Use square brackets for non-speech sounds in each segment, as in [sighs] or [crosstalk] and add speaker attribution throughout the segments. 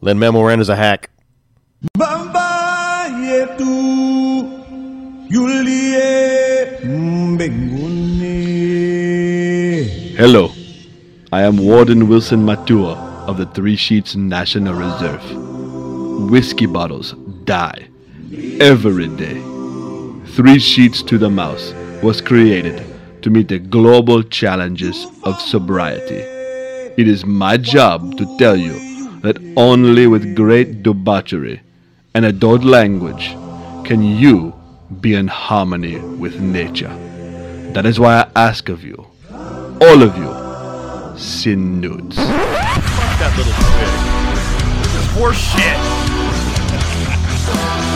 Speaker 1: Lin Manuel Miranda's a hack.
Speaker 2: Bamba yetu yulie mbinguni.
Speaker 3: Hello, I am Warden Wilson Matua of the Three Sheets National Reserve. Whiskey bottles die every day. Three Sheets to the Mouse was created to meet the global challenges of sobriety. It is my job to tell you that only with great debauchery and adult language can you be in harmony with nature. That is why I ask of you, all of you, sin nudes.
Speaker 4: that little twig. This is horse shit.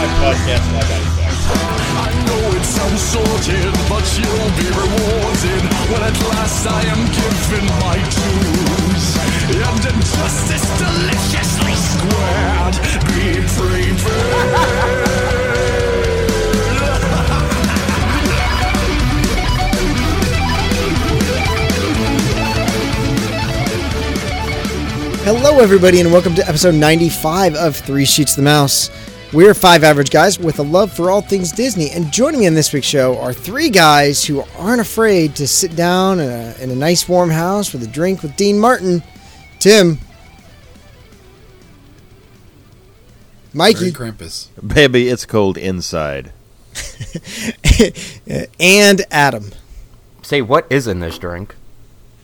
Speaker 4: I podcast like I expect.
Speaker 5: I know it sounds sorted, but you'll be rewarded when at last I am given my dues. And injustice deliciously squared, be prepared.
Speaker 6: Hello, everybody, and welcome to episode 95 of Three Sheets to the Mouse. We're five average guys with a love for all things Disney, and joining me on this week's show are three guys who aren't afraid to sit down in a, in a nice warm house with a drink with Dean Martin, Tim,
Speaker 7: Very
Speaker 6: Mikey,
Speaker 7: Krampus.
Speaker 1: Baby, it's cold inside.
Speaker 6: [laughs] and Adam.
Speaker 8: Say, what is in this drink?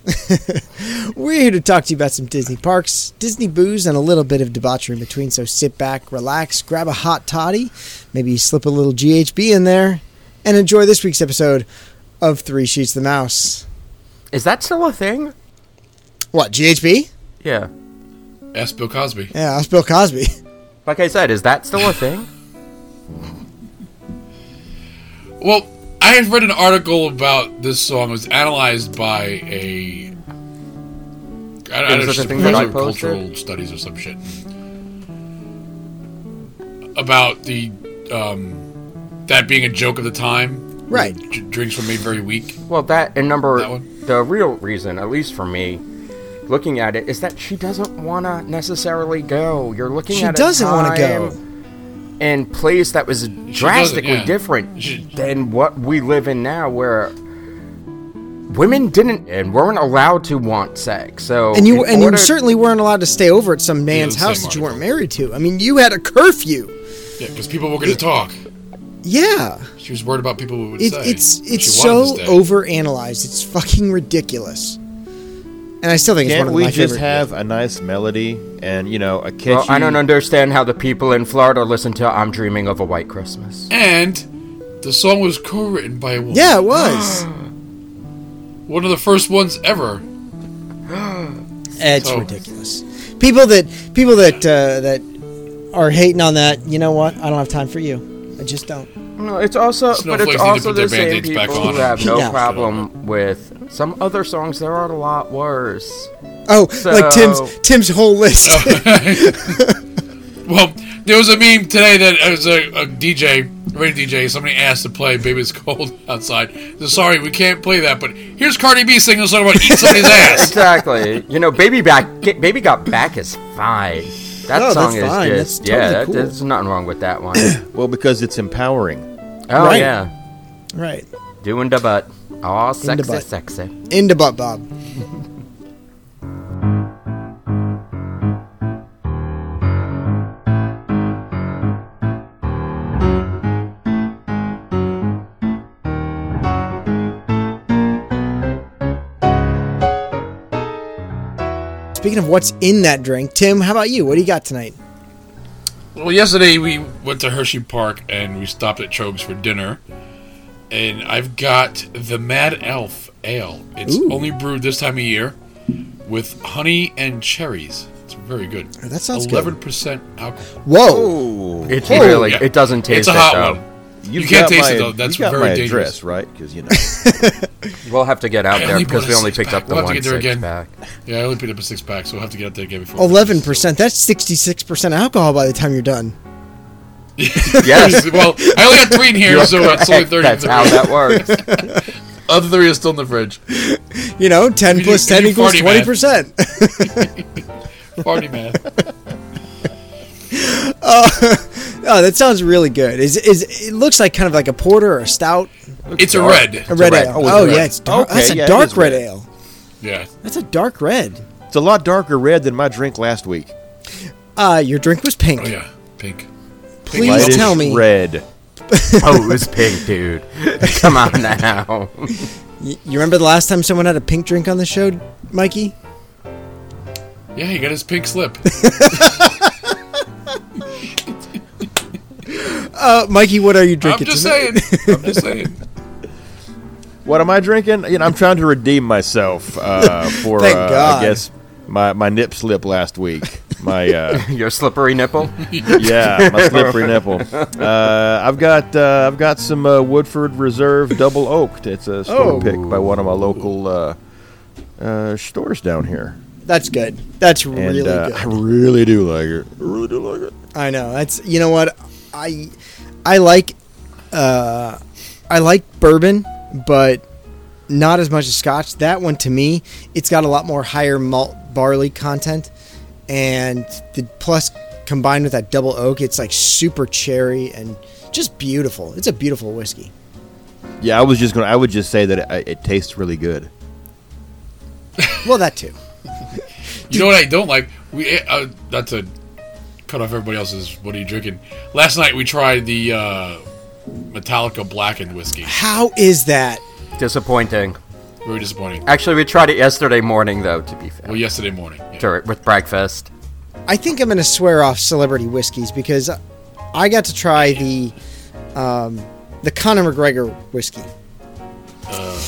Speaker 6: [laughs] We're here to talk to you about some Disney parks, Disney booze, and a little bit of debauchery in between. So sit back, relax, grab a hot toddy, maybe slip a little GHB in there, and enjoy this week's episode of Three Sheets to the Mouse.
Speaker 8: Is that still a thing?
Speaker 6: What, GHB?
Speaker 8: Yeah.
Speaker 7: Ask Bill Cosby.
Speaker 6: Yeah, that's Bill Cosby. [laughs]
Speaker 8: Like I said, is that still a thing?
Speaker 7: Well, I had read an article about this song. It was analyzed by a. I don't
Speaker 8: Is
Speaker 7: know,
Speaker 8: that the
Speaker 7: just
Speaker 8: thing that I
Speaker 7: professor of cultural
Speaker 8: posted?
Speaker 7: studies or some shit. About the. Um, that being a joke of the time.
Speaker 6: Right.
Speaker 7: J- drinks were made very weak.
Speaker 8: Well, that and number
Speaker 7: That one?
Speaker 8: the real reason, at least for me, looking at it, is that she doesn't want to necessarily go. You're looking
Speaker 6: She
Speaker 8: at
Speaker 6: doesn't
Speaker 8: want
Speaker 6: wanna
Speaker 8: to
Speaker 6: go.
Speaker 8: and place that was drastically
Speaker 7: yeah.
Speaker 8: different
Speaker 7: She-
Speaker 8: than what we live in now, where women didn't and weren't allowed to want sex. So
Speaker 6: And you
Speaker 8: in
Speaker 6: and you
Speaker 8: order-
Speaker 6: certainly weren't allowed to stay over at some man's
Speaker 7: same
Speaker 6: house that you weren't
Speaker 7: article.
Speaker 6: married to. I mean, you had a curfew.
Speaker 7: Yeah, because people were going to talk.
Speaker 6: Yeah.
Speaker 7: She was worried about people who would
Speaker 6: It,
Speaker 7: say.
Speaker 6: it's it's
Speaker 7: She wanted
Speaker 6: so
Speaker 7: to stay.
Speaker 6: overanalyzed. It's fucking ridiculous. And I still think it's one
Speaker 1: Can't
Speaker 6: of
Speaker 1: we
Speaker 6: my
Speaker 1: just
Speaker 6: favorite.
Speaker 1: have a nice melody and you know a catchy?
Speaker 8: Well, I don't understand how the people in Florida listen to "I'm Dreaming of a White Christmas."
Speaker 7: And the song was co written by a woman.
Speaker 6: yeah,
Speaker 1: [gasps]
Speaker 6: it was.
Speaker 7: One of the first ones ever.
Speaker 6: It's
Speaker 7: So-
Speaker 6: ridiculous. People that people that uh, that are hating on that, you know what? I don't have time for you. I just don't.
Speaker 8: No, it's also, but
Speaker 7: Snowflakes
Speaker 8: it's
Speaker 7: need to
Speaker 8: also
Speaker 7: put
Speaker 8: the
Speaker 7: their
Speaker 8: same
Speaker 7: Band-Aids back
Speaker 8: people
Speaker 7: on.
Speaker 8: who have no
Speaker 6: Yeah.
Speaker 8: problem with some other songs. There are a lot worse.
Speaker 6: Oh, like Tim's
Speaker 8: So-
Speaker 6: Tim's whole
Speaker 7: [laughs]
Speaker 6: list.
Speaker 7: Oh. Well, there was a meme today that it was a, a DJ, radio DJ. Somebody asked to play "Baby It's Cold [laughs] Outside." So sorry, we can't play that. But here's Cardi B singing a song about eat
Speaker 6: [laughs]
Speaker 7: somebody's ass.
Speaker 8: Exactly. you know, baby back, Get- baby got back is fine. That
Speaker 6: No,
Speaker 8: song
Speaker 6: Oh, that's
Speaker 8: is
Speaker 6: fine.
Speaker 8: just
Speaker 6: That's
Speaker 8: yeah.
Speaker 6: totally
Speaker 8: that-
Speaker 6: cool.
Speaker 8: There's nothing wrong with
Speaker 6: [clears throat]
Speaker 8: that one.
Speaker 1: well, because it's empowering.
Speaker 8: oh
Speaker 6: Right.
Speaker 8: yeah,
Speaker 6: [laughs] right.
Speaker 8: doing the butt. Oh, sexy,
Speaker 6: butt.
Speaker 8: sexy.
Speaker 6: Into butt Bob. Speaking of what's in that drink, Tim, how about you? What do you got tonight?
Speaker 7: well, yesterday we went to Hershey Park and we stopped at Trogues for dinner. And I've got the Mad Elf Ale. It's
Speaker 6: Ooh.
Speaker 7: only brewed this time of year with honey and cherries. It's very good.
Speaker 6: Oh, that sounds good.
Speaker 7: eleven percent alcohol. Oh.
Speaker 6: Whoa!
Speaker 8: It's really.
Speaker 7: Yeah.
Speaker 8: It doesn't taste
Speaker 7: It's a
Speaker 8: it
Speaker 7: hot
Speaker 8: though.
Speaker 7: one. You can't taste it, though. That's
Speaker 1: you got
Speaker 7: very
Speaker 1: my
Speaker 7: dangerous.
Speaker 1: address, right? Because
Speaker 7: [laughs]
Speaker 1: you know.
Speaker 8: We'll have to get out
Speaker 7: I
Speaker 8: there
Speaker 7: only
Speaker 8: because
Speaker 7: bought
Speaker 8: we
Speaker 7: a
Speaker 8: only
Speaker 7: six
Speaker 8: picked
Speaker 7: pack.
Speaker 8: up the
Speaker 7: We'll have to
Speaker 8: one
Speaker 7: get there
Speaker 8: six
Speaker 7: again. [laughs]
Speaker 8: pack.
Speaker 7: Yeah, I only picked up a six pack, so we'll have to get up there again before.
Speaker 6: Eleven percent. That's sixty-six percent alcohol by the time you're done.
Speaker 8: Yes,
Speaker 7: [laughs] well, I only got three in here,
Speaker 8: [laughs]
Speaker 7: so it's only
Speaker 8: Heck,
Speaker 7: thirty.
Speaker 8: that's how that
Speaker 7: [laughs]
Speaker 8: works.
Speaker 7: Other three is still in the fridge.
Speaker 6: You know, ten
Speaker 7: You do-
Speaker 6: plus
Speaker 7: you
Speaker 6: ten [laughs]
Speaker 7: do
Speaker 6: equals
Speaker 7: 40, man.
Speaker 6: twenty percent.
Speaker 7: Party man.
Speaker 6: Oh, that sounds really good. Is is it looks like kind of like a porter or a stout,
Speaker 7: It's a red.
Speaker 6: a red
Speaker 1: red.
Speaker 6: ale.
Speaker 1: Oh, it's
Speaker 6: Oh,
Speaker 1: red.
Speaker 6: yeah, it's dark.
Speaker 1: Okay,
Speaker 6: That's a
Speaker 1: yeah, it
Speaker 6: dark
Speaker 1: is
Speaker 6: red,
Speaker 1: red.
Speaker 6: ale.
Speaker 7: Yeah.
Speaker 6: That's a dark red.
Speaker 1: It's a lot darker red than my drink last week.
Speaker 6: Uh, your drink was pink.
Speaker 7: Oh yeah. Pink.
Speaker 6: Please
Speaker 1: Lightish
Speaker 6: tell me
Speaker 1: Red.
Speaker 8: Oh, it was pink, dude. [laughs] Come on now. [laughs]
Speaker 6: Y- you remember the last time someone had a pink drink on the show, Mikey?
Speaker 7: Yeah, he got his pink
Speaker 8: [laughs]
Speaker 7: slip.
Speaker 6: Uh, Mikey, what are you
Speaker 7: I'm
Speaker 6: drinking?
Speaker 7: just
Speaker 6: tonight?
Speaker 7: saying. I'm just saying.
Speaker 1: What am I drinking? You know, I'm trying to redeem myself uh,
Speaker 7: [laughs]
Speaker 1: for,
Speaker 6: Thank
Speaker 1: uh,
Speaker 6: God.
Speaker 1: I guess, my, my nip slip last week. My uh,
Speaker 8: Your slippery nipple?
Speaker 1: yeah, my slippery nipple. Uh, I've got uh, I've got some uh, Woodford Reserve Double Oaked. It's a store
Speaker 6: Oh.
Speaker 1: pick by one of my local uh, uh, stores down here,
Speaker 6: That's good. That's
Speaker 1: and
Speaker 6: really
Speaker 1: uh, I
Speaker 6: good.
Speaker 1: really do like it. I really do like it.
Speaker 6: I know. That's you know what I I like uh I like bourbon, but not as much as scotch. That one to me, it's got a lot more higher malt barley content and the plus combined with that double oak, it's like super cherry and just beautiful. It's a beautiful whiskey.
Speaker 1: Yeah, I was just gonna. I would just say that it, it tastes really good.
Speaker 6: Well, that too.
Speaker 7: You know what I don't like? We uh, not to cut off everybody else's. What are you drinking? Last night we tried the uh, Metallica blackened whiskey.
Speaker 6: How is that?
Speaker 8: Disappointing.
Speaker 7: Very disappointing.
Speaker 8: Actually, we tried it yesterday morning, though, to be fair.
Speaker 7: Well, yesterday morning. Yeah.
Speaker 8: Dur- With breakfast.
Speaker 6: I think I'm going to swear off celebrity whiskeys because I got to try the um, the Conor McGregor whiskey.
Speaker 7: Uh.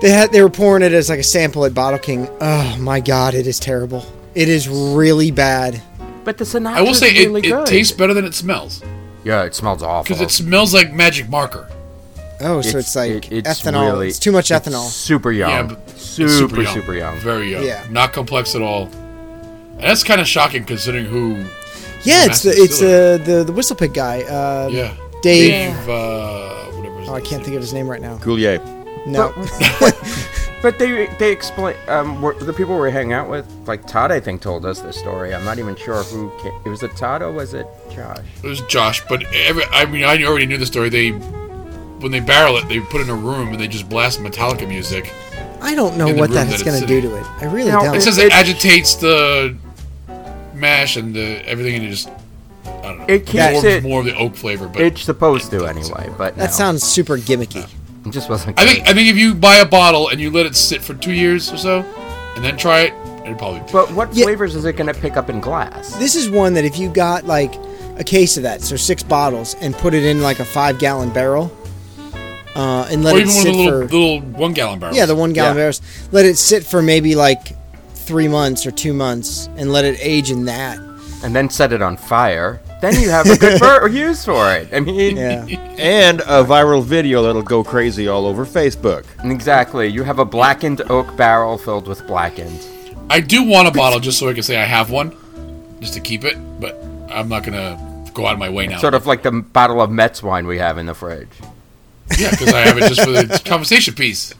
Speaker 6: They had they were pouring it as like a sample at Bottle King. Oh my god, it is terrible. It is really bad.
Speaker 8: But the Sinatra
Speaker 7: I will say it,
Speaker 8: really
Speaker 7: it
Speaker 8: good.
Speaker 7: tastes better than it smells
Speaker 8: Yeah, it smells awful.
Speaker 7: because it smells like magic marker.
Speaker 6: Oh, so it's, like
Speaker 8: it-
Speaker 6: ethanol.
Speaker 8: really-
Speaker 6: it's too much
Speaker 8: it's
Speaker 6: ethanol.
Speaker 8: super young.
Speaker 7: Yeah, but it's
Speaker 8: super, super young.
Speaker 7: Very young.
Speaker 6: Yeah.
Speaker 7: Not complex at all. And that's kind of shocking considering who.
Speaker 6: yeah, it's the
Speaker 7: massive
Speaker 6: it's the the, the whistle pig guy. Uh,
Speaker 7: Yeah.
Speaker 6: Dave.
Speaker 7: Dave. Uh, whatever. His
Speaker 6: Oh, I can't think of his name right now.
Speaker 1: Coulier.
Speaker 6: No. [laughs]
Speaker 8: But they they explain um, were, the people we were hanging out with, like Todd, I think, told us this story. I'm not even sure who. Came, it was it Todd or was it Josh?
Speaker 7: It was Josh, but every, I mean, I already knew the story. They, when they barrel it, they put it in a room and they just blast Metallica music.
Speaker 6: I don't know
Speaker 7: In the
Speaker 6: what
Speaker 7: room
Speaker 6: that is
Speaker 7: that
Speaker 6: going
Speaker 7: it's
Speaker 6: to do
Speaker 7: sitting.
Speaker 6: to it. I really
Speaker 8: No,
Speaker 6: don't.
Speaker 7: It
Speaker 8: it's
Speaker 7: says it, agitates the mash and the everything, and it just
Speaker 8: It keeps
Speaker 7: absorbs
Speaker 8: it.
Speaker 7: more of the oak flavor. But
Speaker 8: It's supposed to anyway, but
Speaker 6: that
Speaker 8: no.
Speaker 6: sounds super gimmicky.
Speaker 8: It just wasn't.
Speaker 7: I
Speaker 8: good.
Speaker 7: think I think if you buy a bottle and you let it sit for two years or so, and then try it, it'd probably be
Speaker 8: But what
Speaker 6: Yeah.
Speaker 8: flavors is it going to pick up in glass?
Speaker 6: This is one that if you got like a case of that, so six bottles, and put it in like a five gallon barrel, uh, and let
Speaker 7: or
Speaker 6: it
Speaker 7: even with
Speaker 6: sit
Speaker 7: the little
Speaker 6: for
Speaker 7: little one gallon barrel.
Speaker 6: yeah the one gallon
Speaker 8: Yeah.
Speaker 6: barrels, let it sit for maybe like three months or two months, and let it age in that.
Speaker 8: And then set it on fire. Then you have
Speaker 6: [laughs]
Speaker 8: a good for- use for it. I
Speaker 7: [laughs]
Speaker 8: mean,
Speaker 6: Yeah,
Speaker 1: And a viral video that'll go crazy all over Facebook.
Speaker 8: exactly. You have a blackened oak barrel filled with blackened.
Speaker 7: I do want a bottle just so I can say I have one, just to keep it. But I'm not gonna go out of my way now.
Speaker 8: Sort of like the bottle of Mets wine we have in the fridge
Speaker 7: yeah, because I have it just for the conversation piece.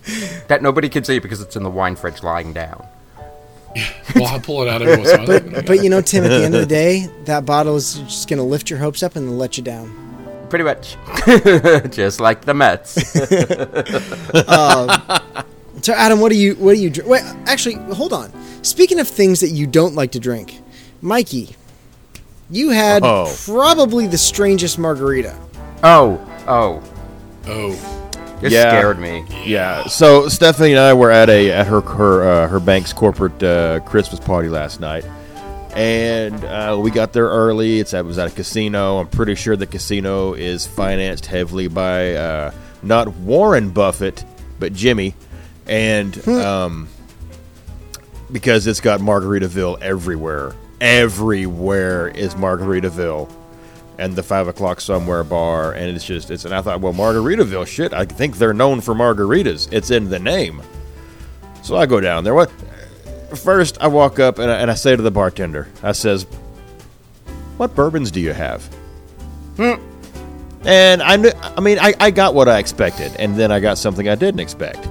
Speaker 8: that nobody can see because it's in the wine fridge lying down.
Speaker 7: Well, I'll pull it out every once in a
Speaker 6: [laughs]
Speaker 7: while.
Speaker 6: but you know, Tim, at the end of the day, that bottle is just gonna lift your hopes up and let you down.
Speaker 8: Pretty much, [laughs] just like
Speaker 1: [laughs]
Speaker 8: the Mets.
Speaker 6: So, Adam, what do you what do you drink? Wait, actually, hold on. Speaking of things that you don't like to drink, Mikey, you had
Speaker 1: Oh.
Speaker 6: probably the strangest margarita.
Speaker 8: Oh, oh,
Speaker 7: oh,
Speaker 8: this
Speaker 1: Yeah.
Speaker 8: scared me.
Speaker 1: Yeah. So Stephanie and I were at a at her her uh, her bank's corporate uh, Christmas party last night, and uh, we got there early. It's it was at a casino. I'm pretty sure the casino is financed heavily by uh, not Warren Buffett but Jimmy, and um, because it's got Margaritaville everywhere. Everywhere is Margaritaville. And the five o'clock somewhere bar, and it's just it's. And I thought, well, Margaritaville, shit. I think they're known for margaritas. It's in the name. So I go down there. What? First, I walk up and I, and I say to the bartender, I says, "What bourbons do you have?" And I knew, I mean, I, I got what I expected, and then I got something I didn't expect.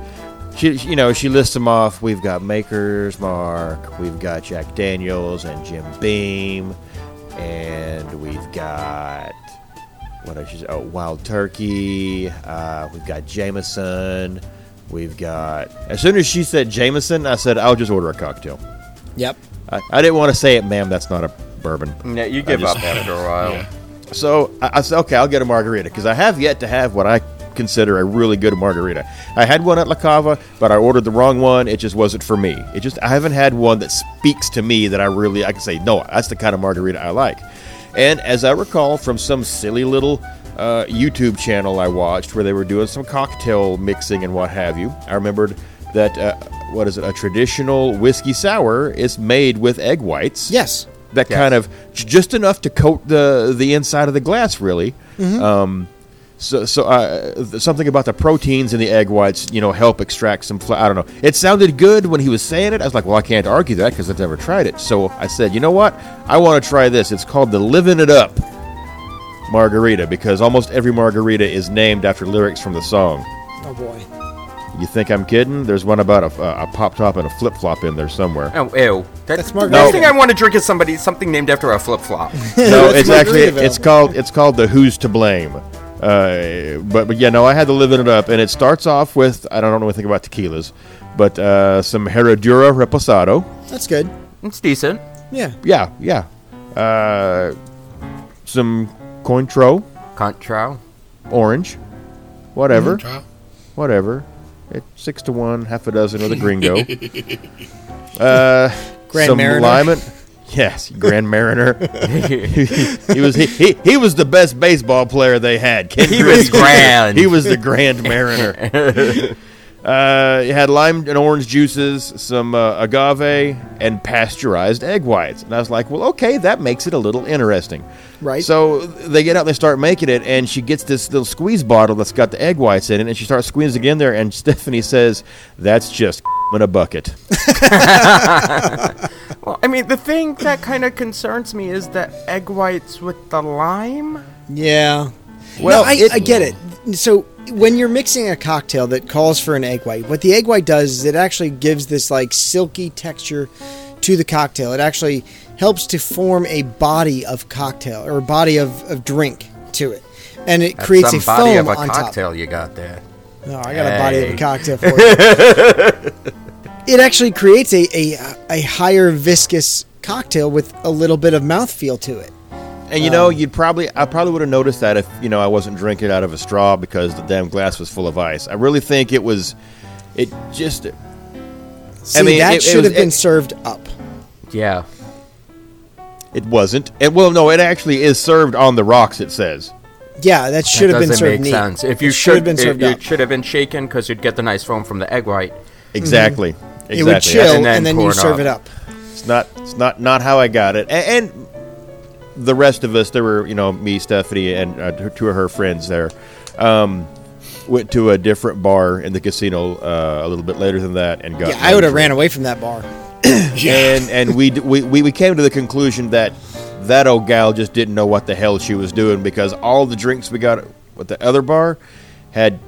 Speaker 1: She, she- you know, she lists them off. We've got Maker's Mark, we've got Jack Daniels and Jim Beam, and we've got what else? is- Oh, Wild Turkey. Uh, we've got Jameson. We've got. As soon as she said Jameson, I said I'll just order a cocktail.
Speaker 6: Yep.
Speaker 1: I, I didn't want to say it, ma'am. That's not a bourbon.
Speaker 8: Yeah, you give
Speaker 1: just-
Speaker 8: up
Speaker 1: [laughs]
Speaker 8: after a while.
Speaker 1: So I, I said, okay, I'll get a margarita because I have yet to have what I consider a really good margarita. I had one at La Cava, but I ordered the wrong one. It just wasn't for me. It just I haven't had one that speaks to me that I really I can say no. That's the kind of margarita I like. And as I recall from some silly little uh, YouTube channel I watched where they were doing some cocktail mixing and what have you, I remembered that uh, what is it? A traditional whiskey sour is made with egg whites
Speaker 6: Yes.
Speaker 1: that kind of j- just enough to coat the the inside of the glass really um so, so uh, th- something about the proteins in the egg whites, you know, help extract some. Fla- I don't know. It sounded good when he was saying it. I was like, well, I can't argue that because I've never tried it. So I said, you know what? I want to try this. It's called the Livin' It Up margarita because almost every margarita is named after lyrics from the song.
Speaker 6: Oh boy.
Speaker 1: You think I'm kidding? There's one about a, a, a pop top and a flip flop in there somewhere.
Speaker 8: Oh, ew. That-
Speaker 6: That's
Speaker 8: the
Speaker 6: margarita.
Speaker 8: last thing I want to drink is somebody something named after a flip flop.
Speaker 1: no,
Speaker 6: That's
Speaker 1: it's actually
Speaker 6: Margaritaville.
Speaker 1: it's called it's called the Who's to Blame. Uh, but but yeah, no, I had to live it up, and it starts off with I don't know anything about tequilas, but uh, some Herradura Reposado.
Speaker 6: That's good.
Speaker 8: it's decent.
Speaker 6: Yeah.
Speaker 1: Yeah, yeah. Uh, some Cointreau
Speaker 8: Contro.
Speaker 1: orange, whatever,
Speaker 7: Trial?
Speaker 1: whatever. It's six to one, half a dozen with a gringo. Uh,
Speaker 6: Grand
Speaker 1: some
Speaker 6: Mariner.
Speaker 1: lime and- Yes, Grand
Speaker 8: [laughs]
Speaker 1: Mariner. [laughs] he was he, he, he was the best baseball player they had. Ken
Speaker 8: He was
Speaker 1: Griffey.
Speaker 8: grand.
Speaker 1: He was the Grand Mariner. uh, it had lime and orange juices, some uh, agave, and pasteurized egg whites. And I was like, well, okay, that makes it a little interesting.
Speaker 6: Right.
Speaker 1: So they get out and they start making it, and she gets this little squeeze bottle that's got the egg whites in it, and she starts squeezing it in there, and [laughs] Stephanie says, that's just [laughs] in a bucket.
Speaker 8: Well, I mean, the thing that kind of concerns me is the egg whites with the lime.
Speaker 6: Yeah.
Speaker 1: Well,
Speaker 6: Well, I,
Speaker 1: it-
Speaker 6: I get it. So when you're mixing a cocktail that calls for an egg white, what the egg white does is it actually gives this like silky texture to the cocktail. It actually helps to form a body of cocktail or body of, of drink to it. And it creates
Speaker 8: Some
Speaker 6: a
Speaker 8: body
Speaker 6: foam
Speaker 8: of a
Speaker 6: on top.
Speaker 8: cocktail you got there.
Speaker 6: No, I got a body of a
Speaker 8: Hey. [laughs]
Speaker 6: cocktail for you. it actually creates a, a a higher viscous cocktail with a little bit of mouthfeel to it.
Speaker 1: And you know,
Speaker 6: Um,
Speaker 1: you'd probably I probably would have noticed that if you know I wasn't drinking out of a straw because the damn glass was full of ice. I really think it was, it just
Speaker 6: See,
Speaker 1: mean,
Speaker 6: that
Speaker 1: it- it
Speaker 6: should
Speaker 1: was-
Speaker 6: have been
Speaker 1: it-
Speaker 6: served up.
Speaker 8: Yeah.
Speaker 1: it wasn't. It well no, it actually is served on the rocks. It says
Speaker 6: Mm-hmm. Yeah, that should have been
Speaker 8: doesn't
Speaker 6: served
Speaker 8: make
Speaker 6: neat.
Speaker 8: sense. If
Speaker 6: It
Speaker 8: you
Speaker 6: should have been
Speaker 8: it-
Speaker 6: served
Speaker 8: it
Speaker 6: up.
Speaker 8: should have been shaken because you'd get the nice foam from the egg white.
Speaker 1: exactly. Exactly.
Speaker 6: It would chill, and
Speaker 8: And
Speaker 6: then,
Speaker 8: then
Speaker 6: you
Speaker 8: pour it
Speaker 6: serve
Speaker 8: up.
Speaker 6: it up.
Speaker 1: It's not. It's not. Not how I got it. And, and the rest of us, there were you know me, Stephanie, and uh, t- two of her friends there. Um, went to a different bar in the casino uh, a little bit later than that and got.
Speaker 6: Yeah, I would
Speaker 1: another
Speaker 6: have
Speaker 1: drink.
Speaker 6: ran away from that bar.
Speaker 1: and and we, d- we we we came to the conclusion that that old gal just didn't know what the hell she was doing because all the drinks we got at the other bar had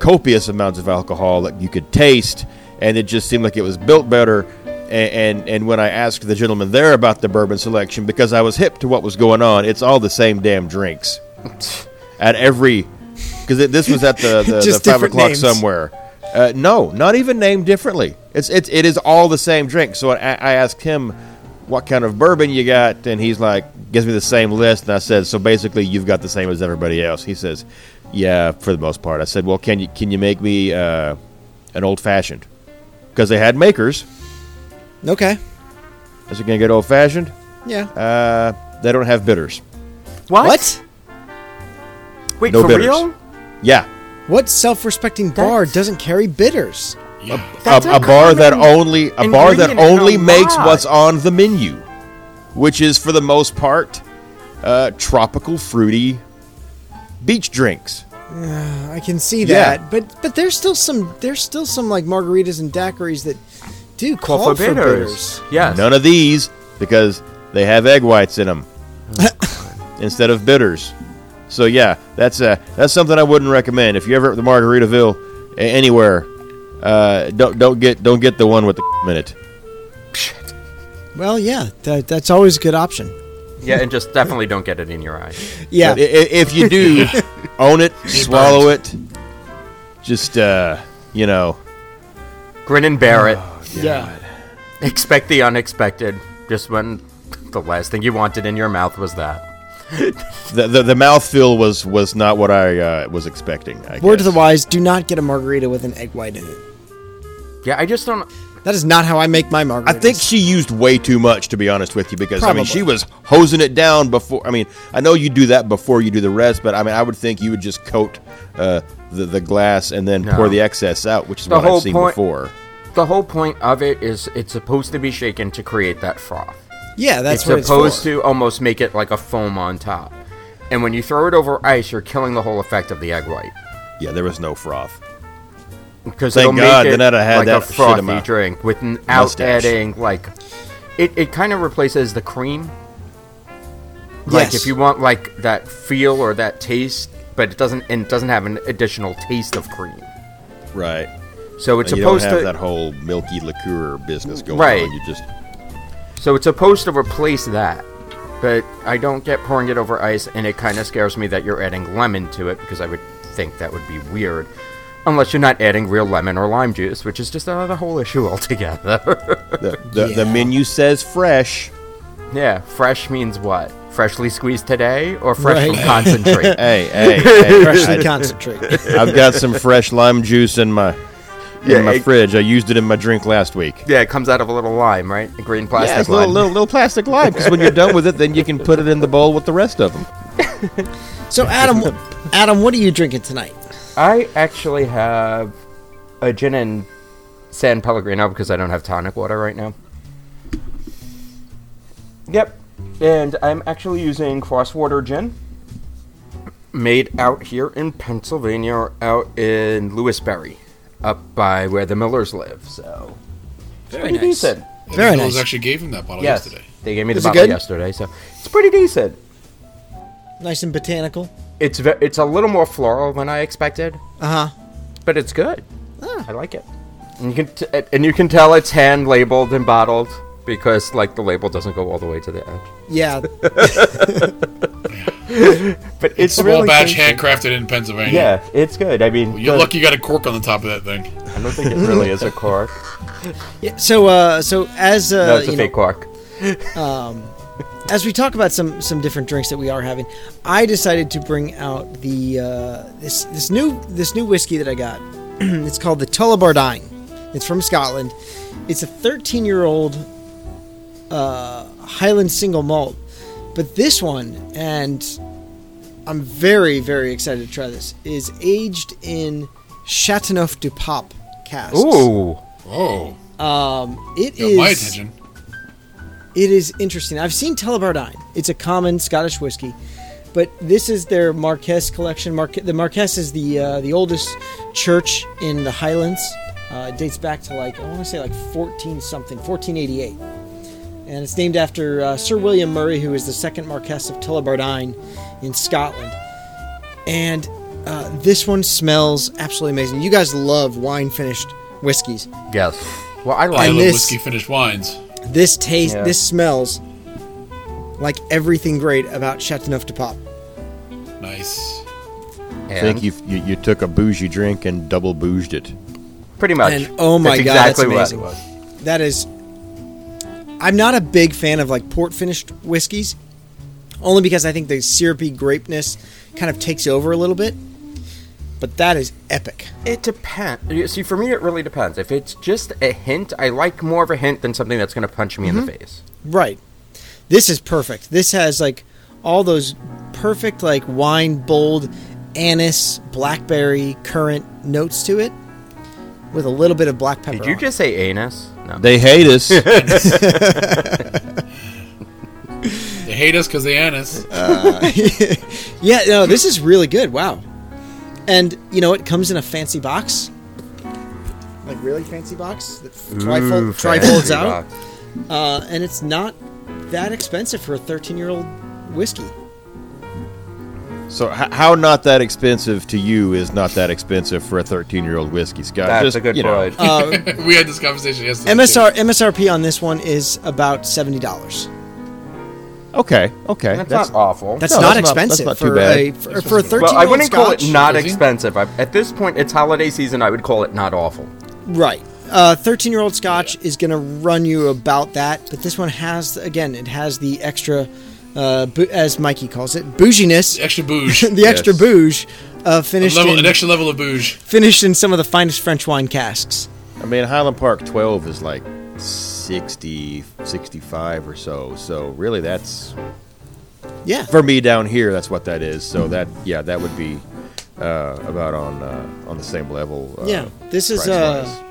Speaker 1: copious amounts of alcohol that you could taste, and it just seemed like it was built better. And, and and when I asked the gentleman there about the bourbon selection because I was hip to what was going on, it's all the same damn drinks at every because this was at the the,
Speaker 6: [laughs] Just
Speaker 1: the five
Speaker 6: different
Speaker 1: o'clock
Speaker 6: names.
Speaker 1: somewhere. Uh, no, not even named differently. It's it's it is all the same drink. So I, I asked him what kind of bourbon you got, and he's like gives me the same list. And I said, so basically you've got the same as everybody else. He says, yeah, for the most part. I said, well, can you can you make me uh, an old fashioned? Because they had makers.
Speaker 6: Okay.
Speaker 1: Is it gonna get old fashioned?
Speaker 6: Yeah.
Speaker 1: Uh, they don't have bitters.
Speaker 8: What?
Speaker 6: what?
Speaker 8: Wait,
Speaker 1: No
Speaker 8: for
Speaker 1: bitters.
Speaker 8: real?
Speaker 1: Yeah,
Speaker 6: What self-respecting bar doesn't carry bitters?
Speaker 1: a,
Speaker 8: That's a
Speaker 1: a bar that
Speaker 8: common
Speaker 1: only a bar that
Speaker 8: ingredient in
Speaker 1: only
Speaker 8: a
Speaker 1: makes
Speaker 8: lot.
Speaker 1: what's on the menu, which is for the most part uh, tropical fruity beach drinks.
Speaker 6: I can see
Speaker 1: Yeah.
Speaker 6: that, but but there's still some there's still some like margaritas and daiquiris that do call,
Speaker 8: Call for
Speaker 6: for
Speaker 8: bitters.
Speaker 6: bitters.
Speaker 8: Yes.
Speaker 1: None of these because they have egg whites in
Speaker 8: [laughs]
Speaker 1: them instead of bitters. So yeah, that's uh, that's something I wouldn't recommend if you're ever at the Margaritaville a- anywhere. Uh, don't don't get don't get the one with the [laughs] in it.
Speaker 6: Well, yeah, that, that's always a good option.
Speaker 8: Yeah, and just definitely don't get it in your eyes.
Speaker 1: But i-
Speaker 6: Yeah,
Speaker 1: i- if you
Speaker 8: [laughs]
Speaker 1: do, own it, swallow it. Just uh, you know,
Speaker 8: Grin and
Speaker 6: [sighs]
Speaker 8: bear it.
Speaker 6: yeah.
Speaker 8: Expect the unexpected. Just when the last thing you wanted in your mouth was that.
Speaker 1: the the, the mouthfeel was was not what I uh, was expecting. I
Speaker 6: Word to the
Speaker 1: guess.
Speaker 6: wise: Do not get a margarita with an egg white in it.
Speaker 8: Yeah, I just don't.
Speaker 6: That is not how I make my margarita.
Speaker 1: I think she used way too much, to be honest with you, because I mean,
Speaker 6: Probably.
Speaker 1: she was hosing it down before. I mean, I know you do that before you do the rest, but I mean, I would think you would just coat uh, the the glass and then pour
Speaker 8: No.
Speaker 1: the excess out, which is
Speaker 8: The
Speaker 1: what
Speaker 8: whole
Speaker 1: I've seen
Speaker 8: point-
Speaker 1: before.
Speaker 8: The whole point of it is it's supposed to be shaken to create that froth.
Speaker 6: yeah, that's what
Speaker 8: it's supposed
Speaker 6: it's for.
Speaker 8: to almost make it like a foam on top. And when you throw it over ice, you're killing the whole effect of the egg white.
Speaker 1: Yeah, there was no froth.
Speaker 8: because
Speaker 1: Thank
Speaker 8: it'll
Speaker 1: God,
Speaker 8: make it
Speaker 1: then I'd have had
Speaker 8: like
Speaker 1: that
Speaker 8: a
Speaker 1: shit in
Speaker 8: frothy
Speaker 1: my
Speaker 8: drink without
Speaker 1: mustache.
Speaker 8: adding like it. It kind of replaces the cream. Like
Speaker 6: Yes.
Speaker 8: if you want like that feel or that taste, but it doesn't and it doesn't have an additional taste of cream.
Speaker 1: Right.
Speaker 8: So it's
Speaker 1: you don't
Speaker 8: supposed
Speaker 1: have
Speaker 8: to
Speaker 1: that whole milky liqueur business going
Speaker 8: Right.
Speaker 1: on. You just
Speaker 8: so it's supposed to replace that. But I don't get pouring it over ice, and it kind of scares me that you're adding lemon to it because I would think that would be weird, unless you're not adding real lemon or lime juice, which is just another whole issue [laughs] altogether.
Speaker 1: the, the, the menu says fresh.
Speaker 8: Yeah, fresh means what? Freshly squeezed today or fresh from
Speaker 1: [laughs]
Speaker 6: Right.
Speaker 8: concentrate?
Speaker 1: Hey, hey, [laughs] hey
Speaker 6: Freshly
Speaker 8: [laughs]
Speaker 1: I-
Speaker 6: concentrate.
Speaker 1: I've got some fresh lime juice in my
Speaker 8: Yeah,
Speaker 1: in my
Speaker 8: it-
Speaker 1: fridge. I used it in my drink last week.
Speaker 8: yeah, it comes out of a little lime, right? A green plastic
Speaker 1: Yeah, it's a
Speaker 8: lime.
Speaker 1: little, little, little plastic lime. Because when you're done with it, then you can put it in the bowl with the rest of them.
Speaker 6: So, Adam, Adam, what are you drinking tonight?
Speaker 8: I actually have a gin and San Pellegrino because I don't have tonic water right now. Yep. And I'm actually using Crosswater Gin. Made out here in Pennsylvania or out in Lewisberry, up by where the Millers live. So,
Speaker 6: Very
Speaker 8: pretty decent.
Speaker 7: And
Speaker 6: Very
Speaker 7: the Bills
Speaker 6: nice.
Speaker 7: actually gave him that bottle Oh, yesterday.
Speaker 8: They gave me the
Speaker 6: Is it
Speaker 8: bottle
Speaker 6: good?
Speaker 8: yesterday, so it's pretty decent.
Speaker 6: Nice and botanical.
Speaker 8: It's ve- it's a little more floral than I expected,
Speaker 6: Uh huh.
Speaker 8: but it's good. I like it. And you can t- and you can tell it's hand labeled and bottled because like the label doesn't go all the way to the edge.
Speaker 6: Yeah.
Speaker 8: But it's,
Speaker 7: Small
Speaker 8: really
Speaker 7: batch
Speaker 8: tasty.
Speaker 7: handcrafted in Pennsylvania.
Speaker 8: Yeah, it's good. I mean,
Speaker 7: You're
Speaker 8: the-
Speaker 7: lucky you got a cork on the top of that thing.
Speaker 8: I don't think it really is a cork.
Speaker 6: Yeah, So, uh, so as uh,
Speaker 8: No, it's a
Speaker 6: you know,
Speaker 8: fake cork.
Speaker 6: as we talk about some some different drinks that we are having, I decided to bring out the uh, this this new this new whiskey that I got. [clears throat] it's called the Tullibardine. It's from Scotland. It's a 13 year old uh, Highland single malt, but this one, and I'm very very excited to try this, is aged in Chateauneuf du Pape casks.
Speaker 8: Ooh,
Speaker 7: Oh,
Speaker 6: it
Speaker 7: got
Speaker 6: is
Speaker 7: my attention.
Speaker 6: It is interesting. I've seen Telebardine. It's a common Scottish whiskey, but this is their Marquess collection. Marque- the Marquess is the uh, the oldest church in the Highlands. Uh, it dates back to like I want to say like 14 something, 1488, and it's named after uh, Sir William Murray, who is the second Marquess of Telebardine in Scotland. And uh, this one smells absolutely amazing. You guys love wine finished whiskeys.
Speaker 8: yes. Well, I
Speaker 7: I
Speaker 8: like.
Speaker 7: love
Speaker 6: this-
Speaker 7: whiskey finished wines.
Speaker 6: This taste,
Speaker 8: Yeah.
Speaker 6: this smells like everything great about Chateauneuf du Pop.
Speaker 7: Nice.
Speaker 1: I think
Speaker 8: and-
Speaker 1: you, you you took a bougie drink and double bouged it.
Speaker 8: pretty much.
Speaker 6: And oh my
Speaker 8: That's
Speaker 6: God, that's
Speaker 8: exactly
Speaker 6: amazing.
Speaker 8: What it was.
Speaker 6: That is, I'm not a big fan of like port finished whiskeys, only because I think the syrupy grapeness kind of takes over a little bit. But that is epic.
Speaker 8: It depends. See, for me, it really depends. If it's just a hint, I like more of a hint than something that's going to punch me in the face.
Speaker 6: Right. This is perfect. This has like all those perfect like wine bold anise, blackberry, currant notes to it with a little bit of black pepper.
Speaker 8: Did you
Speaker 6: on it.
Speaker 8: just say anus? No.
Speaker 1: They hate [laughs] us.
Speaker 7: They hate us because they anise.
Speaker 6: [laughs] Yeah, no, this is really good. Wow. And you know, it comes in a fancy box. Like really fancy box that trifold,
Speaker 8: Ooh,
Speaker 6: trifolds
Speaker 8: fancy
Speaker 6: out.
Speaker 8: box.
Speaker 6: Uh, and it's not that expensive for a 13 year old whiskey.
Speaker 1: so h- how not that expensive to you is not that expensive for a 13 year old whiskey, Scott.
Speaker 8: That's
Speaker 1: Just,
Speaker 8: a good
Speaker 1: you know,
Speaker 8: point.
Speaker 7: we had this conversation yesterday. too.
Speaker 6: MSR, MSRP on this one is about $70.
Speaker 1: Okay, okay.
Speaker 8: That's, not awful.
Speaker 6: That's
Speaker 1: No,
Speaker 6: not
Speaker 1: that's not- that's
Speaker 6: expensive
Speaker 1: not too
Speaker 6: for
Speaker 1: bad.
Speaker 6: a for, for a thirteen.
Speaker 8: well, I wouldn't
Speaker 6: scotch.
Speaker 8: call it not
Speaker 7: Is he?
Speaker 8: expensive. I, at this point, it's holiday season. I would call it not awful.
Speaker 6: Right. Uh, 13 year old scotch is going to run you about that, but this one has, again, it has the extra, uh, bou- as Mikey calls it, bouginess,
Speaker 7: Extra bouge.
Speaker 6: [laughs] the extra
Speaker 1: Yes.
Speaker 6: bouge, uh, finished,
Speaker 7: level, an
Speaker 6: in,
Speaker 7: extra level of bouge.
Speaker 6: finished in some of the finest French wine casks.
Speaker 1: I mean, Highland Park 12 is like 60, 65 or so. So really, that's
Speaker 6: Yeah.
Speaker 1: for me down here. That's what that is. So that yeah, that would be uh, about on uh, on the same level. Uh,
Speaker 6: Yeah, this is,
Speaker 1: price-wise.
Speaker 6: uh,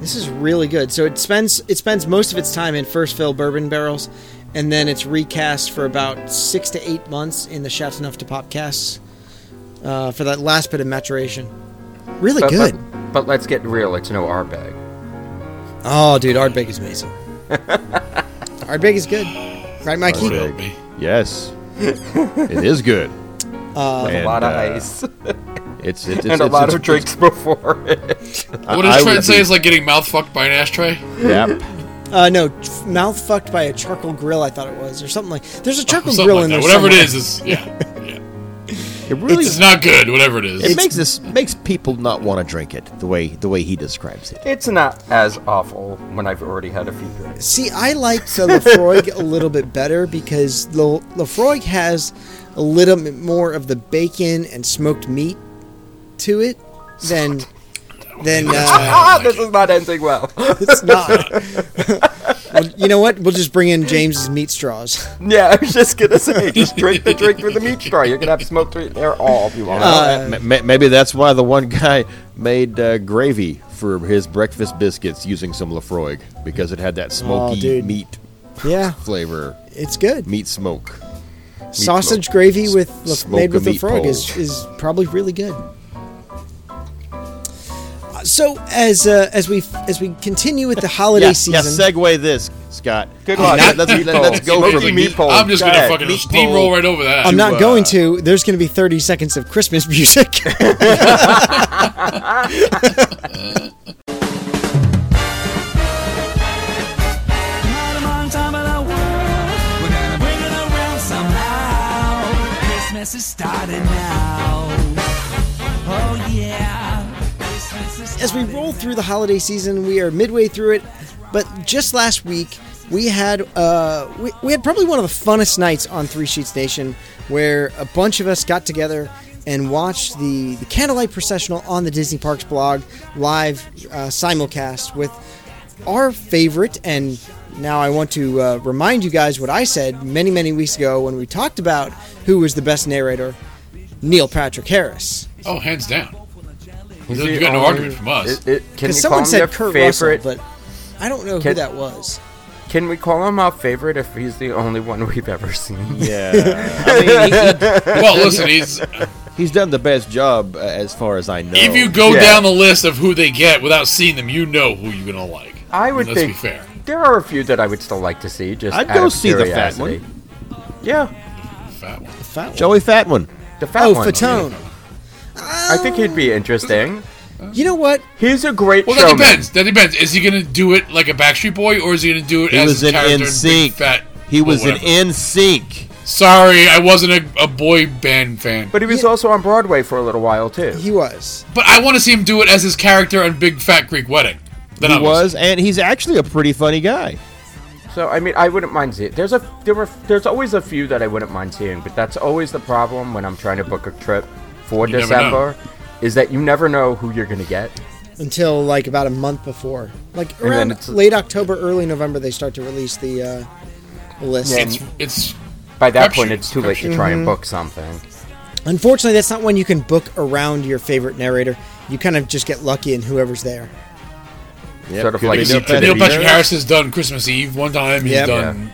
Speaker 6: This is really good. So it spends it spends most of its time in first fill bourbon barrels, and then it's recast for about six to eight months in the Chateauneuf to pop casts uh, for that last bit of maturation. Really
Speaker 8: But,
Speaker 6: good.
Speaker 8: But, but let's get real. It's no our bag.
Speaker 6: Oh, dude, Ardbeg is amazing. [laughs] Ardbeg is good, right, Mikey?
Speaker 1: Ardbeg.
Speaker 7: Help me.
Speaker 6: [laughs]
Speaker 1: yes, it is good. Uh,
Speaker 8: A lot of ice [laughs]
Speaker 1: It's, it's, it's
Speaker 8: and a
Speaker 1: it's-
Speaker 8: lot
Speaker 1: it's-
Speaker 8: of drinks before it.
Speaker 7: What
Speaker 1: I
Speaker 7: does
Speaker 1: would
Speaker 7: Trent say
Speaker 1: be-
Speaker 7: is like getting mouth fucked by an ashtray?
Speaker 1: Yep.
Speaker 6: Uh, no, f- mouth fucked by a charcoal grill. I thought it was, or something like. There's a charcoal
Speaker 7: Oh, Something
Speaker 6: grill
Speaker 7: like
Speaker 6: in
Speaker 7: that.
Speaker 6: there.
Speaker 7: Whatever
Speaker 6: somewhere.
Speaker 7: it is, is yeah. yeah.
Speaker 1: It really
Speaker 7: It's not good, whatever it is.
Speaker 1: it makes this makes people not want to drink it the way the way he describes it.
Speaker 8: It's not as awful when I've already had a few drinks.
Speaker 6: See, I liked the Lefroy a little bit better because the Lefroy has a little bit more of the bacon and smoked meat to it than
Speaker 1: [laughs]
Speaker 6: than uh,
Speaker 8: Ah, this is not ending well. [laughs]
Speaker 6: it's not. well, you know what? We'll just bring in James's meat straws.
Speaker 8: yeah, I was just gonna say, just drink the drink with
Speaker 6: [laughs]
Speaker 8: the meat straw. You're gonna have smoked meat there all if you want.
Speaker 6: Uh,
Speaker 1: M- ma- Uh, maybe that's why the one guy made uh, gravy for his breakfast biscuits using some Lafroig because it had that smoky
Speaker 6: Oh, dude.
Speaker 1: meat
Speaker 6: Yeah,
Speaker 1: flavor,
Speaker 6: it's good.
Speaker 1: meat smoke.
Speaker 6: Sausage gravy with Lef-
Speaker 1: smoke
Speaker 6: made
Speaker 1: a
Speaker 6: with
Speaker 1: meat
Speaker 6: Lefroy
Speaker 1: pole.
Speaker 6: is is probably really good. Uh, So as uh, as we as we continue with the holiday
Speaker 1: Yeah, yeah,
Speaker 6: season,
Speaker 1: segue this, Scott. Uh,
Speaker 8: Good luck.
Speaker 1: Let's, let's, let's go
Speaker 8: Smoky
Speaker 1: for the meat.
Speaker 8: meatball.
Speaker 7: I'm just
Speaker 8: Go
Speaker 7: gonna
Speaker 8: ahead.
Speaker 7: fucking
Speaker 1: Meatball.
Speaker 7: steamroll right over that.
Speaker 6: I'm not
Speaker 1: uh,
Speaker 6: going to. There's going to be 30 seconds of Christmas [laughs] music.
Speaker 9: Not among top of the world. We're gonna bring it around somehow. Christmas is starting now. Oh yeah. Christmas is
Speaker 6: As we
Speaker 9: starting
Speaker 6: roll through the holiday season, we are midway through it, but just last week we had uh, we, we had probably one of the funnest nights on Three Sheets Nation, where a bunch of us got together and watched the the candlelight processional on the Disney Parks blog live uh, simulcast with our favorite and now I want to uh, remind you guys what I said many many weeks ago when we talked about who was the best narrator, Neil Patrick Harris.
Speaker 8: uh,
Speaker 7: Oh, hands down.
Speaker 8: Is
Speaker 7: You
Speaker 8: he
Speaker 7: got no
Speaker 8: on-
Speaker 7: argument from us.
Speaker 8: It, it, can
Speaker 6: Um, Because
Speaker 8: you
Speaker 6: someone
Speaker 8: call him
Speaker 6: said
Speaker 8: your
Speaker 6: Kurt
Speaker 8: favorite?
Speaker 6: Russell, but I don't know who
Speaker 8: Can-
Speaker 6: that was.
Speaker 8: Can we call him our favorite if he's the only one we've ever seen?
Speaker 6: [laughs]
Speaker 1: Yeah, [laughs] I mean,
Speaker 7: Well, listen, he's,
Speaker 8: [laughs]
Speaker 1: he, he's done the best job uh, as far as I know.
Speaker 7: if you go
Speaker 8: Yeah.
Speaker 7: down the list of who they get without seeing them, you know who you're gonna like.
Speaker 8: I would
Speaker 7: Let's
Speaker 8: think
Speaker 7: be fair.
Speaker 8: there are a few that I would still like to see. Just
Speaker 1: I'd
Speaker 8: out
Speaker 1: go
Speaker 8: of
Speaker 1: see the fat
Speaker 8: curiosity. Yeah,
Speaker 7: Fat one.
Speaker 6: Fat one.
Speaker 1: Joey Fatman.
Speaker 8: the fat
Speaker 6: Oh,
Speaker 8: one.
Speaker 6: Fatone. Um,
Speaker 8: I think he'd be interesting.
Speaker 6: You know what?
Speaker 8: He's a great
Speaker 7: Well, that
Speaker 8: showman.
Speaker 7: depends. That depends. Is he gonna do it like a Backstreet Boy, or is he gonna do it
Speaker 1: He
Speaker 7: as
Speaker 1: was
Speaker 7: a
Speaker 1: in
Speaker 7: character in Big
Speaker 1: NSYNC.
Speaker 7: Fat?
Speaker 1: He
Speaker 7: or
Speaker 1: was in
Speaker 7: whatever?
Speaker 1: NSYNC.
Speaker 7: Sorry, I wasn't a, a boy band fan, but,
Speaker 8: But he was also on Broadway for a little while too.
Speaker 6: He was.
Speaker 7: I want to see him do it as his character on Big Fat Greek Wedding. Then
Speaker 1: He
Speaker 7: I was.
Speaker 1: was, and he's actually a pretty funny guy.
Speaker 8: So I mean, I wouldn't mind seeing. There's a there were there's always a few that I wouldn't mind seeing, but that's always the problem when I'm trying to book a trip for
Speaker 7: You never
Speaker 8: December, is that you never know who you're gonna get.
Speaker 6: Until like about a month before, like
Speaker 8: then
Speaker 6: around
Speaker 8: it's-
Speaker 6: late October, early November, they start to release the, uh, the list.
Speaker 8: Yeah.
Speaker 7: It's it's
Speaker 8: By that
Speaker 7: Crapshoot.
Speaker 8: point, it's too late to try and book something.
Speaker 6: Unfortunately, that's not when you can book around your favorite narrator. You kind of just get lucky in whoever's there.
Speaker 1: Yep,
Speaker 8: Sort of
Speaker 1: could
Speaker 8: like
Speaker 1: be
Speaker 8: Neil
Speaker 1: Neil
Speaker 8: Patrick
Speaker 7: Neil Patrick
Speaker 1: Harris.
Speaker 7: Harris has done Christmas Eve one time. He's
Speaker 6: Yep.
Speaker 7: done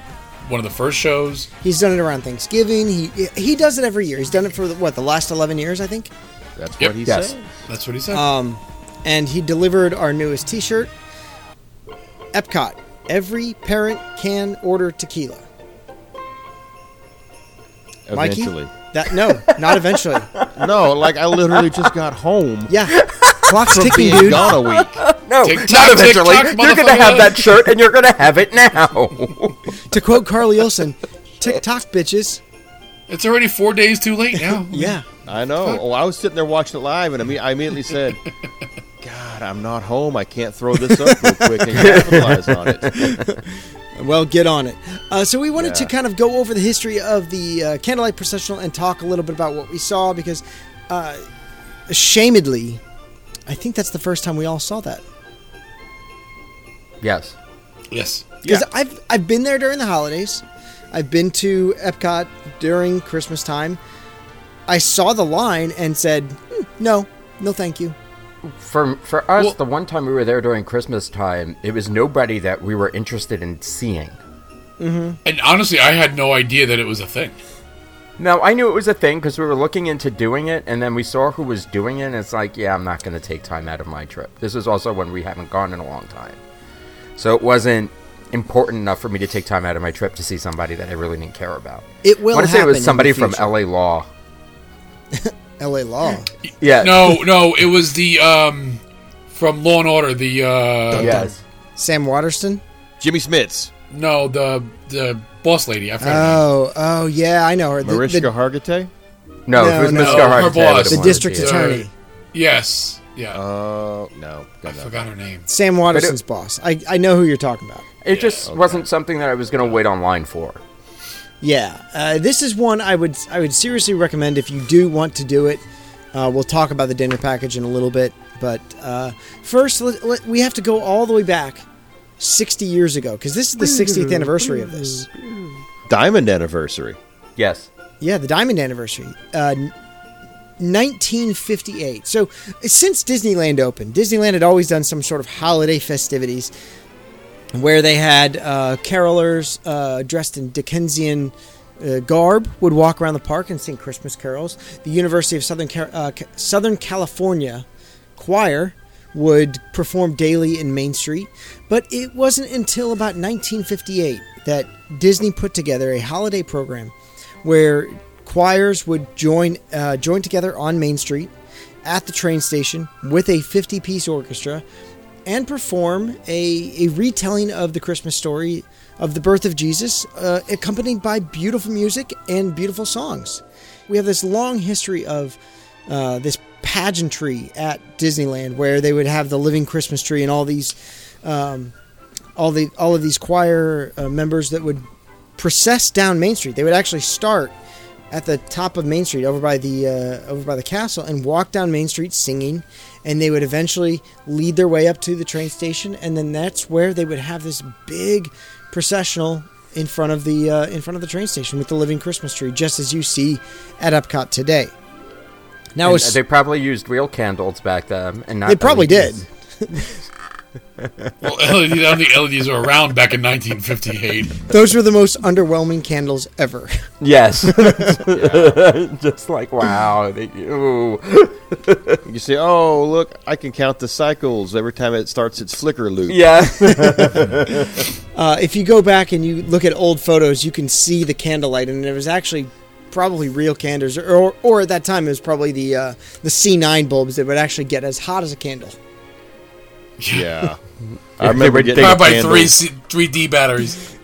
Speaker 7: one of the first shows.
Speaker 6: He's done it around Thanksgiving. He he does it every year. He's done it for what the last eleven years, I think.
Speaker 1: That's
Speaker 7: Yep.
Speaker 1: what he
Speaker 8: Yes.
Speaker 1: said.
Speaker 7: That's what he said.
Speaker 6: and he delivered our newest T-shirt. Epcot. Every parent can order tequila. Mikey?
Speaker 1: Eventually.
Speaker 6: That no,
Speaker 1: [laughs]
Speaker 6: not eventually.
Speaker 1: No, like I literally just got home
Speaker 6: Yeah, clock's
Speaker 1: from
Speaker 6: ticking,
Speaker 1: being
Speaker 6: dude.
Speaker 1: gone a week.
Speaker 8: No,
Speaker 7: Tick-tock,
Speaker 8: not eventually.
Speaker 7: tick-tock,
Speaker 8: you're gonna have
Speaker 7: motherfucker.
Speaker 8: that shirt, and you're gonna have it now. [laughs]
Speaker 6: To quote Carl Olson, TikTok bitches.
Speaker 7: It's already four days too late now.
Speaker 6: Yeah.
Speaker 1: I know. Oh, I was sitting there watching it live, and I, mean, I immediately said, "God, I'm not home. I can't throw this up real quick and capitalize on it."
Speaker 6: Well, get on it. Uh, so we wanted to
Speaker 1: Yeah.
Speaker 6: kind of go over the history of the uh, candlelight processional and talk a little bit about what we saw because, uh, ashamedly, I think that's the first time we all saw that.
Speaker 8: Yes.
Speaker 7: Yes.
Speaker 6: Because I've I've been there during the holidays. I've been to Epcot during Christmas time. I saw the line and said, "Hmm, "No, no, thank you."
Speaker 8: For for us,
Speaker 7: Well-
Speaker 8: the one time we were there during Christmas time, it was nobody that we were interested in seeing.
Speaker 7: And honestly, I had no idea that it was a thing.
Speaker 8: No, I knew it was a thing because we were looking into doing it, and then we saw who was doing it, and it's like, yeah, I'm not going to take time out of my trip. This is also when we haven't gone in a long time. So it wasn't important enough for me to take time out of my trip to see somebody that I really didn't care about.
Speaker 6: It will
Speaker 8: I want to say it
Speaker 6: happen in
Speaker 8: was
Speaker 6: the
Speaker 8: somebody from
Speaker 6: future.
Speaker 8: LA Law.
Speaker 6: L.A.
Speaker 8: [laughs]
Speaker 6: Law.
Speaker 8: Yeah.
Speaker 7: No, no, it was the um from Law and Order. The uh
Speaker 8: Yes.
Speaker 6: Sam Waterston.
Speaker 1: Jimmy Smits,
Speaker 7: no the the boss lady. I forgot. her name.
Speaker 6: Oh, oh yeah, I know her. The,
Speaker 1: Mariska
Speaker 6: the,
Speaker 1: Hargitay.
Speaker 8: No,
Speaker 6: No,
Speaker 8: it was
Speaker 6: no,
Speaker 8: Miss
Speaker 7: her
Speaker 8: Gerhardt.
Speaker 7: boss.
Speaker 6: the
Speaker 7: One.
Speaker 6: district
Speaker 7: Yeah.
Speaker 6: attorney,
Speaker 7: yes, yeah.
Speaker 1: Oh no,
Speaker 7: I
Speaker 1: God, no.
Speaker 7: forgot her name.
Speaker 6: Sam Waterston's boss. I I know who you're talking about.
Speaker 8: It just wasn't something that I was going to wait online for.
Speaker 6: Yeah, uh, this is one I would I would seriously recommend if you do want to do it. Uh, we'll talk about the dinner package in a little bit, but uh, first let, let, we have to go all the way back 60 years ago because this is the 60th anniversary of this.
Speaker 1: Diamond anniversary.
Speaker 8: Yes.
Speaker 6: Yeah, the Diamond Anniversary, uh, n- 1958. So since Disneyland opened, Disneyland had always done some sort of holiday festivities where they had uh, carolers uh, dressed in Dickensian uh, garb would walk around the park and sing Christmas carols. The University of Southern Car- uh, Ca- Southern California choir would perform daily in Main Street, but it wasn't until about 1958 that Disney put together a holiday program where choirs would join uh, join together on Main Street at the train station with a 50-piece orchestra and perform a, a retelling of the Christmas story of the birth of Jesus, uh, accompanied by beautiful music and beautiful songs. We have this long history of uh, this pageantry at Disneyland, where they would have the living Christmas tree and all these, um, all the all of these choir uh, members that would process down Main Street. They would actually start at the top of Main Street over by the uh, over by the castle and walk down Main Street singing and they would eventually lead their way up to the train station and then that's where they would have this big processional in front of the uh, in front of the train station with the living Christmas tree just as you see at Epcot today. Now
Speaker 8: And uh,
Speaker 6: it's,
Speaker 8: they probably used real candles back then, and not
Speaker 6: Oh,
Speaker 8: E
Speaker 6: they probably did.
Speaker 8: LEDs.
Speaker 7: Well, [laughs] LED, I don't think LEDs were around back in 1958.
Speaker 6: Those were the most underwhelming candles ever. [laughs]
Speaker 8: Yes. [laughs] Just like wow, they, ooh.
Speaker 1: You say, "Oh, look, I can count the cycles every time it starts its flicker loop."
Speaker 8: yeah. [laughs]
Speaker 6: Uh, if you go back and you look at old photos, you can see the candlelight, and it was actually probably real candles, or, or, or at that time it was probably the uh, the C9 bulbs that would actually get as hot as a candle.
Speaker 1: Yeah. I remember
Speaker 8: were
Speaker 1: getting
Speaker 7: Powered
Speaker 1: the
Speaker 7: by three
Speaker 1: candles.
Speaker 7: C- three D batteries.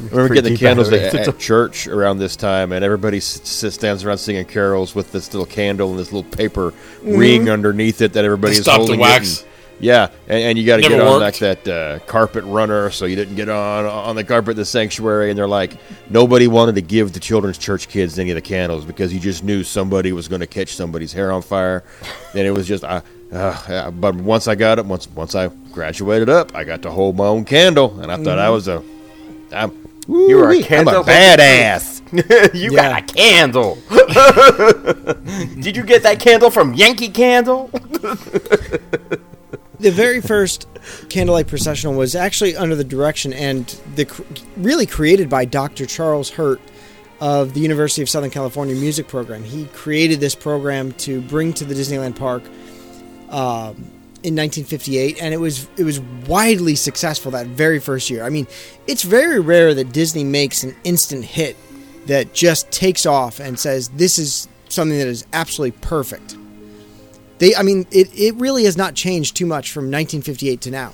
Speaker 1: I remember getting the
Speaker 8: Freaky
Speaker 1: candles
Speaker 8: batteries.
Speaker 1: at, at church around this time, and everybody s- s- stands around singing carols with this little candle and this little paper ring underneath it that everybody
Speaker 7: Mm-hmm. To
Speaker 1: is
Speaker 7: stop the
Speaker 1: holding. it
Speaker 7: wax.
Speaker 1: and- yeah, and, and you got to
Speaker 7: Never
Speaker 1: get on like
Speaker 7: worked.
Speaker 1: that uh, carpet runner, so you didn't get on on the carpet at the sanctuary. And they're like, nobody wanted to give the children's church kids any of the candles because you just knew somebody was going to catch somebody's hair on
Speaker 7: [laughs]
Speaker 1: fire, and it was just. I, uh, uh, but once I got it, once once I graduated up, I got to hold my own candle, and I thought
Speaker 7: Mm-hmm.
Speaker 1: I was a, I'm,
Speaker 8: You were a
Speaker 1: Woo-wee, I'm a
Speaker 8: candle-
Speaker 1: badass.
Speaker 8: you
Speaker 6: Yeah.
Speaker 8: got a candle. [laughs] Did you get that candle from
Speaker 6: [laughs]
Speaker 8: Yankee Candle?
Speaker 6: The very first candlelight processional was actually under the direction and the cr- really created by Dr. Charles Hurt of the University of Southern California Music Program. He created this program to bring to the Disneyland Park um, in 1958 and it was it was widely successful that very first year. I mean, it's very rare that Disney makes an instant hit that just takes off and says this is something that is absolutely perfect. They I mean, it it really has not changed too much from 1958 to now.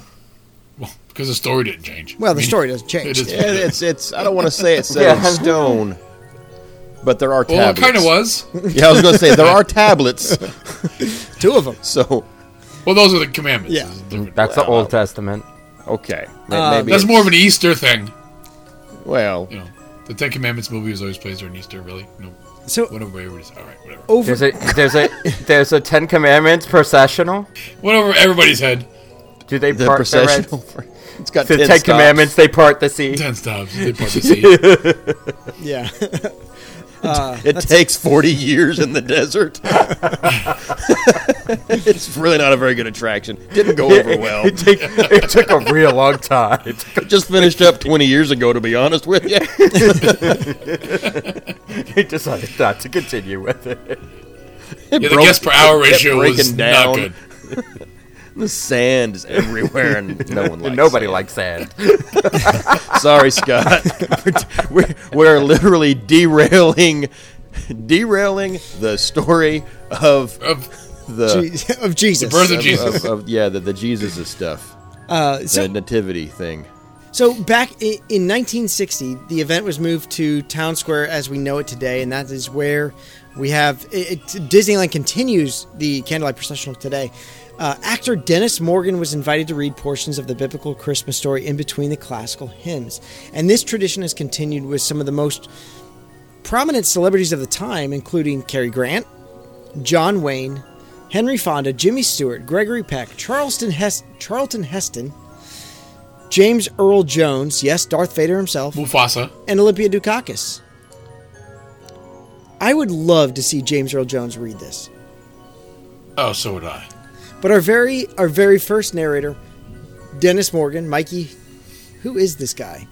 Speaker 7: Well, because the story didn't change.
Speaker 6: Well, the story doesn't change.
Speaker 7: It is-
Speaker 1: Yeah, it's it's. I don't want to say it's set in
Speaker 8: Yeah.
Speaker 1: stone, but there are
Speaker 7: Well, it
Speaker 1: tablets.
Speaker 7: kind of was.
Speaker 1: Yeah, I was going to
Speaker 7: [laughs]
Speaker 1: say there are tablets.
Speaker 6: Two of them.
Speaker 1: So
Speaker 7: Well, those are the commandments.
Speaker 6: Yeah.
Speaker 7: It's different.
Speaker 8: That's the Old Testament.
Speaker 1: okay,
Speaker 6: Um,
Speaker 1: maybe
Speaker 7: That's
Speaker 1: it's-
Speaker 7: more of an Easter thing.
Speaker 1: Well,
Speaker 7: You know, the Ten Commandments movie was always placed during Easter. Really, no,
Speaker 6: So
Speaker 7: whatever. Everybody says. All right, whatever.
Speaker 6: over
Speaker 7: [laughs]
Speaker 8: There's a there's a there's a Ten Commandments processional.
Speaker 7: Whatever. Everybody's head.
Speaker 8: Do they
Speaker 1: the
Speaker 8: part
Speaker 1: procession.
Speaker 8: The,
Speaker 1: It's got
Speaker 8: red, the Ten
Speaker 1: ten stops.
Speaker 8: Commandments. They part
Speaker 1: [laughs]
Speaker 8: the sea. [laughs]
Speaker 7: Ten stops. They part the sea.
Speaker 6: yeah. [laughs]
Speaker 7: Uh,
Speaker 1: It takes forty years in the desert. [laughs] it's really not a very good attraction. Didn't
Speaker 8: [laughs]
Speaker 1: go over well.
Speaker 8: It, take, it took a real long time. It took,
Speaker 1: Just finished up twenty years ago, to be honest with you.
Speaker 8: they decided not to continue with it.
Speaker 1: [laughs]
Speaker 7: Yeah, the
Speaker 1: broke-
Speaker 7: guest per hour
Speaker 1: it kept
Speaker 7: ratio was
Speaker 1: breaking down.
Speaker 7: not good.
Speaker 1: [laughs] The sand is everywhere, and no
Speaker 8: [laughs]
Speaker 1: one likes.
Speaker 8: And nobody
Speaker 1: sand.
Speaker 8: likes sand.
Speaker 1: [laughs] Sorry, Scott. we're, we're literally derailing, derailing the story of
Speaker 7: Of
Speaker 1: the
Speaker 6: Je- Uh, [laughs] of Jesus.
Speaker 7: the birth Uh, of
Speaker 1: of-
Speaker 7: Jesus.
Speaker 1: of- of- yeah, the, the Jesus stuff,
Speaker 6: Uh, so,
Speaker 1: the nativity thing.
Speaker 6: so back in, in 1960, the event was moved to Town Square as we know it today, and that is where we have it, it- Disneyland continues the candlelight processional today. Uh, actor Dennis Morgan was invited to read portions of the biblical Christmas story in between the classical hymns, and this tradition has continued with some of the most prominent celebrities of the time, including Cary Grant, John Wayne, Henry Fonda, Jimmy Stewart, Gregory Peck, Charleston Hest- Charlton Heston, James Earl Jones, yes, Darth Vader himself,
Speaker 7: Mufasa.
Speaker 6: and Olympia Dukakis. I would love to see James Earl Jones read this.
Speaker 7: Oh, so would I.
Speaker 6: But our very our very first narrator, Dennis Morgan, Mikey, who is this guy?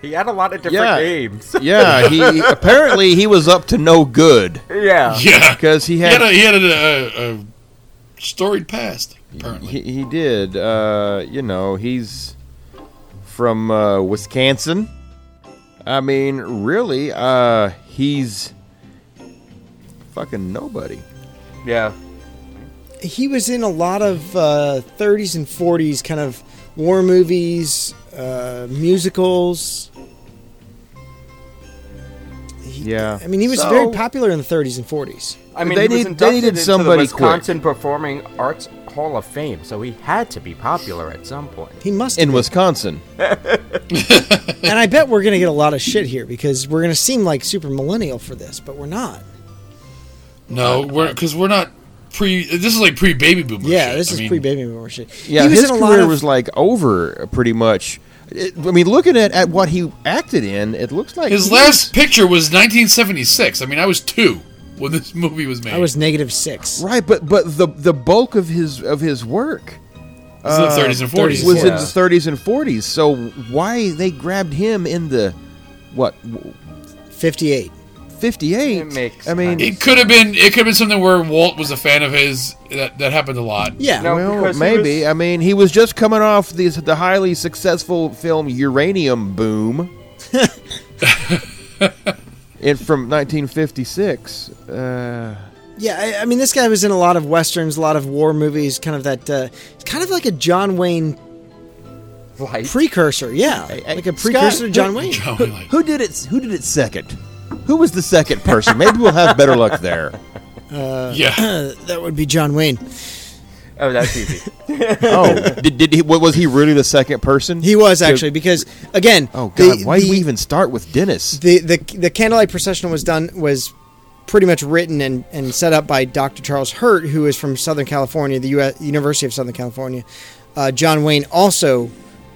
Speaker 8: He had a lot of different
Speaker 1: Yeah.
Speaker 8: names.
Speaker 1: Yeah, he apparently he was up to no [laughs] good
Speaker 8: Yeah.
Speaker 7: Yeah.
Speaker 1: because he
Speaker 7: He had
Speaker 1: had
Speaker 7: a, he had a, a, a storied past. Apparently,
Speaker 1: he, he did. Uh, you know, he's from uh, Wisconsin. I mean, really, uh, he's fucking nobody.
Speaker 8: Yeah.
Speaker 6: he was in a lot of uh, 30s and 40s kind of war movies, uh, musicals. He-
Speaker 1: Yeah.
Speaker 6: I mean, he was
Speaker 1: So-
Speaker 6: very popular in the 30s and 40s.
Speaker 8: I mean,
Speaker 1: They
Speaker 8: he was
Speaker 1: need- they
Speaker 8: inducted
Speaker 1: needed
Speaker 8: into
Speaker 1: somebody
Speaker 8: the
Speaker 1: quick.
Speaker 8: Wisconsin Performing Arts Hall of Fame, so he had to be popular at some point.
Speaker 6: He must.
Speaker 1: in
Speaker 6: have been.
Speaker 1: Wisconsin.
Speaker 6: and I bet we're going to get a lot of shit here because we're going to seem like super millennial for this, but we're not.
Speaker 7: no, we're because we're not pre. This is like pre baby boomer.
Speaker 6: Yeah,
Speaker 7: shit.
Speaker 6: this
Speaker 7: I
Speaker 6: is
Speaker 7: mean,
Speaker 6: pre-baby boomer shit.
Speaker 1: Yeah,
Speaker 6: he was
Speaker 1: his
Speaker 6: in a lot
Speaker 1: career
Speaker 6: of,
Speaker 1: was like over uh, pretty much. It- I mean, looking at, at what he acted in, it looks like
Speaker 7: His
Speaker 1: he
Speaker 7: last picture was 1976. I mean, I was two when this [laughs] movie was made.
Speaker 6: I was negative six.
Speaker 1: was- right, but but the the bulk of his of his work
Speaker 7: It was in
Speaker 6: Uh,
Speaker 7: the 30s and 40s.
Speaker 1: was in
Speaker 8: Yeah.
Speaker 1: the 30s and 40s. So why they grabbed him in the what w-
Speaker 6: 58.
Speaker 1: 58?
Speaker 8: It makes
Speaker 1: I mean,
Speaker 7: It could have been. It could have been something where Walt was a fan of his. That that happened a lot. [laughs]
Speaker 6: Yeah.
Speaker 8: No.
Speaker 1: well,
Speaker 8: because he
Speaker 1: maybe.
Speaker 8: was-
Speaker 1: I mean, he was just coming off the the highly successful film Uranium Boom. [laughs] in from 1956. Uh
Speaker 6: Yeah, I, I mean, this guy was in a lot of westerns, a lot of war movies, kind of that, uh, it's kind of like a John Wayne
Speaker 8: Like,
Speaker 6: precursor, yeah,
Speaker 1: I-
Speaker 6: like
Speaker 1: Scott,
Speaker 6: a precursor to John
Speaker 1: who-
Speaker 6: Wayne.
Speaker 7: John
Speaker 1: Who,
Speaker 7: Wayne, like,
Speaker 1: who did it? Who did it second? Who was the second person? Maybe we'll have better luck there.
Speaker 7: yeah.
Speaker 6: Uh, that would be John Wayne.
Speaker 8: oh, that's easy.
Speaker 1: [laughs] Oh, did, did he? Was he really the second person?
Speaker 6: He was actually because again,
Speaker 1: Oh God!
Speaker 6: the,
Speaker 1: why
Speaker 6: the,
Speaker 1: did we even start with Dennis?
Speaker 6: the, the the candlelight processional was done was pretty much written and, and set up by Dr. Charles Hurt, who is from Southern California, the U- University of Southern California. Uh, John Wayne also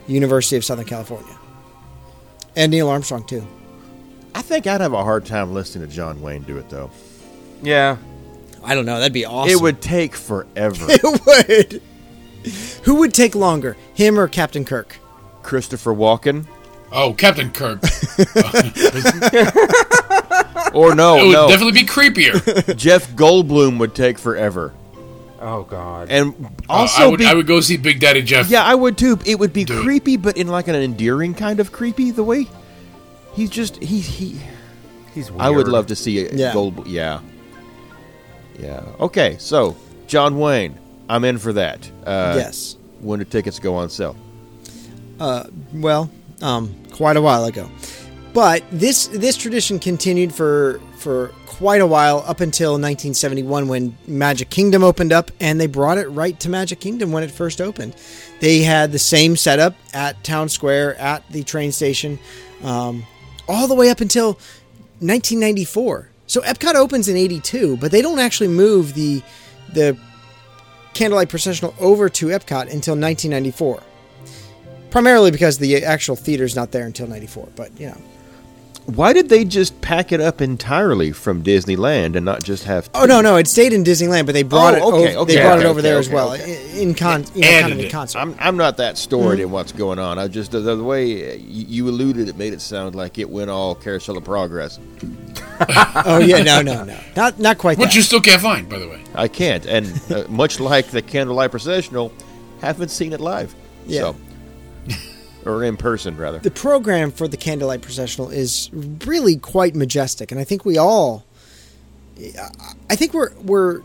Speaker 6: University of Southern California, and Neil Armstrong too.
Speaker 1: I think I'd have a hard time listening to John Wayne do it though.
Speaker 8: [laughs] Yeah.
Speaker 6: I don't know. That'd be awesome.
Speaker 1: It would take [laughs] forever.
Speaker 6: it [laughs] would. Who would take longer, him or Captain Kirk?
Speaker 1: Christopher Walken,
Speaker 7: Oh,
Speaker 6: [laughs]
Speaker 7: Captain Kirk.
Speaker 1: or no,
Speaker 7: It
Speaker 6: Oh,
Speaker 7: would
Speaker 1: no,
Speaker 7: definitely be
Speaker 6: [laughs]
Speaker 7: creepier.
Speaker 1: Jeff Goldblum would take forever,
Speaker 8: Oh, God.
Speaker 1: and
Speaker 7: Also,
Speaker 1: also
Speaker 7: Uh, I, would,
Speaker 1: be-
Speaker 7: I would go see Big Daddy Jeff.
Speaker 1: yeah, I would too. It would be
Speaker 7: Dude.
Speaker 1: creepy, but in like an endearing kind of creepy. The way he's just he he.
Speaker 8: He's weird.
Speaker 1: I would love to see a
Speaker 6: Yeah.
Speaker 1: gold. Yeah. Yeah. Okay. So John Wayne, I'm in for that. Uh,
Speaker 6: yes.
Speaker 1: When do tickets go on sale?
Speaker 6: well, um, quite a while ago. But this this tradition continued for for quite a while up until 1971 when Magic Kingdom opened up and they brought it right to Magic Kingdom when it first opened. They had the same setup at Town Square at the train station um, all the way up until 1994. So Epcot opens in 82, but they don't actually move the the Candlelight Processional over to Epcot until 1994 primarily because the actual theater's not there until 94 but you know
Speaker 1: Why did they just pack it up entirely from Disneyland and not just have?
Speaker 6: oh no no it stayed in disneyland but they brought
Speaker 1: Oh,
Speaker 6: it
Speaker 1: okay,
Speaker 6: over,
Speaker 1: okay,
Speaker 6: they brought
Speaker 1: okay,
Speaker 6: it over
Speaker 1: okay,
Speaker 6: there as
Speaker 1: okay,
Speaker 6: well i- in con you know, kind of
Speaker 7: Added
Speaker 6: in
Speaker 7: it.
Speaker 6: concert
Speaker 1: I'm I'm not that
Speaker 6: Mm-hmm.
Speaker 1: storied in what's going on. I just the, the way uh, you, you alluded it made it sound like it went all carousel of progress.
Speaker 6: oh yeah no no no not not quite
Speaker 7: Which
Speaker 6: that.
Speaker 7: you still can't find, by the way.
Speaker 1: I can't, and
Speaker 6: [laughs]
Speaker 1: uh, much like the candlelight processional, haven't seen it live.
Speaker 6: Yeah.
Speaker 1: So, or in person rather.
Speaker 6: the program for the candlelight processional is really quite majestic and i think we all i think we're we're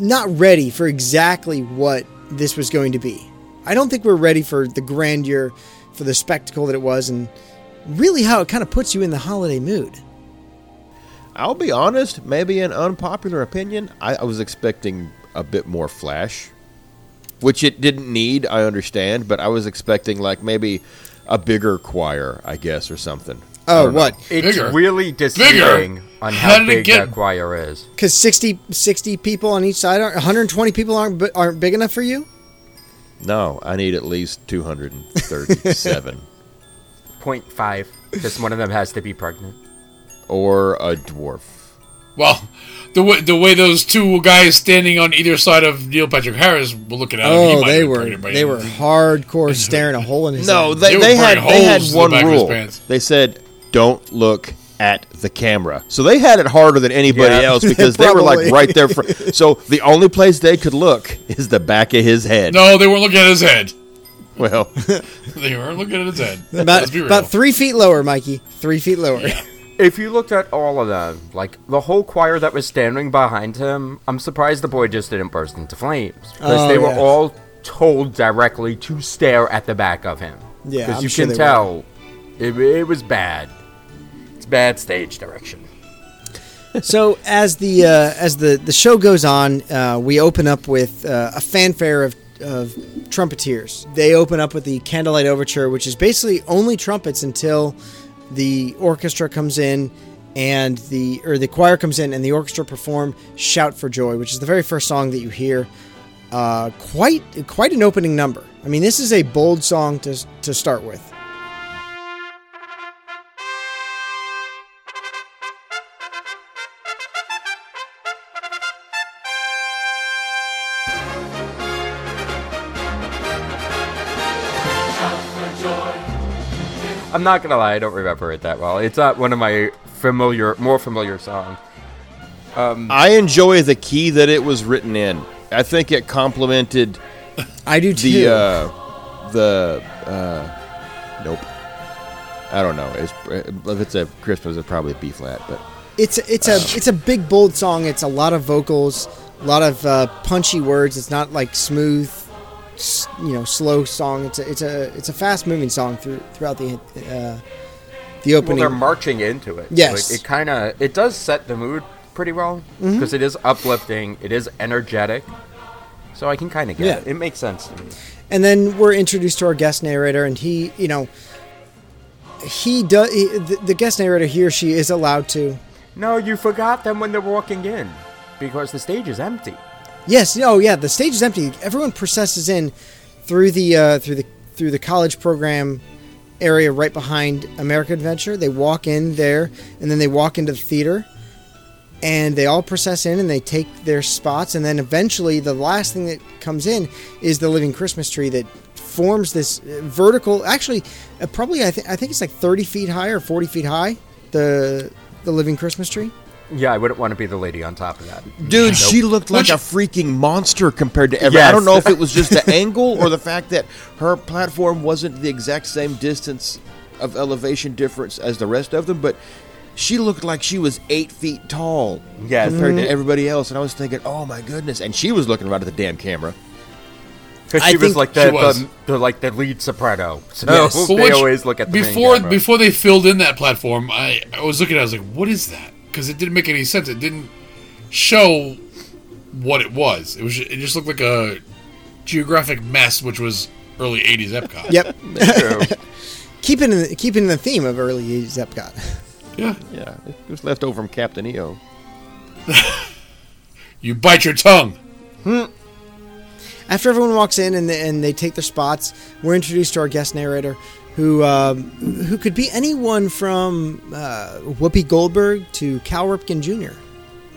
Speaker 6: not ready for exactly what this was going to be i don't think we're ready for the grandeur for the spectacle that it was and really how it kind of puts you in the holiday mood
Speaker 1: I'll be honest, maybe an unpopular opinion. I, I was expecting a bit more flash, which it didn't need. I understand, but I was expecting like maybe a bigger choir, I guess, or something. I
Speaker 6: Oh,
Speaker 1: don't know.
Speaker 6: what?
Speaker 8: It's
Speaker 7: Bigger.
Speaker 8: really deceiving on how,
Speaker 7: How did it
Speaker 8: big
Speaker 7: get-
Speaker 8: that choir is.
Speaker 6: Because 60, 60 people on each side, aren't, 120 people aren't, bi- aren't big enough for you?
Speaker 1: No, I need at least two hundred and thirty-seven,
Speaker 8: 0.5. Because one of them has to be pregnant.
Speaker 1: [laughs] or a dwarf.
Speaker 7: Well, the way the way those two guys standing on either side of Neil Patrick Harris were looking at him, he
Speaker 6: Oh,
Speaker 7: might
Speaker 6: they
Speaker 7: have
Speaker 6: were
Speaker 7: pregned him by
Speaker 6: they
Speaker 7: then.
Speaker 6: were
Speaker 7: [laughs]
Speaker 6: hardcore staring a hole in his
Speaker 1: No,
Speaker 6: head.
Speaker 1: they,
Speaker 7: They were
Speaker 1: they had
Speaker 7: burning
Speaker 1: they had
Speaker 7: holes in the
Speaker 1: one
Speaker 7: back of his
Speaker 1: rule.
Speaker 7: pants.
Speaker 1: They said, "Don't look at the camera." So they had it harder than anybody
Speaker 8: Yeah.
Speaker 1: else because they were like
Speaker 6: Probably.
Speaker 1: right there. For, so the only place they could look is the back of his head.
Speaker 7: No, they weren't looking at his head. [laughs]
Speaker 1: Well,
Speaker 7: They weren't looking at his head. Let's
Speaker 6: about,
Speaker 7: be real.
Speaker 6: about three feet lower, Mikey. Three feet lower.
Speaker 8: If you looked at all of them, like the whole choir that was standing behind him, I'm surprised the boy just didn't burst into flames. Because
Speaker 6: Oh,
Speaker 8: they were
Speaker 6: yeah.
Speaker 8: all told directly to stare at the back of him.
Speaker 6: Yeah,
Speaker 8: Because
Speaker 6: I'm
Speaker 8: you
Speaker 6: sure
Speaker 8: can
Speaker 6: they were.
Speaker 8: tell it, it was bad. It's bad stage direction.
Speaker 6: so as the uh, as the, the show goes on, uh, we open up with uh, a fanfare of, of trumpeteers. They open up with the Candlelight Overture, which is basically only trumpets until the orchestra comes in and the or the choir comes in and the orchestra perform "Shout for Joy," which is the very first song that you hear. Uh, quite quite an opening number. I mean, this is a bold song to to start with.
Speaker 8: I'm not gonna lie, I don't remember it that well. It's not one of my familiar, more familiar songs.
Speaker 1: I enjoy the key that it was written in. I think it complemented
Speaker 6: I do too.
Speaker 1: the uh, the uh, nope. I don't know. It's, if it's a Christmas, it's probably a B flat, but
Speaker 6: it's it's a it's a big bold song. It's a lot of vocals, a lot of uh, punchy words. It's not like smooth, s- you know, slow song. It's a it's a it's a fast moving song through throughout the uh, the
Speaker 8: Well,
Speaker 6: opening.
Speaker 8: they're marching into it.
Speaker 6: Yes. Mm-hmm.
Speaker 8: like, it kind of it does set the mood pretty well because is uplifting. It is energetic, so I can kind of get
Speaker 6: Yeah.
Speaker 8: it. It makes sense to me.
Speaker 6: and then we're introduced to our guest narrator, and he you know he does he, the, the guest narrator he or she is allowed to
Speaker 8: No, you forgot them when they're walking in because the stage is empty.
Speaker 6: Yes. Oh, yeah. The stage is empty. Everyone processes in through the uh, through the through the college program area right behind America Adventure. They walk in there, and then they walk into the theater, and they all process in, and they take their spots, and then eventually the last thing that comes in is the living Christmas tree that forms this uh, vertical. Actually, uh, probably I think I think it's like thirty feet high or forty feet high. The the living Christmas tree.
Speaker 8: Yeah, I wouldn't want to be the lady on top of that.
Speaker 1: Dude, she looked like
Speaker 7: Which-
Speaker 1: a freaking monster compared to everyone. I
Speaker 8: Yes.
Speaker 1: don't know if it was just the [laughs] angle or the fact that her platform wasn't the exact same distance of elevation difference as the rest of them, but she looked like she was eight feet tall
Speaker 8: Yes.
Speaker 1: Mm-hmm. compared to everybody else. And I was thinking, oh my goodness. And she was looking right at the damn camera.
Speaker 8: because
Speaker 6: I
Speaker 8: she was
Speaker 6: think
Speaker 8: like
Speaker 7: she
Speaker 8: the,
Speaker 7: was.
Speaker 8: the, the like the lead soprano. So
Speaker 6: Yes.
Speaker 8: [laughs] they
Speaker 6: Well,
Speaker 7: which-
Speaker 8: always look at the main
Speaker 7: before
Speaker 8: camera.
Speaker 7: before they filled in that platform. I, I was looking at. it, I was like, "What is that?" Because it didn't make any sense. It didn't show what it was. It was. It just looked like a geographic mess, which was early '80s
Speaker 6: [laughs]
Speaker 7: Epcot.
Speaker 6: Yep.
Speaker 8: True.
Speaker 6: [laughs] Keeping the, keeping the theme of early 80s Epcot.
Speaker 7: Yeah.
Speaker 1: Yeah, it was left over from Captain E EO.
Speaker 7: You bite your tongue.
Speaker 6: After everyone walks in and, and they take their spots, we're introduced to our guest narrator, who um, who could be anyone from uh, Whoopi Goldberg to Cal Ripken Jr.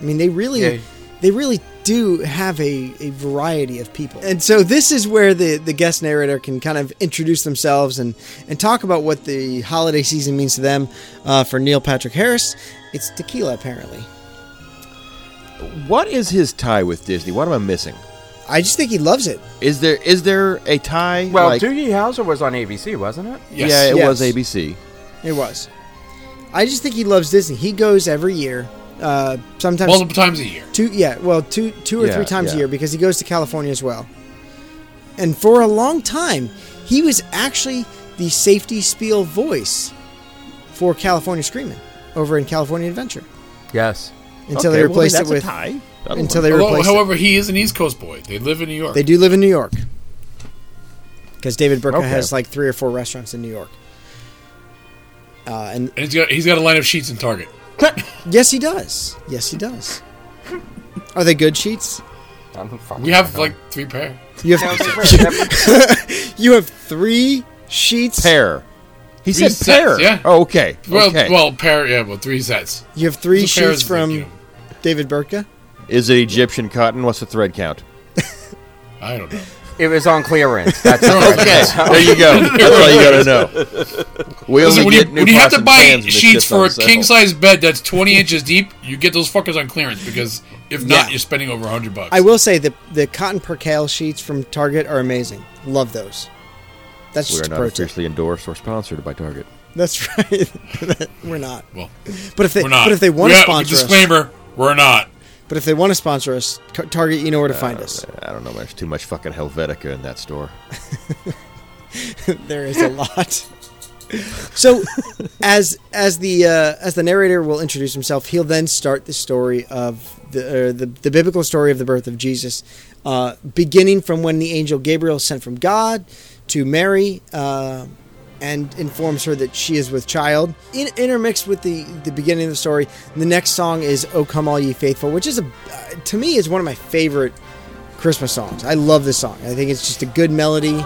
Speaker 6: I mean, they really
Speaker 8: Yeah.
Speaker 6: they really do have a, a variety of people, and so this is where the, the guest narrator can kind of introduce themselves and and talk about what the holiday season means to them. Uh, for Neil Patrick Harris, it's tequila apparently.
Speaker 1: What is his tie with Disney? What am I missing?
Speaker 6: I just think he loves it.
Speaker 1: Is there is there a tie?
Speaker 8: well,
Speaker 1: like-
Speaker 8: Doogie Howser was on ABC, wasn't it?
Speaker 7: Yes.
Speaker 1: yeah, it
Speaker 6: Yes.
Speaker 1: was ABC.
Speaker 6: It was. I just think he loves Disney. He goes every year. Uh, sometimes
Speaker 7: Multiple times a year.
Speaker 6: two, yeah, well, two, two or
Speaker 1: Yeah,
Speaker 6: three times a
Speaker 1: yeah.
Speaker 6: year because he goes to California as well. And for a long time, he was actually the safety spiel voice for California Screaming over in California Adventure
Speaker 8: Yes.
Speaker 6: until
Speaker 1: Okay,
Speaker 6: they
Speaker 1: well, then
Speaker 6: replaced
Speaker 1: that's
Speaker 6: it with
Speaker 1: a tie. That'll
Speaker 6: until
Speaker 1: work.
Speaker 6: they
Speaker 7: Although,
Speaker 6: replaced
Speaker 7: however, he is an East Coast boy. They live in New York.
Speaker 6: it. They do live in New York because David Burka
Speaker 1: Okay.
Speaker 6: has like three or four restaurants in New York. Uh, and
Speaker 7: and he's got he's got a line of sheets in Target.
Speaker 6: Yes, he does. Yes, he does. Are they good sheets?
Speaker 8: I'm fucking-
Speaker 7: We have like three pair.
Speaker 6: You
Speaker 8: That
Speaker 6: have
Speaker 8: was
Speaker 6: [laughs]
Speaker 8: great. That-
Speaker 6: you have three sheets.
Speaker 1: pair. He
Speaker 7: Three
Speaker 1: said
Speaker 7: sets,
Speaker 1: pair.
Speaker 7: yeah.
Speaker 1: Oh, okay.
Speaker 7: Well,
Speaker 1: okay.
Speaker 7: well, pair. Yeah, well, three sets.
Speaker 6: You have three
Speaker 7: So pair
Speaker 6: sheets
Speaker 7: is like,
Speaker 6: from
Speaker 7: you know,
Speaker 6: David Burka.
Speaker 1: is it Egyptian cotton? What's the thread
Speaker 7: [laughs]
Speaker 1: count?
Speaker 7: I don't know.
Speaker 8: it was
Speaker 7: [laughs]
Speaker 8: on clearance. That's
Speaker 1: Okay, there you go. That's all you gotta know. We
Speaker 7: Listen,
Speaker 1: only
Speaker 7: when you,
Speaker 1: get new
Speaker 7: when you have
Speaker 1: pots
Speaker 7: to
Speaker 1: and
Speaker 7: buy
Speaker 1: pans when it's
Speaker 7: sheets
Speaker 1: just on
Speaker 7: for a
Speaker 1: sale.
Speaker 7: king size bed that's 20 inches deep, you get those fuckers on clearance because if not,
Speaker 6: Yeah.
Speaker 7: you're spending over 100 bucks.
Speaker 6: I will say the the cotton percale sheets from Target are amazing. Love those. That's
Speaker 1: we
Speaker 6: just
Speaker 1: are
Speaker 6: a
Speaker 1: not
Speaker 6: pro tip.
Speaker 1: officially endorsed or sponsored by Target.
Speaker 6: That's right. [laughs] we're not.
Speaker 7: Well,
Speaker 6: But if they
Speaker 7: we're not.
Speaker 6: but if they want to
Speaker 7: We're-
Speaker 6: sponsor us,
Speaker 7: disclaimer, we're not.
Speaker 6: but if they want to sponsor us, Ca- Target, you know where to
Speaker 1: Uh,
Speaker 6: find us.
Speaker 1: I don't know. There's too much fucking Helvetica in that store.
Speaker 6: there is a [laughs] lot. So, as as the uh, as the narrator will introduce himself, he'll then start the story of the uh, the, the biblical story of the birth of Jesus, uh, beginning from when the angel Gabriel is sent from God to Mary uh, and informs her that she is with child. In, intermixed with the the beginning of the story, the next song is "O Come All Ye Faithful," which is a uh, to me is one of my favorite Christmas songs. I love this song. I think it's just a good melody.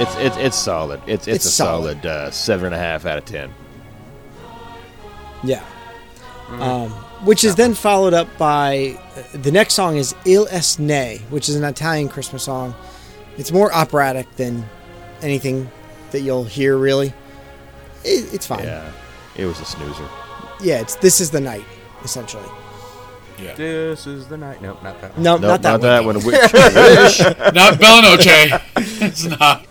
Speaker 1: It's it's it's solid. It's it's,
Speaker 6: It's
Speaker 1: a
Speaker 6: solid.
Speaker 1: solid, uh, seven and a half out of ten.
Speaker 6: Yeah. Um, which is then followed up by uh, the next song is Il Esne, which is an Italian Christmas song. It's more operatic than anything that you'll hear, really. It, it's fine. Yeah.
Speaker 1: Yeah, it was a snoozer.
Speaker 6: it's This is the Night, essentially.
Speaker 7: Yeah.
Speaker 8: [laughs] This is the night. Nope, not that. one.
Speaker 6: No,
Speaker 1: Nope,
Speaker 6: not that one.
Speaker 1: one. [laughs] Which- which-
Speaker 6: [laughs]
Speaker 7: not Bellinoche. it's not.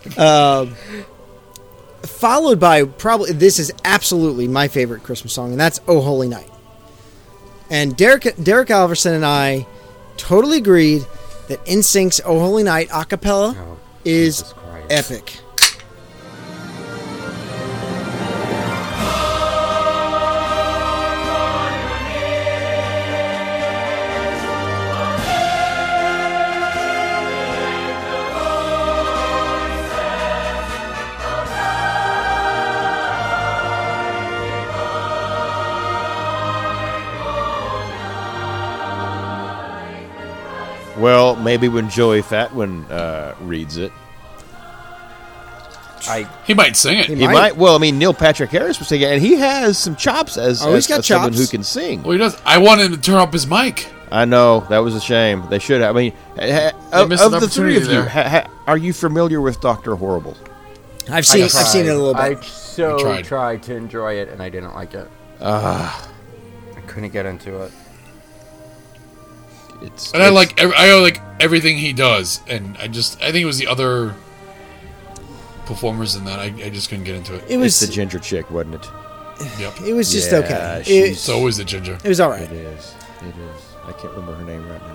Speaker 6: Followed by probably, this is absolutely my favorite Christmas song, and that's Oh Holy Night. And Derek, Derek Alverson and I totally agreed that NSYNC's Oh Holy Night a cappella
Speaker 8: Oh,
Speaker 6: is
Speaker 8: Jesus Christ.
Speaker 6: epic.
Speaker 1: well, maybe when Joey Fatwin uh, reads it,
Speaker 8: I
Speaker 7: He might sing it.
Speaker 1: he might. Well, I mean, Neil Patrick Harris was singing, and he has some chops as,
Speaker 6: Oh, he's
Speaker 1: as-
Speaker 6: got
Speaker 1: as someone
Speaker 6: chops.
Speaker 1: who can sing.
Speaker 7: Well, he does. I want him to turn up his mic.
Speaker 1: I know that was a shame. They should have. I mean, ha, ha, of,
Speaker 7: missed an
Speaker 1: of the three
Speaker 7: opportunity
Speaker 1: of you,
Speaker 7: there.
Speaker 1: ha, ha, are you familiar with Doctor Horrible?
Speaker 6: I've seen I've
Speaker 8: tried.
Speaker 6: seen it a little bit.
Speaker 8: I so
Speaker 7: You tried.
Speaker 8: tried. to enjoy it, and I didn't like it. I couldn't get into it.
Speaker 1: it's
Speaker 7: And I
Speaker 1: it's-
Speaker 7: like ev- I like everything he does, and I just I think it was the other performers in that I, I just couldn't get into it.
Speaker 6: It
Speaker 1: it's
Speaker 6: was
Speaker 1: the ginger chick, wasn't it?
Speaker 7: Yep,
Speaker 6: it was just
Speaker 1: Yeah,
Speaker 6: okay.
Speaker 1: she's-
Speaker 7: it's
Speaker 6: It,
Speaker 7: always the ginger.
Speaker 6: it was all
Speaker 1: It
Speaker 6: right.
Speaker 1: is. It is. I can't remember her name right now.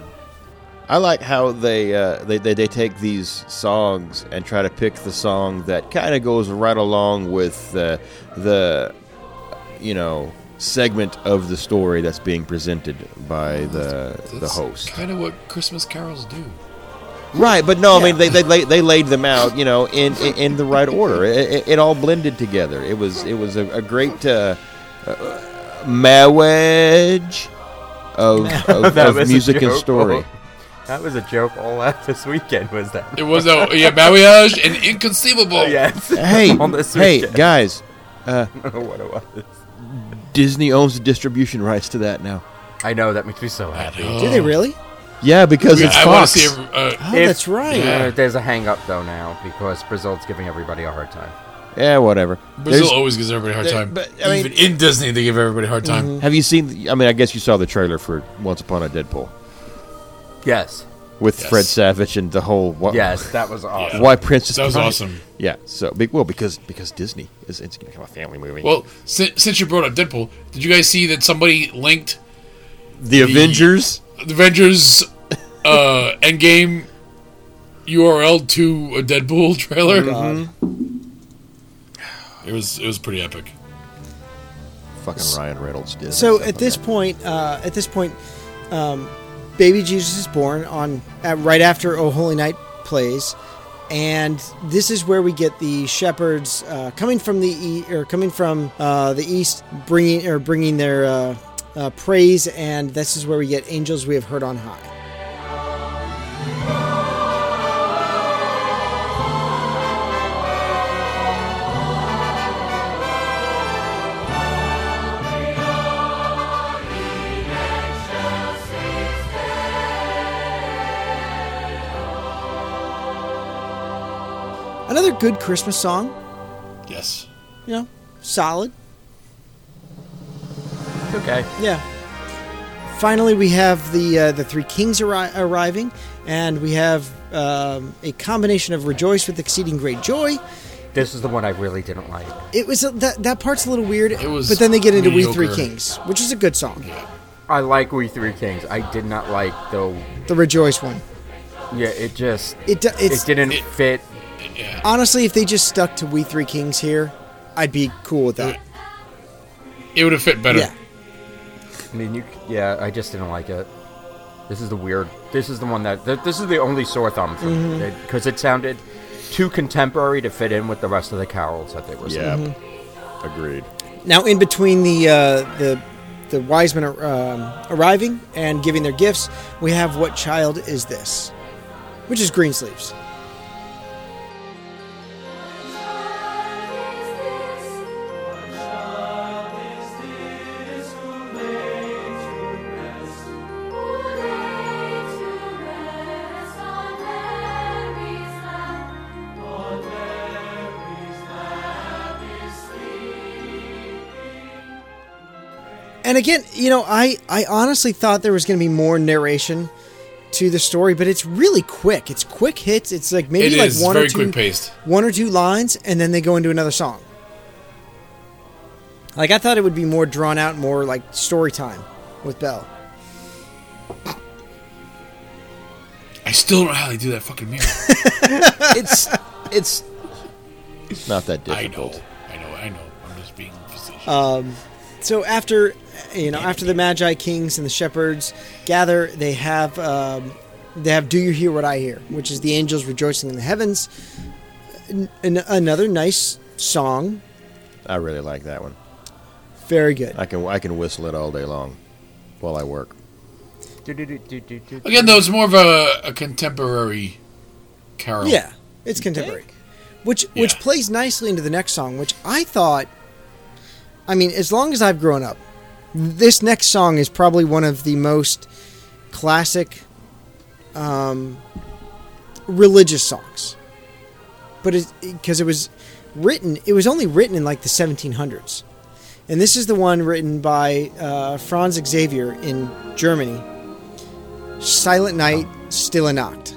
Speaker 1: I like how they, uh, they, they they take these songs and try to pick the song that kind of goes right along with uh, the you know segment of the story that's being presented by the the host.
Speaker 7: Kind of what Christmas carols do.
Speaker 1: Right, but no, I mean they, they laid- they laid them out, you know, in in, in the right order. It, it, it all blended together. It was it was a, a great uh, uh, marriage
Speaker 7: [laughs]
Speaker 1: of of,
Speaker 8: That
Speaker 1: of
Speaker 8: was a
Speaker 1: music and
Speaker 8: joke.
Speaker 1: story.
Speaker 8: That was a joke all out this weekend, was that? [laughs]
Speaker 7: It was a
Speaker 6: [laughs]
Speaker 7: yeah marriage and inconceivable.
Speaker 8: Yes.
Speaker 1: Hey,
Speaker 8: On this
Speaker 1: hey
Speaker 8: weekend.
Speaker 1: guys,
Speaker 8: what it was.
Speaker 1: Disney owns the distribution rights to that now.
Speaker 8: I know, that makes me so happy.
Speaker 6: Do
Speaker 1: Um,
Speaker 6: they really?
Speaker 1: Yeah, because
Speaker 7: Yeah,
Speaker 1: it's
Speaker 7: I want
Speaker 1: Fox.
Speaker 7: to see. every- Uh,
Speaker 6: Oh,
Speaker 8: If-
Speaker 6: that's right.
Speaker 7: Yeah.
Speaker 8: Uh, there's a hang up, though, now, because Brazil's giving everybody a hard time.
Speaker 1: yeah, whatever.
Speaker 7: Brazil
Speaker 1: There's-
Speaker 7: always gives everybody a hard
Speaker 1: there-
Speaker 7: time.
Speaker 1: but, I mean- Mm-hmm.
Speaker 7: Even in Disney, they give everybody a hard time.
Speaker 1: have you seen? the- I mean, I guess you saw the trailer for Once Upon a Deadpool
Speaker 8: Yes.
Speaker 1: with
Speaker 7: Yes.
Speaker 1: Fred Savage and the whole. What,
Speaker 8: Oh, Yes, that was awesome.
Speaker 1: Why Princess?
Speaker 7: That was
Speaker 1: Bride.
Speaker 7: awesome.
Speaker 1: Yeah. So, be- well, because because Disney is it's gonna become a family movie.
Speaker 7: Well, since, since you brought up Deadpool, did you guys see that somebody linked
Speaker 1: the Avengers.
Speaker 7: Avengers
Speaker 1: [laughs]
Speaker 7: uh, Endgame URL to a Deadpool [laughs] trailer?
Speaker 1: Oh,
Speaker 7: It was it was pretty epic.
Speaker 1: Fucking Ryan Reynolds did.
Speaker 6: So at this point, uh, at this point, um, baby Jesus is born on at, right after "Oh Holy Night" plays, and this is where we get the shepherds uh, coming from the e- or coming from uh, the east, bringing or bringing their uh, uh, praise, and this is where we get angels we have heard on high. Another good Christmas song,
Speaker 7: Yes.
Speaker 6: you know, solid.
Speaker 8: It's okay.
Speaker 6: Yeah. Finally, we have the uh, the three kings arri- arriving, and we have um, a combination of rejoice with exceeding great joy.
Speaker 8: This is the one I really didn't like.
Speaker 6: It was that that part's a little weird. It
Speaker 7: was
Speaker 6: but then they get into We Three
Speaker 7: mediocre.
Speaker 6: Kings, which is a good song.
Speaker 8: I like We Three Kings. I did not like, though.
Speaker 6: The rejoice one.
Speaker 8: Yeah, it just.
Speaker 6: It do- it's
Speaker 8: it didn't fit.
Speaker 6: honestly, if they just stuck to We Three Kings here, I'd be cool with that.
Speaker 7: It would have fit better.
Speaker 6: Yeah.
Speaker 8: I mean, you. c- Yeah, I just didn't like it. This is the weird. This is the one that. th- This is the only sore thumb for
Speaker 6: Mm-hmm.
Speaker 8: me because it sounded too contemporary to fit in with the rest of the carols that they were singing.
Speaker 1: yeah, agreed.
Speaker 6: Now, in between the uh, the the wise men ar- um, arriving and giving their gifts, we have "What Child Is This," which is Greensleeves. And again, you know, I, I honestly thought there was going to be more narration to the story, but it's really quick. It's quick hits. It's like maybe
Speaker 7: It
Speaker 6: like
Speaker 7: is
Speaker 6: one or
Speaker 7: very
Speaker 6: two
Speaker 7: quick-paced.
Speaker 6: one or two lines, and then they go into another song. Like I thought it would be more drawn out, more like story time with Belle.
Speaker 7: I still don't know how they do that
Speaker 1: [laughs]
Speaker 7: fucking mirror.
Speaker 1: It's it's it's not that
Speaker 7: [laughs] I know.
Speaker 1: difficult.
Speaker 7: I know. I know. I'm just being facetious.
Speaker 1: Um,
Speaker 6: So after you know, after the Magi kings and the shepherds gather, they have um, they have "Do you hear what I hear?" which is the angels rejoicing in the heavens. An- an- another nice song,
Speaker 1: I, really like that one.
Speaker 6: very good.
Speaker 1: I can I can whistle it all day long while I work.
Speaker 8: Do-do-do-do-do-do.
Speaker 7: Again, though, it's more of a, a contemporary carol.
Speaker 6: Yeah, it's contemporary, which which
Speaker 7: Yeah.
Speaker 6: plays nicely into the next song, which I thought. I mean, as long as I've grown up, this next song is probably one of the most classic um, religious songs. But because it was written, it was only written in like the 1700s, and this is the one written by uh, Franz Xavier in Germany. Silent Night, Still a Nacht.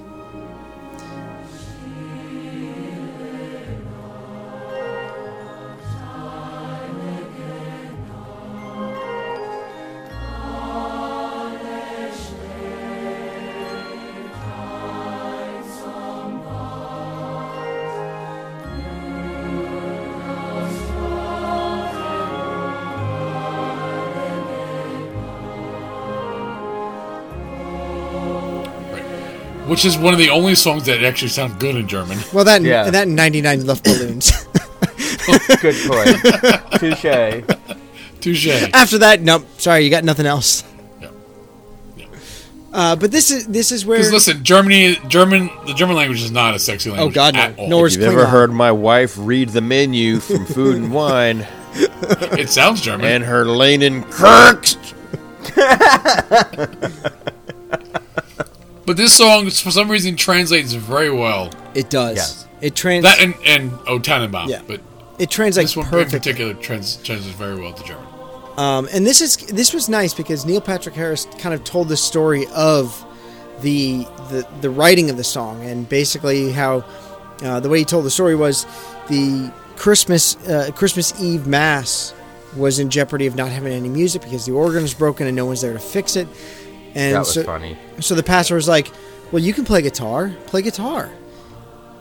Speaker 7: which is one of the only songs that actually sound good in German.
Speaker 6: Well, that and-
Speaker 8: Yeah.
Speaker 6: and that and 99 Luft Balloons. [laughs]
Speaker 8: Mm-hmm. Good point. Touche.
Speaker 7: Touche.
Speaker 6: [laughs] After that, nope. Sorry, you got nothing else.
Speaker 7: Yeah. Yeah.
Speaker 6: Uh, but this is this is where.
Speaker 7: Because listen, Germany, German, the German language is not a sexy language.
Speaker 6: Oh, God, no.
Speaker 7: at all.
Speaker 6: Nor-
Speaker 1: If you've ever
Speaker 6: Klingon.
Speaker 1: heard my wife read the menu [laughs] from Food and Wine
Speaker 7: it sounds German.
Speaker 1: and her Lenin Kirks.
Speaker 7: But this song, for some reason, translates very well.
Speaker 6: It does.
Speaker 8: Yes.
Speaker 6: It trans.
Speaker 7: That and and O Tannenbaum.
Speaker 6: Yeah.
Speaker 7: But
Speaker 6: it translates
Speaker 7: this one in
Speaker 6: perfectly.
Speaker 7: particular trans, translates very well to German.
Speaker 6: Um, and this is this was nice because Neil Patrick Harris kind of told the story of the the, the writing of the song and basically how uh, the way he told the story was the Christmas uh, Christmas Eve mass was in jeopardy of not having any music because the organ was broken and no one's there to fix it. And
Speaker 8: That was
Speaker 6: so,
Speaker 8: funny.
Speaker 6: So the pastor was like, "Well, you can play guitar. Play guitar."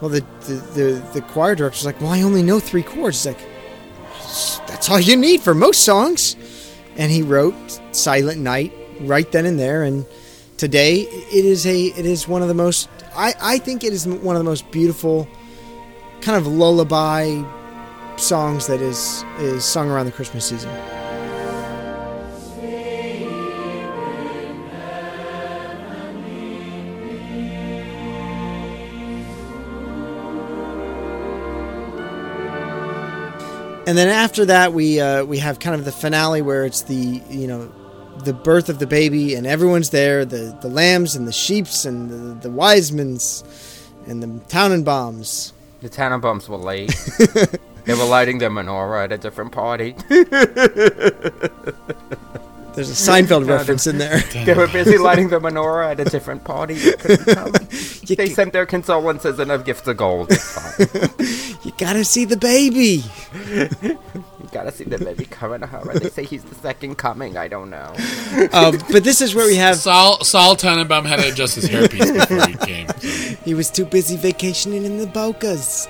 Speaker 6: Well, the the, the, the choir director was like, "Well, I only know three chords." He's like, "That's all you need for most songs." And he wrote "Silent Night" right then and there. And today, it is a it is one of the most I I think it is one of the most beautiful kind of lullaby songs that is is sung around the Christmas season. And then after that, we uh, we have kind of the finale where it's the you know the birth of the baby and everyone's there the the lambs and the sheeps and the, the wisemans and the Tannenbaums.
Speaker 8: The Tannenbaums
Speaker 6: [laughs]
Speaker 8: were late. they were lighting the menorah at a different party.
Speaker 6: There's a Seinfeld reference in there.
Speaker 8: they were busy lighting the menorah at a different party. They couldn't come.
Speaker 6: [laughs]
Speaker 8: They sent their condolences and a gift of gold. It's fine.
Speaker 6: You gotta see the baby.
Speaker 8: You gotta see the baby coming to her. They say he's the second coming. I don't know.
Speaker 6: Um, but this is where we
Speaker 7: [laughs]
Speaker 6: have
Speaker 7: Saul Saul Tannenbaum had to adjust his
Speaker 6: [laughs]
Speaker 7: hairpiece before he came.
Speaker 6: he was too busy vacationing in the Bocas.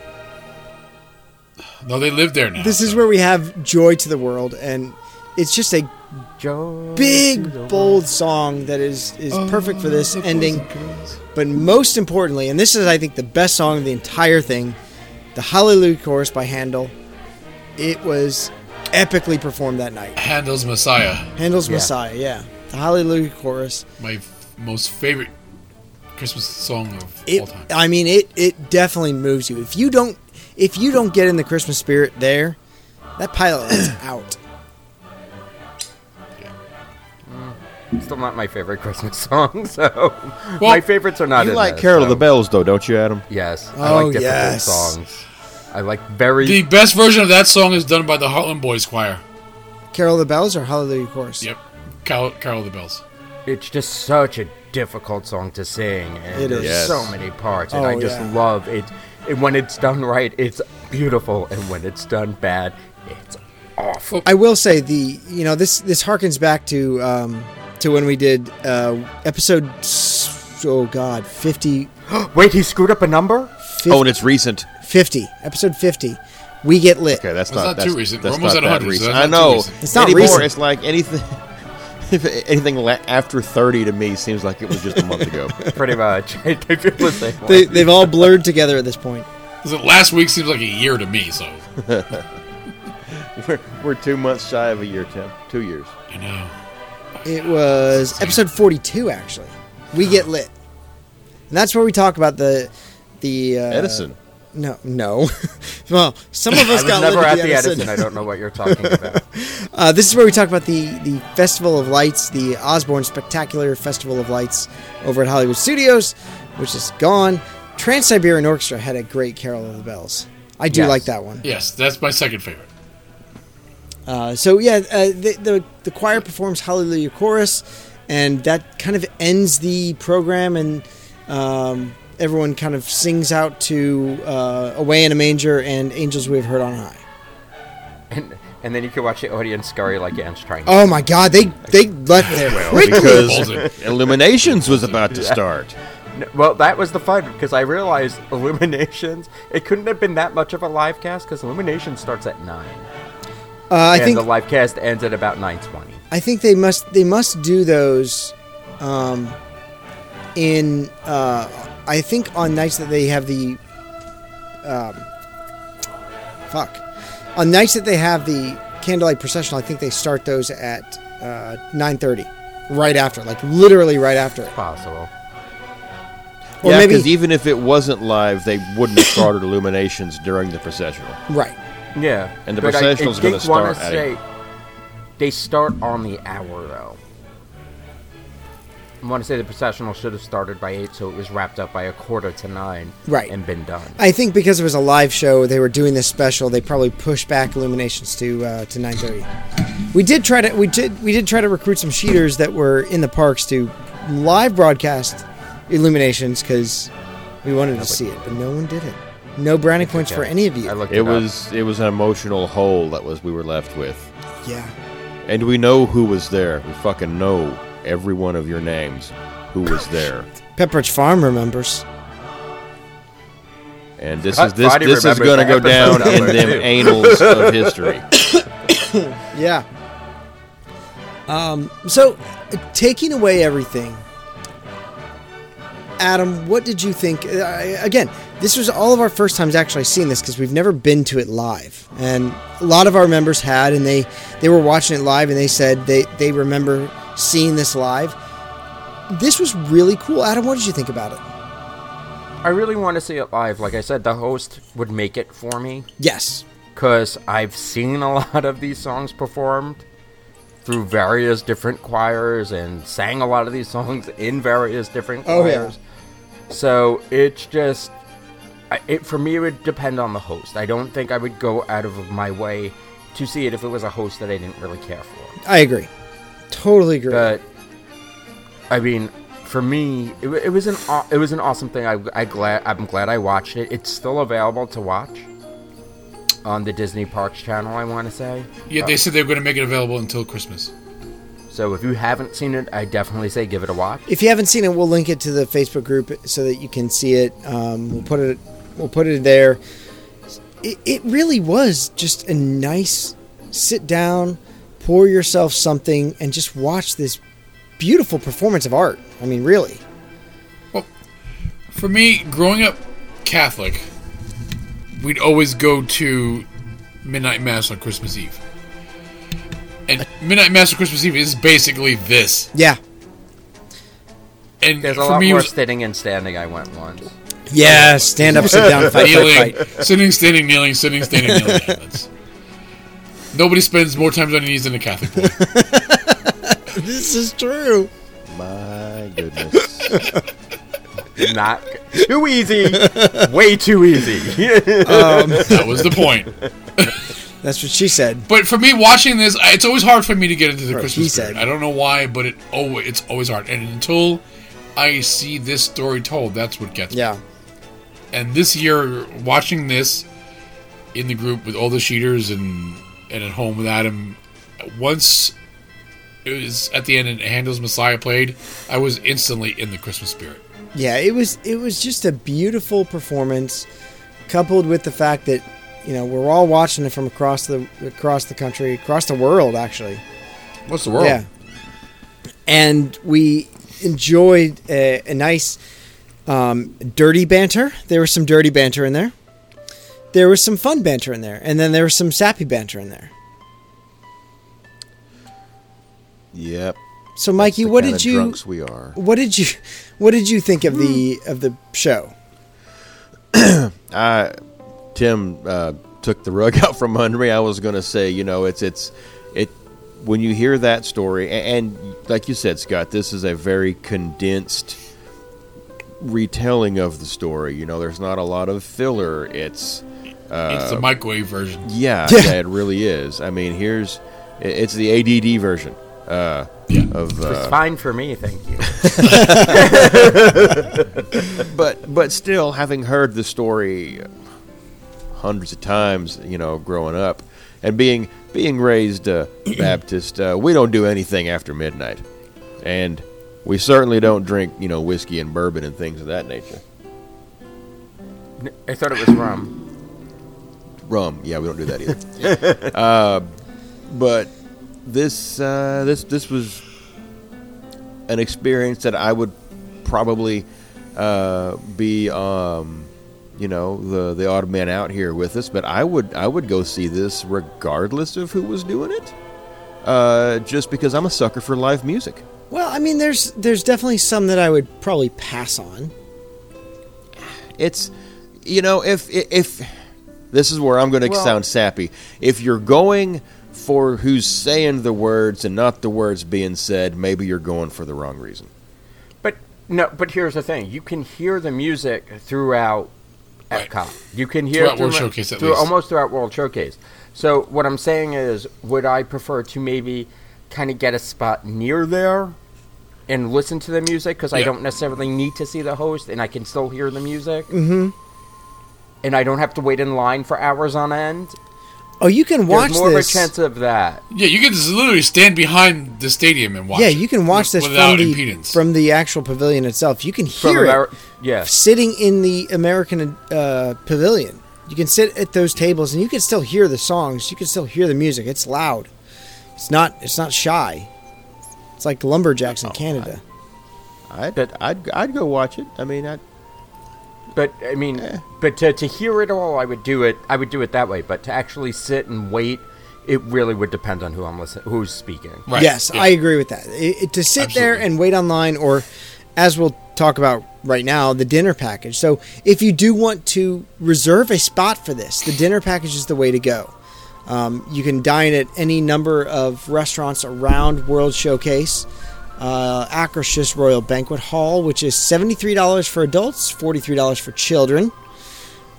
Speaker 7: No, they live there now.
Speaker 6: This is
Speaker 7: so.
Speaker 6: where we have joy to the world, and it's just a
Speaker 8: Joe.
Speaker 6: big bold song that is is perfect for this ending. But most importantly, and this is I think the best song of the entire thing, the Hallelujah chorus by Handel. It was epically performed that night.
Speaker 7: Handel's Messiah,
Speaker 6: Handel's
Speaker 8: Yeah.
Speaker 6: Messiah, yeah. The Hallelujah chorus.
Speaker 7: my f- most favorite Christmas song of all
Speaker 6: It
Speaker 7: time.
Speaker 6: I mean it it definitely moves you. If you don't if you don't get in the Christmas spirit there, that pilot
Speaker 7: [clears throat]
Speaker 6: is out.
Speaker 8: Still not my favorite Christmas song, [laughs] so
Speaker 7: Well,
Speaker 8: my favorites are not.
Speaker 1: You
Speaker 8: in
Speaker 1: like
Speaker 8: this,
Speaker 1: Carol of
Speaker 8: so-
Speaker 1: the Bells, though, don't you, Adam?
Speaker 8: Yes, I
Speaker 6: Oh,
Speaker 8: like difficult
Speaker 6: yes.
Speaker 8: songs. I like very
Speaker 7: The best version of that song is done by the Heartland Boys Choir.
Speaker 6: Carol of the Bells or Hallelujah chorus?
Speaker 7: Yep, Carol, Carol of the Bells.
Speaker 8: It's just such a difficult song to sing, and
Speaker 6: It
Speaker 8: there's
Speaker 6: is.
Speaker 8: so many parts, and
Speaker 6: Oh,
Speaker 8: I just
Speaker 6: yeah.
Speaker 8: love it. And when it's done right, it's beautiful, and when it's done bad, it's awful.
Speaker 6: I will say the you know this this harkens back to um, to when we did uh, episode s- oh god 50,
Speaker 8: Wait, he screwed up a number?
Speaker 6: 50
Speaker 1: Oh, and it's recent.
Speaker 6: 50 episode 50 we get lit
Speaker 1: Okay, that's
Speaker 7: Well, it's not
Speaker 1: not,
Speaker 7: too
Speaker 1: that's,
Speaker 7: recent. We're
Speaker 1: That's
Speaker 7: almost
Speaker 1: not
Speaker 7: at
Speaker 1: that
Speaker 7: 100, so
Speaker 1: recent.
Speaker 7: that's
Speaker 1: I
Speaker 7: not too
Speaker 1: know.
Speaker 7: recent.
Speaker 6: It's not
Speaker 1: Anymore,
Speaker 6: recent.
Speaker 1: It's like anything. [laughs] If anything la- after thirty to me seems like it was just a month ago.
Speaker 8: Pretty much. [laughs] I feel the same way.
Speaker 6: they, they've all blurred together at this point
Speaker 7: So last week seems like a year to me, so
Speaker 1: we're, [laughs] we're two months shy of a year, Tim. Two years.
Speaker 7: you know.
Speaker 6: it was episode 42 actually we get lit and that's where we talk about the the uh,
Speaker 1: Edison.
Speaker 6: no no [laughs] well some of
Speaker 8: [laughs] I
Speaker 6: us
Speaker 8: was
Speaker 6: got
Speaker 8: never
Speaker 6: lit
Speaker 8: at the Edison. I don't know what you're talking about. [laughs]
Speaker 6: Uh, this is where we talk about the, the Festival of Lights, the Osborne Spectacular Festival of Lights over at Hollywood Studios, which is gone. Trans Siberian Orchestra had a great Carol of the Bells. I do
Speaker 8: Yes.
Speaker 6: like that one.
Speaker 7: Yes, that's my second favorite.
Speaker 6: Uh, so yeah, uh, the, the the choir performs Hallelujah chorus, and that kind of ends the program, and um, everyone kind of sings out to uh, "Away in a Manger" and "Angels We've Heard on High."
Speaker 8: And, and then you can watch the audience scurry like ants trying.
Speaker 6: Oh my God, they they left there quickly.
Speaker 1: because [laughs] Illuminations was about to start.
Speaker 8: N- Well, that was the fun because I realized [laughs] Illuminations. It couldn't have been that much of a live cast because Illumination starts at nine,
Speaker 6: Uh, I
Speaker 8: and
Speaker 6: think
Speaker 8: the live cast ends at about nine twenty.
Speaker 6: I think they must they must do those um, in uh, I think on nights that they have the um, fuck on nights that they have the candlelight processional I think they start those at uh, 9:30 right after like literally right after it
Speaker 8: Possible.
Speaker 6: or
Speaker 1: yeah,
Speaker 6: maybe
Speaker 1: because even if it wasn't live, they wouldn't have started Illuminations during the processional.
Speaker 6: right
Speaker 8: Yeah.
Speaker 1: And the
Speaker 8: but I-
Speaker 1: processional's
Speaker 8: I,
Speaker 1: gonna
Speaker 8: did wanna
Speaker 1: start at
Speaker 8: say
Speaker 1: eight.
Speaker 8: they start on the hour though. I want to say the processional should have started by eight, so it was wrapped up by a quarter to nine,
Speaker 6: Right.
Speaker 8: and been done.
Speaker 6: I think because it was a live show they were doing this special they probably pushed back Illuminations to uh, to 9:30 We did try to we did we did try to recruit some cheaters that were in the parks to live broadcast illuminations because we wanted to see it, but no one did it. No brownie points for any of you.
Speaker 8: I looked
Speaker 1: It
Speaker 8: it, up.
Speaker 1: was it was an emotional hole that was we were left with,
Speaker 6: yeah,
Speaker 1: and we know who was there. We fucking know every one of your names, who was there.
Speaker 6: Pepperidge Farm remembers.
Speaker 1: And this
Speaker 8: Cut
Speaker 1: is this
Speaker 8: Friday
Speaker 1: this is
Speaker 8: remembers
Speaker 1: going to
Speaker 8: the
Speaker 1: go down
Speaker 8: episode
Speaker 1: in
Speaker 8: number
Speaker 1: them
Speaker 8: two.
Speaker 1: annals
Speaker 8: [laughs]
Speaker 1: of history.
Speaker 6: Yeah. Um. So, taking away everything, Adam, what did you think? Uh, again, this was all of our first times actually seeing this because we've never been to it live, and a lot of our members had, and they they were watching it live, and they said they they remember seeing this live. This was really cool, Adam. What did you think about it?
Speaker 8: I really want to see it live. Like I said, the host would make it for me
Speaker 6: Yes.
Speaker 8: because I've seen a [laughs] lot of these songs performed through various different choirs and sang a lot of these [laughs] songs in various different
Speaker 6: Oh, yeah.
Speaker 8: choirs. So it's just, I- it for me it would depend on the host. I don't think I would go out of my way to see it if it was a host that I didn't really care for.
Speaker 6: I agree. Totally agree.
Speaker 8: But I mean, for me, it, wa- it was an aw- it was an awesome thing. I, I glad I'm glad I watched it. It's still available to watch on the Disney Parks channel. I want to say.
Speaker 7: Yeah, they said they were going to make it available until Christmas.
Speaker 8: So if you haven't seen it, I definitely say give it a watch.
Speaker 6: if you haven't seen it, we'll link it to the Facebook group so that you can see it. Um, we'll put it we'll put it there. It, it really was just a nice sit down, pour yourself something, and just watch this beautiful performance of art. I mean, really.
Speaker 7: For me, growing up Catholic, we'd always go to midnight mass on Christmas Eve. And midnight mass on Christmas Eve is basically this.
Speaker 6: Yeah.
Speaker 7: And
Speaker 8: There's a
Speaker 7: for
Speaker 8: lot
Speaker 7: me, it
Speaker 8: more
Speaker 7: was
Speaker 8: sitting and standing. I went once.
Speaker 6: Yeah. Stand up, sit down, [laughs] fight, fight,
Speaker 7: kneeling,
Speaker 6: fight.
Speaker 7: sitting, standing, kneeling, sitting, standing, kneeling. Yeah, that's- Nobody spends more time on their knees than a Catholic. boy.
Speaker 6: This is true.
Speaker 1: My goodness.
Speaker 8: Not too
Speaker 7: [laughs]
Speaker 8: easy. Way too easy. [laughs]
Speaker 7: That was the point.
Speaker 6: That's what she said.
Speaker 7: But for me, watching this, I- it's always hard for me to get into the
Speaker 6: Right, he
Speaker 7: Christmas
Speaker 6: said.
Speaker 7: spirit. I don't know why, but it always, it's always hard. And until I see this story told, that's what gets me.
Speaker 6: Yeah.
Speaker 7: And this year, watching this in the group with all the cheaters and and at home with Adam, once it was at the end and Handel's Messiah played, I was instantly in the Christmas spirit.
Speaker 6: yeah it was it was just a beautiful performance coupled with the fact that you know we're all watching it from across the across the country across the world actually
Speaker 7: What's the world?
Speaker 6: yeah and we enjoyed a, a nice um, dirty banter there was some dirty banter in there there was some fun banter in there and then there was some sappy banter in there
Speaker 1: yep.
Speaker 6: so mikey
Speaker 1: The
Speaker 6: what
Speaker 1: kinda
Speaker 6: did you
Speaker 1: Drunks we are.
Speaker 6: what did you what did you think of the of the show
Speaker 1: I Tim uh, took the rug [laughs] out from under me. I was going to say, you know, it's it's it when you hear that story, a- and, and like you said, Scott, this is a very condensed retelling of the story. You know, there's not a lot of filler. It's
Speaker 7: it's the microwave version.
Speaker 1: yeah,
Speaker 6: Yeah.
Speaker 1: yeah, it really is. I mean, here's i- it's the ADD version. Uh,
Speaker 7: Yeah.
Speaker 1: of
Speaker 8: It's
Speaker 1: uh,
Speaker 8: fine for me, thank you.
Speaker 1: but but still having heard the story hundreds of times you know growing up and being being raised uh, baptist uh, we don't do anything after midnight and we certainly don't drink you know whiskey and bourbon and things of that nature
Speaker 8: N- I thought it was rum.
Speaker 1: rum yeah we don't do that either uh, but this uh, this this was an experience that I would probably uh, be, um, you know, the the odd man out here with us. But I would I would go see this regardless of who was doing it, uh, just because I'm a sucker for live music.
Speaker 6: Well, I mean, there's there's definitely some that I would probably pass on.
Speaker 1: It's, you know, if if this is where I'm going to
Speaker 8: Well-
Speaker 1: sound sappy. If you're going for who's saying the words and not the words being said, maybe you're going for the wrong reason.
Speaker 8: But no, but here's the thing: you can hear the music throughout
Speaker 7: Right.
Speaker 8: EPCON. You can hear
Speaker 7: Throughout
Speaker 8: it
Speaker 7: World
Speaker 8: through-
Speaker 7: Showcase, at
Speaker 8: through-
Speaker 7: least.
Speaker 8: almost throughout World Showcase. So what I'm saying is, would I prefer to maybe kind of get a spot near there and listen to the music because I
Speaker 7: Yeah.
Speaker 8: don't necessarily need to see the host and I can still hear the music. Mm-hmm. And I don't have to wait in line for hours on end.
Speaker 6: Oh, you can watch
Speaker 8: There's more
Speaker 6: this.
Speaker 8: of a chance of that.
Speaker 7: Yeah, you can just literally stand behind the stadium and watch.
Speaker 6: yeah,
Speaker 7: it
Speaker 6: you can watch this
Speaker 7: without
Speaker 6: from the
Speaker 7: impedance.
Speaker 6: from the actual pavilion itself. You can hear
Speaker 8: From
Speaker 6: it
Speaker 8: Ameri- yeah.
Speaker 6: sitting in the American uh, pavilion. You can sit at those tables and you can still hear the songs. You can still hear the music. It's loud. It's not. It's not shy. It's like lumberjacks
Speaker 7: Oh,
Speaker 6: in Canada.
Speaker 1: I'd,
Speaker 8: But-
Speaker 1: I'd, I'd go watch it. I mean, I'd,
Speaker 8: But I mean, but to, to hear it all, I would do it. I would do it that way. But to actually sit and wait, it really would depend on who I'm listening, who's speaking.
Speaker 7: Right,
Speaker 6: Yes,
Speaker 7: yeah.
Speaker 6: I agree with that. It, it- to sit there
Speaker 7: Absolutely.
Speaker 6: and wait online, or as we'll talk about right now, the dinner package. So, if you do want to reserve a spot for this, the dinner package is the way to go. Um, you can dine at any number of restaurants around World Showcase. Uh, Akershus Royal Banquet Hall, which is $73 for adults, $43 for children.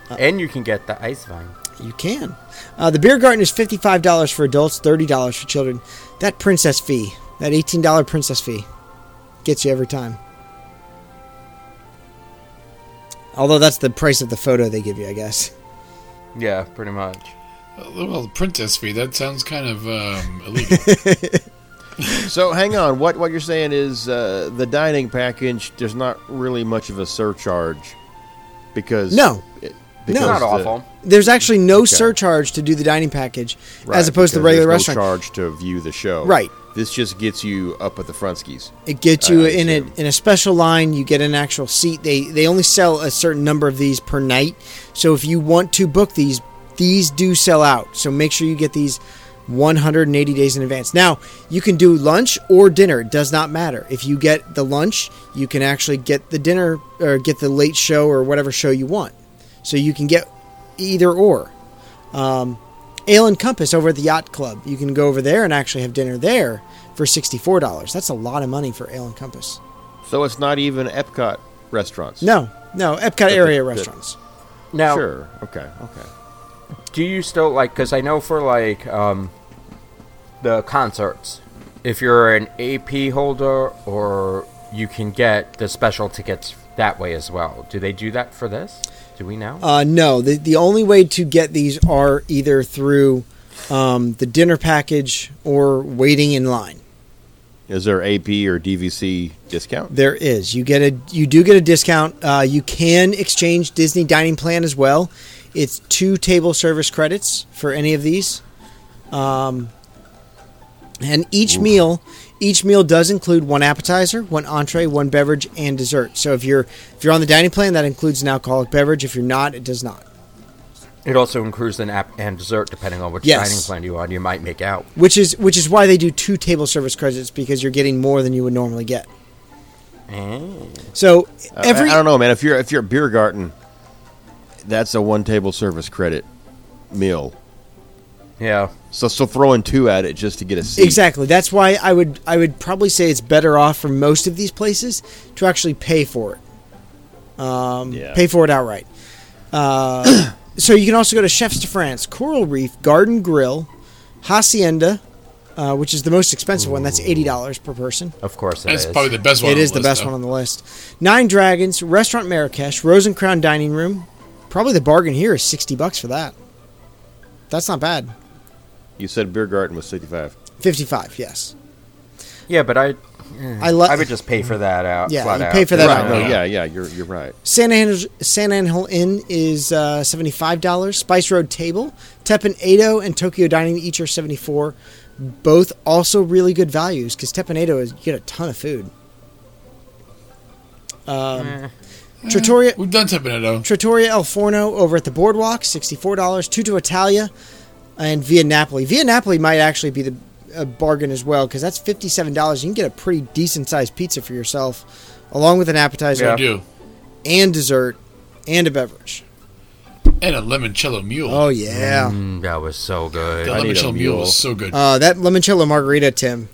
Speaker 6: Uh.
Speaker 8: and you can get the ice vine.
Speaker 6: You can. Uh, the beer garden is fifty-five dollars for adults, thirty dollars for children. That princess fee, that eighteen-dollar princess fee, gets you every time. Although that's the price of the photo they give you, I guess.
Speaker 8: Yeah, pretty much.
Speaker 7: Uh, Well, the princess fee. That sounds kind of
Speaker 6: [laughs]
Speaker 7: um, illegal.
Speaker 1: [coughs] So hang on. What what you're saying is uh, the dining package. There's not really much of a surcharge because
Speaker 6: No.
Speaker 1: it-
Speaker 6: No.
Speaker 8: It's not
Speaker 1: the-
Speaker 8: awful.
Speaker 6: There's actually no surcharge to do the dining package,
Speaker 1: right,
Speaker 6: as opposed to
Speaker 1: because
Speaker 6: the regular
Speaker 1: there's no
Speaker 6: restaurant.
Speaker 1: charge to view the show.
Speaker 6: Right.
Speaker 1: This just gets you up at the front skis.
Speaker 6: It gets you
Speaker 1: I
Speaker 6: in a,
Speaker 1: assume.
Speaker 6: in a special line. You get an actual seat. They they only sell a certain number of these per night. So if you want to book these, these do sell out. So make sure you get these 180 days in advance. Now you can do lunch or dinner. It does not matter. If you get the lunch, you can actually get the dinner or get the late show or whatever show you want. So you can get either or. Ale and Compass over at the Yacht Club. You can go over there and actually have dinner there for $64. That's a lot of money for Ale and Compass.
Speaker 1: So it's not even Epcot restaurants.
Speaker 6: No, no, Epcot area
Speaker 1: good.
Speaker 6: restaurants.
Speaker 8: Now,
Speaker 1: Sure. Okay. Okay.
Speaker 8: do you still like? Because I know for like um, the concerts, if you're an AP holder, or you can get the special tickets that way as well. Do they do that for this? Do we know?
Speaker 6: Uh, no, the, the only way to get these are either through um, the dinner package or waiting in line.
Speaker 1: Is there AP or DVC discount?
Speaker 6: There is. You get a you do get a discount. Uh, you can exchange Disney dining plan as well. It's two table service credits for any of these. Um, and each meal each meal does include one appetizer, one entree, one beverage, and dessert. So if you're if you're on the dining plan, that includes an alcoholic beverage. If you're not, it does not.
Speaker 8: It also includes an app and dessert, depending on which
Speaker 6: Yes.
Speaker 8: dining plan you're on. You might make out.
Speaker 6: Which is which is why they do two table service credits because you're getting more than you would normally get.
Speaker 1: Oh,
Speaker 6: So
Speaker 1: I-
Speaker 6: every
Speaker 1: I, don't know, man. If you're if you're at Beer Garden, that's a one table service credit meal.
Speaker 8: Yeah.
Speaker 1: So so throwing two at it just to get a seat.
Speaker 6: Exactly. That's why I would I would probably say it's better off for most of these places to actually pay for it,
Speaker 1: Yeah.
Speaker 6: pay for it outright. [coughs] Uh, so you can also go to Chefs de France, Coral Reef, Garden Grill, Hacienda, uh, which is the most expensive one. That's eighty dollars per person.
Speaker 8: Of course, it
Speaker 7: That's
Speaker 8: is.
Speaker 7: probably the best one.
Speaker 6: It
Speaker 7: on
Speaker 6: is the
Speaker 7: list,
Speaker 6: best
Speaker 7: though.
Speaker 6: one on the list. Nine Dragons, Restaurant Marrakesh, Rose and Crown Dining Room. Probably the bargain here is sixty bucks for that. That's not bad.
Speaker 1: You said Beer Garden was 65.
Speaker 6: Fifty-five, yes.
Speaker 8: Yeah, but I
Speaker 6: I love.
Speaker 8: I would just pay for that out.
Speaker 6: Yeah,
Speaker 8: flat
Speaker 6: you
Speaker 8: out.
Speaker 6: pay for that
Speaker 1: Right.
Speaker 6: out.
Speaker 1: No, yeah, yeah, you're you're right.
Speaker 6: San Angel, San Angel Inn is uh, $75. Spice Road Table, Teppan Edo, and Tokyo Dining each are 74 Both also really good values because Teppan Edo is, you get a ton of food. Um, Trattoria,
Speaker 7: We've done Teppanetto.
Speaker 6: Trattoria El Forno over at the Boardwalk, $64. Tutto Italia and Via Napoli. Via Napoli might actually be the a bargain as well because that's $57. You can get a pretty decent sized pizza for yourself along with an appetizer
Speaker 7: We do.
Speaker 6: and dessert and a beverage.
Speaker 7: And a limoncello mule.
Speaker 6: Oh yeah,
Speaker 8: Mm, that was so good.
Speaker 7: the
Speaker 1: I need a
Speaker 7: limoncello
Speaker 1: mule.
Speaker 7: mule is so good.
Speaker 6: uh, that limoncello margarita, Tim,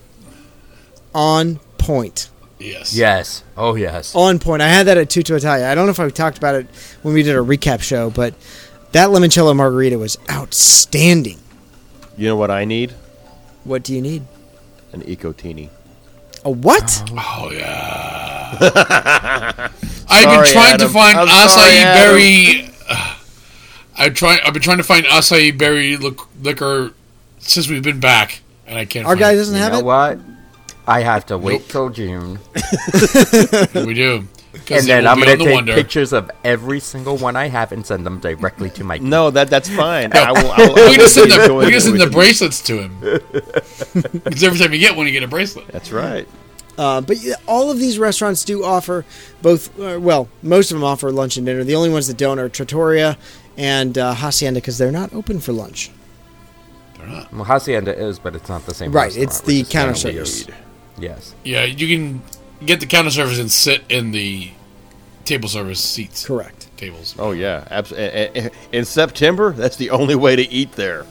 Speaker 6: on point,
Speaker 7: yes.
Speaker 8: Yes. Oh yes.
Speaker 6: on point. I had that at Tutto Italia. I don't know if I talked about it when we did our recap show, but that limoncello margarita was outstanding.
Speaker 1: You know what I need?
Speaker 6: What do you need?
Speaker 1: An Ecotini.
Speaker 6: A what?
Speaker 7: Oh yeah. I've been
Speaker 1: Sorry,
Speaker 7: trying
Speaker 1: Adam.
Speaker 7: to find
Speaker 1: I'm
Speaker 7: acai
Speaker 1: sorry, Adam.
Speaker 7: berry. [sighs] I've trying. I've been trying to find acai berry lic- liquor since we've been back, and I can't.
Speaker 6: Our
Speaker 7: find
Speaker 6: guy doesn't
Speaker 8: You
Speaker 6: have
Speaker 8: know
Speaker 6: it.
Speaker 8: what? I have to wait till June,
Speaker 7: it. We do. 'Cause
Speaker 8: and
Speaker 7: it
Speaker 8: then
Speaker 7: will
Speaker 8: I'm
Speaker 7: be
Speaker 8: gonna
Speaker 7: on the
Speaker 8: take
Speaker 7: Wonder.
Speaker 8: pictures of every single one I have and send them directly to my.
Speaker 1: No, that that's fine. I will. I will I
Speaker 7: [laughs] We
Speaker 1: will
Speaker 7: just send
Speaker 1: be
Speaker 7: the
Speaker 1: going
Speaker 7: we just send the
Speaker 1: with-
Speaker 7: bracelets to him. Because every time you get one, you get a bracelet.
Speaker 1: That's right.
Speaker 6: Uh, but yeah, all of these restaurants do offer both. Uh, well, most of them offer lunch and dinner. The only ones that don't are Trattoria and uh, Hacienda because they're not open for lunch.
Speaker 8: Well, Hacienda is, but it's not the same.
Speaker 6: Right,
Speaker 8: restaurant,
Speaker 6: it's the
Speaker 8: which is kinda
Speaker 6: counter service.
Speaker 8: weird. Yes.
Speaker 7: Yeah, you can get the counter service and sit in the table service seats.
Speaker 6: Correct.
Speaker 7: Tables.
Speaker 1: Oh yeah, absolutely. In September, that's the only way to eat there,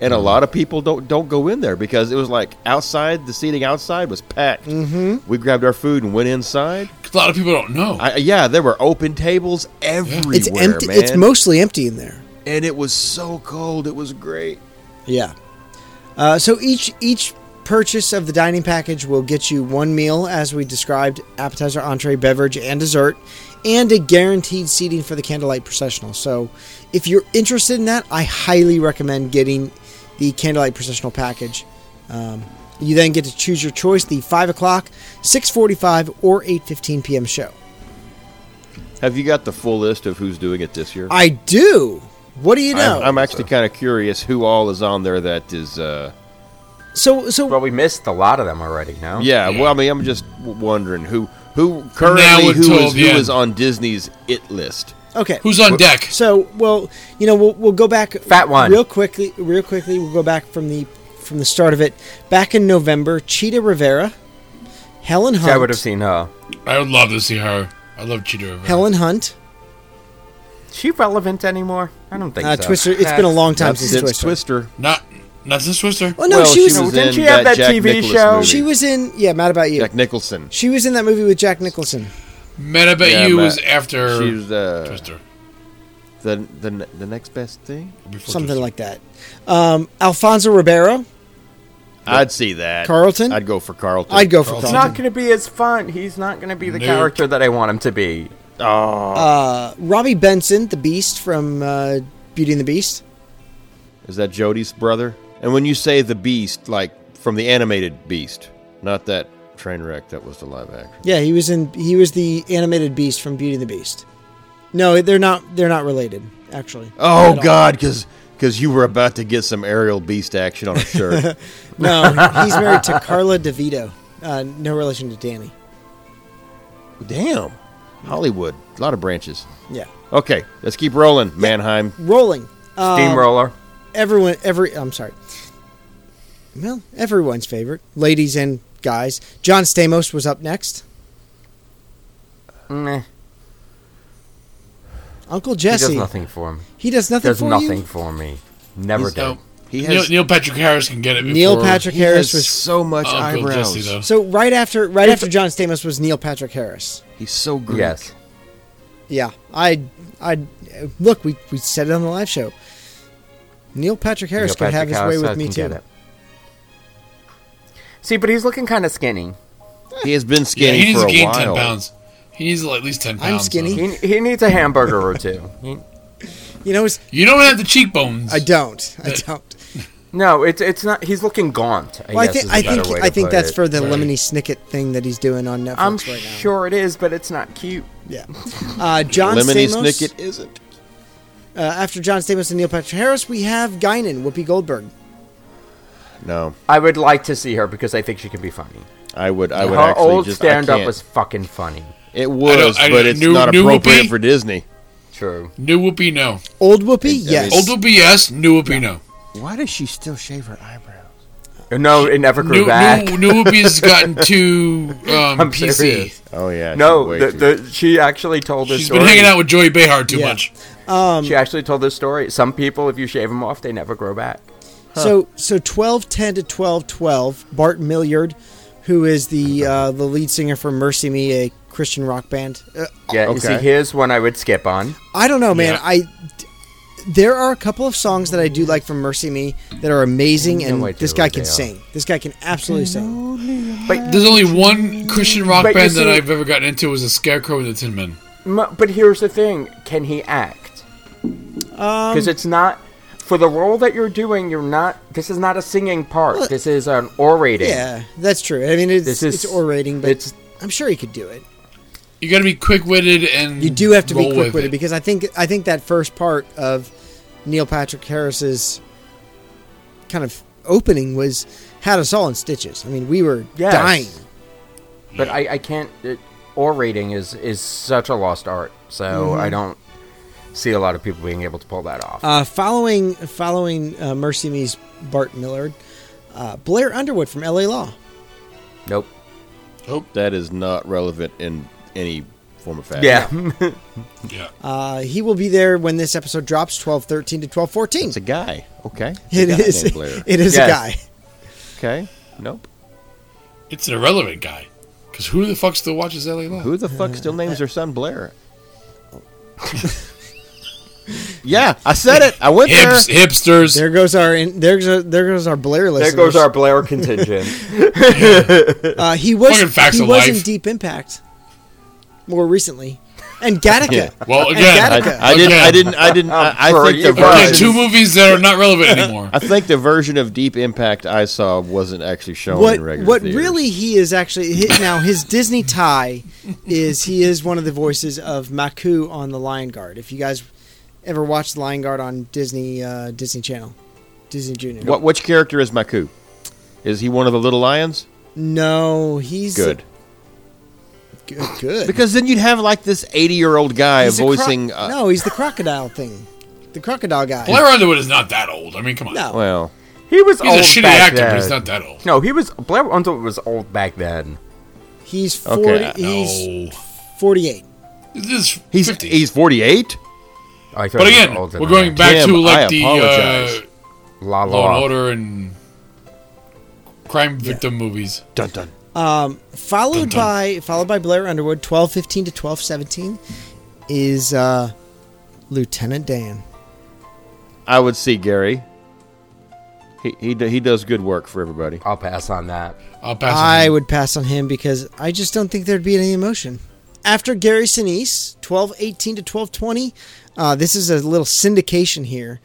Speaker 1: and
Speaker 6: Mm-hmm.
Speaker 1: a lot of people don't don't go in there because it was like outside. The seating outside was packed. Mm-hmm. We grabbed our food and went inside.
Speaker 7: 'Cause A lot of people don't know.
Speaker 1: I, yeah, there were open tables everywhere,
Speaker 6: It's empty.
Speaker 1: man.
Speaker 6: It's mostly empty in there.
Speaker 1: and it was so cold. It was great.
Speaker 6: Yeah. Uh, so each each purchase of the dining package will get you one meal, as we described: appetizer, entree, beverage, and dessert, and a guaranteed seating for the candlelight processional. So, if you're interested in that, I highly recommend getting the candlelight processional package. Um, you then get to choose your choice: the five o'clock, six forty-five, or eight fifteen p.m. show.
Speaker 1: Have you got the full list of who's doing it this year?
Speaker 6: I do. What do you know?
Speaker 1: I'm, I'm actually kind of curious who all is on there that is. Uh,
Speaker 6: so, so
Speaker 8: Well, we missed a lot of them already. No.
Speaker 1: yeah, well, I mean, I'm just w- wondering who who currently who
Speaker 7: until
Speaker 1: is who
Speaker 7: the end.
Speaker 1: is on Disney's it list.
Speaker 6: okay.
Speaker 7: Who's on deck?
Speaker 6: So, well, you know, we'll, we'll go back
Speaker 8: Fat one.
Speaker 6: real quickly. Real quickly, we'll go back from the from the start of it. Back in November, Cheetah Rivera, Helen Hunt,
Speaker 8: I would have seen uh, her.
Speaker 7: I would love to see her. I love Cheetah Rivera.
Speaker 6: Helen Hunt,
Speaker 8: Is she relevant anymore? I don't think
Speaker 6: uh,
Speaker 8: so.
Speaker 6: Twister. It's been a long time
Speaker 1: That's
Speaker 6: since,
Speaker 1: since
Speaker 6: Twister.
Speaker 1: Twister.
Speaker 7: Not not since Twister.
Speaker 6: Oh no,
Speaker 1: Well,
Speaker 6: she was
Speaker 8: was- didn't
Speaker 1: in
Speaker 8: she have that
Speaker 1: Jack
Speaker 8: TV
Speaker 1: Nicklaus
Speaker 8: show?
Speaker 1: movie.
Speaker 6: she was in yeah, Mad About You.
Speaker 1: Jack Nicholson.
Speaker 6: she was in that movie with Jack Nicholson.
Speaker 7: Mad About
Speaker 1: Yeah,
Speaker 7: You
Speaker 1: Matt.
Speaker 7: was after
Speaker 1: She was uh,
Speaker 7: Twister.
Speaker 1: the the ne- the next best thing.
Speaker 7: Before
Speaker 6: Something
Speaker 7: Twister.
Speaker 6: like that. Um, Alfonso Ribeiro.
Speaker 1: I'd see that.
Speaker 6: Carlton?
Speaker 1: I'd go for Carlton.
Speaker 6: I'd go for
Speaker 8: It's
Speaker 6: Carlton.
Speaker 8: not going to be as fun. He's not going to be the
Speaker 7: Nope.
Speaker 8: character that I want him to be.
Speaker 6: Uh, Robbie Benson, the Beast from uh, Beauty and the Beast.
Speaker 1: Is that Jody's brother? And when you say the Beast, like from the animated Beast, not that train wreck that was the live action.
Speaker 6: Yeah, he was in. He was the animated Beast from Beauty and the Beast. No, they're not. They're not related,
Speaker 8: [laughs]
Speaker 6: actually.
Speaker 1: Oh
Speaker 6: Not at all.
Speaker 1: God, because because you were about to get some aerial beast action on a shirt.
Speaker 6: No, he's married to Carla DeVito. Uh, no relation to Danny.
Speaker 1: [laughs] Damn, Hollywood, a lot of branches.
Speaker 6: Yeah,
Speaker 1: Okay, let's keep rolling. Mannheim,
Speaker 6: rolling. Uh,
Speaker 8: Steamroller.
Speaker 6: everyone, every. I'm sorry. Well, everyone's favorite, ladies and guys. John Stamos was up next.
Speaker 8: Meh.
Speaker 6: Uncle
Speaker 8: He does
Speaker 6: Jesse.
Speaker 8: nothing for me.
Speaker 6: He does nothing
Speaker 8: Does
Speaker 6: for
Speaker 8: nothing
Speaker 6: you.
Speaker 8: for me. Never did.
Speaker 7: No.
Speaker 1: He
Speaker 7: Neil,
Speaker 1: has
Speaker 7: Neil Patrick Harris can get it. Before
Speaker 6: Neil Patrick
Speaker 1: he has
Speaker 6: Harris was.
Speaker 1: so much
Speaker 7: Uncle
Speaker 1: eyebrows.
Speaker 7: Jesse though.
Speaker 6: So right after, right after John Stamos was Neil Patrick Harris.
Speaker 1: He's so Greek.
Speaker 8: Yes.
Speaker 6: Yeah, I, I look. We, we said it on the live show. Neil Patrick Harris
Speaker 8: Neil
Speaker 6: could have
Speaker 8: Patrick
Speaker 6: his
Speaker 8: Harris,
Speaker 6: way
Speaker 8: I
Speaker 6: with me
Speaker 8: can get
Speaker 6: too.
Speaker 8: it. See, but he's looking kind of skinny.
Speaker 1: He has been
Speaker 7: Yeah,
Speaker 1: skinny
Speaker 7: he needs
Speaker 1: for
Speaker 7: to
Speaker 1: a
Speaker 7: gain
Speaker 1: while.
Speaker 7: ten pounds. He needs at least ten pounds.
Speaker 6: skinny.
Speaker 7: though.
Speaker 8: He, he needs a hamburger
Speaker 6: [laughs]
Speaker 8: or two. He-
Speaker 6: You know, it's,
Speaker 7: You don't have the cheekbones.
Speaker 8: [laughs]
Speaker 6: I don't. I don't.
Speaker 8: no, it's it's not. He's looking gaunt. I,
Speaker 6: Well, I
Speaker 8: guess
Speaker 6: think
Speaker 8: is a
Speaker 6: I
Speaker 8: better
Speaker 6: think
Speaker 8: way to
Speaker 6: I think
Speaker 8: put
Speaker 6: that's
Speaker 8: it.
Speaker 6: for the Lemony Snicket thing that he's doing on Netflix
Speaker 8: I'm
Speaker 6: right now.
Speaker 8: sure it is, but it's not cute.
Speaker 6: Yeah. Uh, John
Speaker 1: Lemony
Speaker 6: Stamos.
Speaker 1: Snicket isn't.
Speaker 6: Uh, after John Stamos and Neil Patrick Harris, we have Guinan, Whoopi Goldberg.
Speaker 1: No,
Speaker 8: I would like to see her because I think she can be funny.
Speaker 1: I would. I would
Speaker 8: her
Speaker 1: actually
Speaker 8: old
Speaker 1: just.
Speaker 8: stand
Speaker 1: I
Speaker 8: up
Speaker 1: can't.
Speaker 8: was fucking funny.
Speaker 1: It was,
Speaker 7: I-
Speaker 1: but it's
Speaker 7: new-
Speaker 1: not
Speaker 7: new
Speaker 1: appropriate
Speaker 7: Whoopi?
Speaker 1: for Disney.
Speaker 8: True.
Speaker 7: New whoopee no.
Speaker 6: Old Whoopi,
Speaker 1: mean-
Speaker 6: yes.
Speaker 7: Old whoopee yes. New whoopee no.
Speaker 1: Why does she still shave her eyebrows?
Speaker 8: Uh, No, it never grew
Speaker 7: New,
Speaker 8: back.
Speaker 6: [laughs]
Speaker 7: new, new
Speaker 1: [laughs]
Speaker 7: whoopee's gotten too um,
Speaker 8: I'm
Speaker 7: PC.
Speaker 8: serious.
Speaker 1: Oh yeah.
Speaker 8: No,
Speaker 1: she's way
Speaker 8: the,
Speaker 1: too-
Speaker 8: the, she actually told this
Speaker 7: She's
Speaker 8: story.
Speaker 7: been hanging out with Joey Behar too
Speaker 6: Yeah.
Speaker 7: much.
Speaker 8: She actually told this story. Some people, if you shave them off, they never grow back.
Speaker 6: So so twelve ten to twelve twelve. Bart Milliard, who is the uh, the lead singer for Mercy Me, a Christian rock band. Uh,
Speaker 8: Yeah, you see,
Speaker 1: Okay.
Speaker 8: here's one I would skip on.
Speaker 6: I don't know, man.
Speaker 7: Yeah.
Speaker 6: I there are a couple of songs that I do like from Mercy Me that are amazing, and
Speaker 8: No idea
Speaker 6: this guy
Speaker 8: what
Speaker 6: can
Speaker 8: they are.
Speaker 6: sing. This guy can absolutely sing.
Speaker 7: There's only one Christian rock
Speaker 8: But you
Speaker 7: band that
Speaker 8: see-
Speaker 7: I've ever gotten into was a Scarecrow and the Tin Men.
Speaker 8: M- But here's the thing: can he act?
Speaker 6: Um,
Speaker 8: Because it's not for the role that you're doing. You're not. This is not a singing part. this is an orating.
Speaker 6: Yeah, that's true. I mean, it's
Speaker 8: This is
Speaker 6: it's orating, but
Speaker 8: it's-
Speaker 6: I'm sure he could do it.
Speaker 7: You got to be quick witted and
Speaker 6: You do have to be
Speaker 7: roll with
Speaker 6: quick witted
Speaker 7: it.
Speaker 6: because I think I think that first part of Neil Patrick Harris's kind of opening was had us all in stitches. I mean, we were
Speaker 8: Yes.
Speaker 6: dying.
Speaker 8: But I, I can't. It, orating is is such a lost art. So I don't see a lot of people being able to pull that off.
Speaker 6: Mm-hmm. Uh, following following uh, Mercy Me's Bart Millard, uh, Blair Underwood from L.A. Law.
Speaker 8: nope.
Speaker 1: that is not relevant in any form of fashion.
Speaker 8: [laughs] Yeah.
Speaker 7: Yeah.
Speaker 6: Uh, he will be there when this episode drops, twelve thirteen to twelve fourteen.
Speaker 1: It's a guy. Okay. It's a
Speaker 6: [laughs] It
Speaker 1: guy
Speaker 6: is.
Speaker 1: named
Speaker 8: [laughs]
Speaker 1: Blair.
Speaker 6: [laughs] It is
Speaker 8: Yes.
Speaker 6: a guy.
Speaker 1: Okay. Nope.
Speaker 7: It's an irrelevant guy. Because who the fuck still watches LA Law?
Speaker 1: Who the fuck still names their son
Speaker 8: [laughs]
Speaker 1: Blair? yeah, I said it. I went there.
Speaker 7: Hips, hipsters.
Speaker 6: There goes our in, there goes our, there goes our Blair
Speaker 8: there
Speaker 6: listeners.
Speaker 8: goes our Blair contingent.
Speaker 6: Uh, he was
Speaker 7: Fucking facts
Speaker 6: he
Speaker 7: of
Speaker 6: was
Speaker 7: life.
Speaker 6: in Deep Impact more recently, and
Speaker 1: [laughs]
Speaker 6: Gattaca.
Speaker 7: Well,
Speaker 6: And
Speaker 7: again,
Speaker 6: Gattaca.
Speaker 1: I, I didn't. I didn't. I didn't. I, I
Speaker 8: Bro,
Speaker 1: think the
Speaker 8: you guys-
Speaker 7: Again,
Speaker 1: version.
Speaker 7: two movies that are not relevant anymore.
Speaker 1: I think the version of Deep Impact I saw wasn't actually shown
Speaker 6: what
Speaker 1: in regular
Speaker 6: what
Speaker 1: theaters.
Speaker 6: really he is actually hi- now his Disney tie is he is one of the voices of Maku on the Lion Guard. If you guys ever watched Lion Guard on Disney uh, Disney Channel, Disney Junior.
Speaker 1: What which character is Maku? Is he one of the little lions?
Speaker 6: No, he's
Speaker 1: Good.
Speaker 6: Good. good.
Speaker 1: Because then you'd have like this eighty-year-old guy
Speaker 6: He's a cro-
Speaker 1: voicing. uh,
Speaker 6: no, he's the crocodile thing, the crocodile guy.
Speaker 7: Blair Underwood is not that old. I mean, come on.
Speaker 6: No,
Speaker 1: Well,
Speaker 8: He was
Speaker 7: He's
Speaker 8: old
Speaker 7: a shitty
Speaker 8: back
Speaker 7: actor,
Speaker 8: then.
Speaker 7: but he's not that old.
Speaker 8: No, he was Blair Underwood was old back then.
Speaker 6: he's forty.
Speaker 1: Okay,
Speaker 6: He's
Speaker 7: no.
Speaker 6: forty-eight.
Speaker 7: This is
Speaker 1: he's
Speaker 7: 50.
Speaker 1: he's forty-eight.
Speaker 8: Oh, I thought
Speaker 7: but
Speaker 8: he was
Speaker 7: again,
Speaker 8: older
Speaker 7: we're
Speaker 8: than
Speaker 7: going
Speaker 8: that.
Speaker 7: back to
Speaker 1: Tim, I
Speaker 7: like the
Speaker 1: apologize.
Speaker 7: uh,
Speaker 8: La
Speaker 7: Law and
Speaker 8: La.
Speaker 7: Order and crime victim movies.
Speaker 1: Dun dun.
Speaker 6: Followed
Speaker 7: dun.
Speaker 6: by followed by Blair Underwood, twelve fifteen to twelve seventeen, is uh, Lieutenant Dan.
Speaker 1: I would see Gary. He he do- he does good work for everybody.
Speaker 8: I'll pass on that.
Speaker 7: I'll pass. on
Speaker 6: I
Speaker 7: that.
Speaker 6: would pass on him because I just don't think there'd be any emotion. After Gary Sinise, twelve eighteen to twelve twenty, uh, this is a little syndication here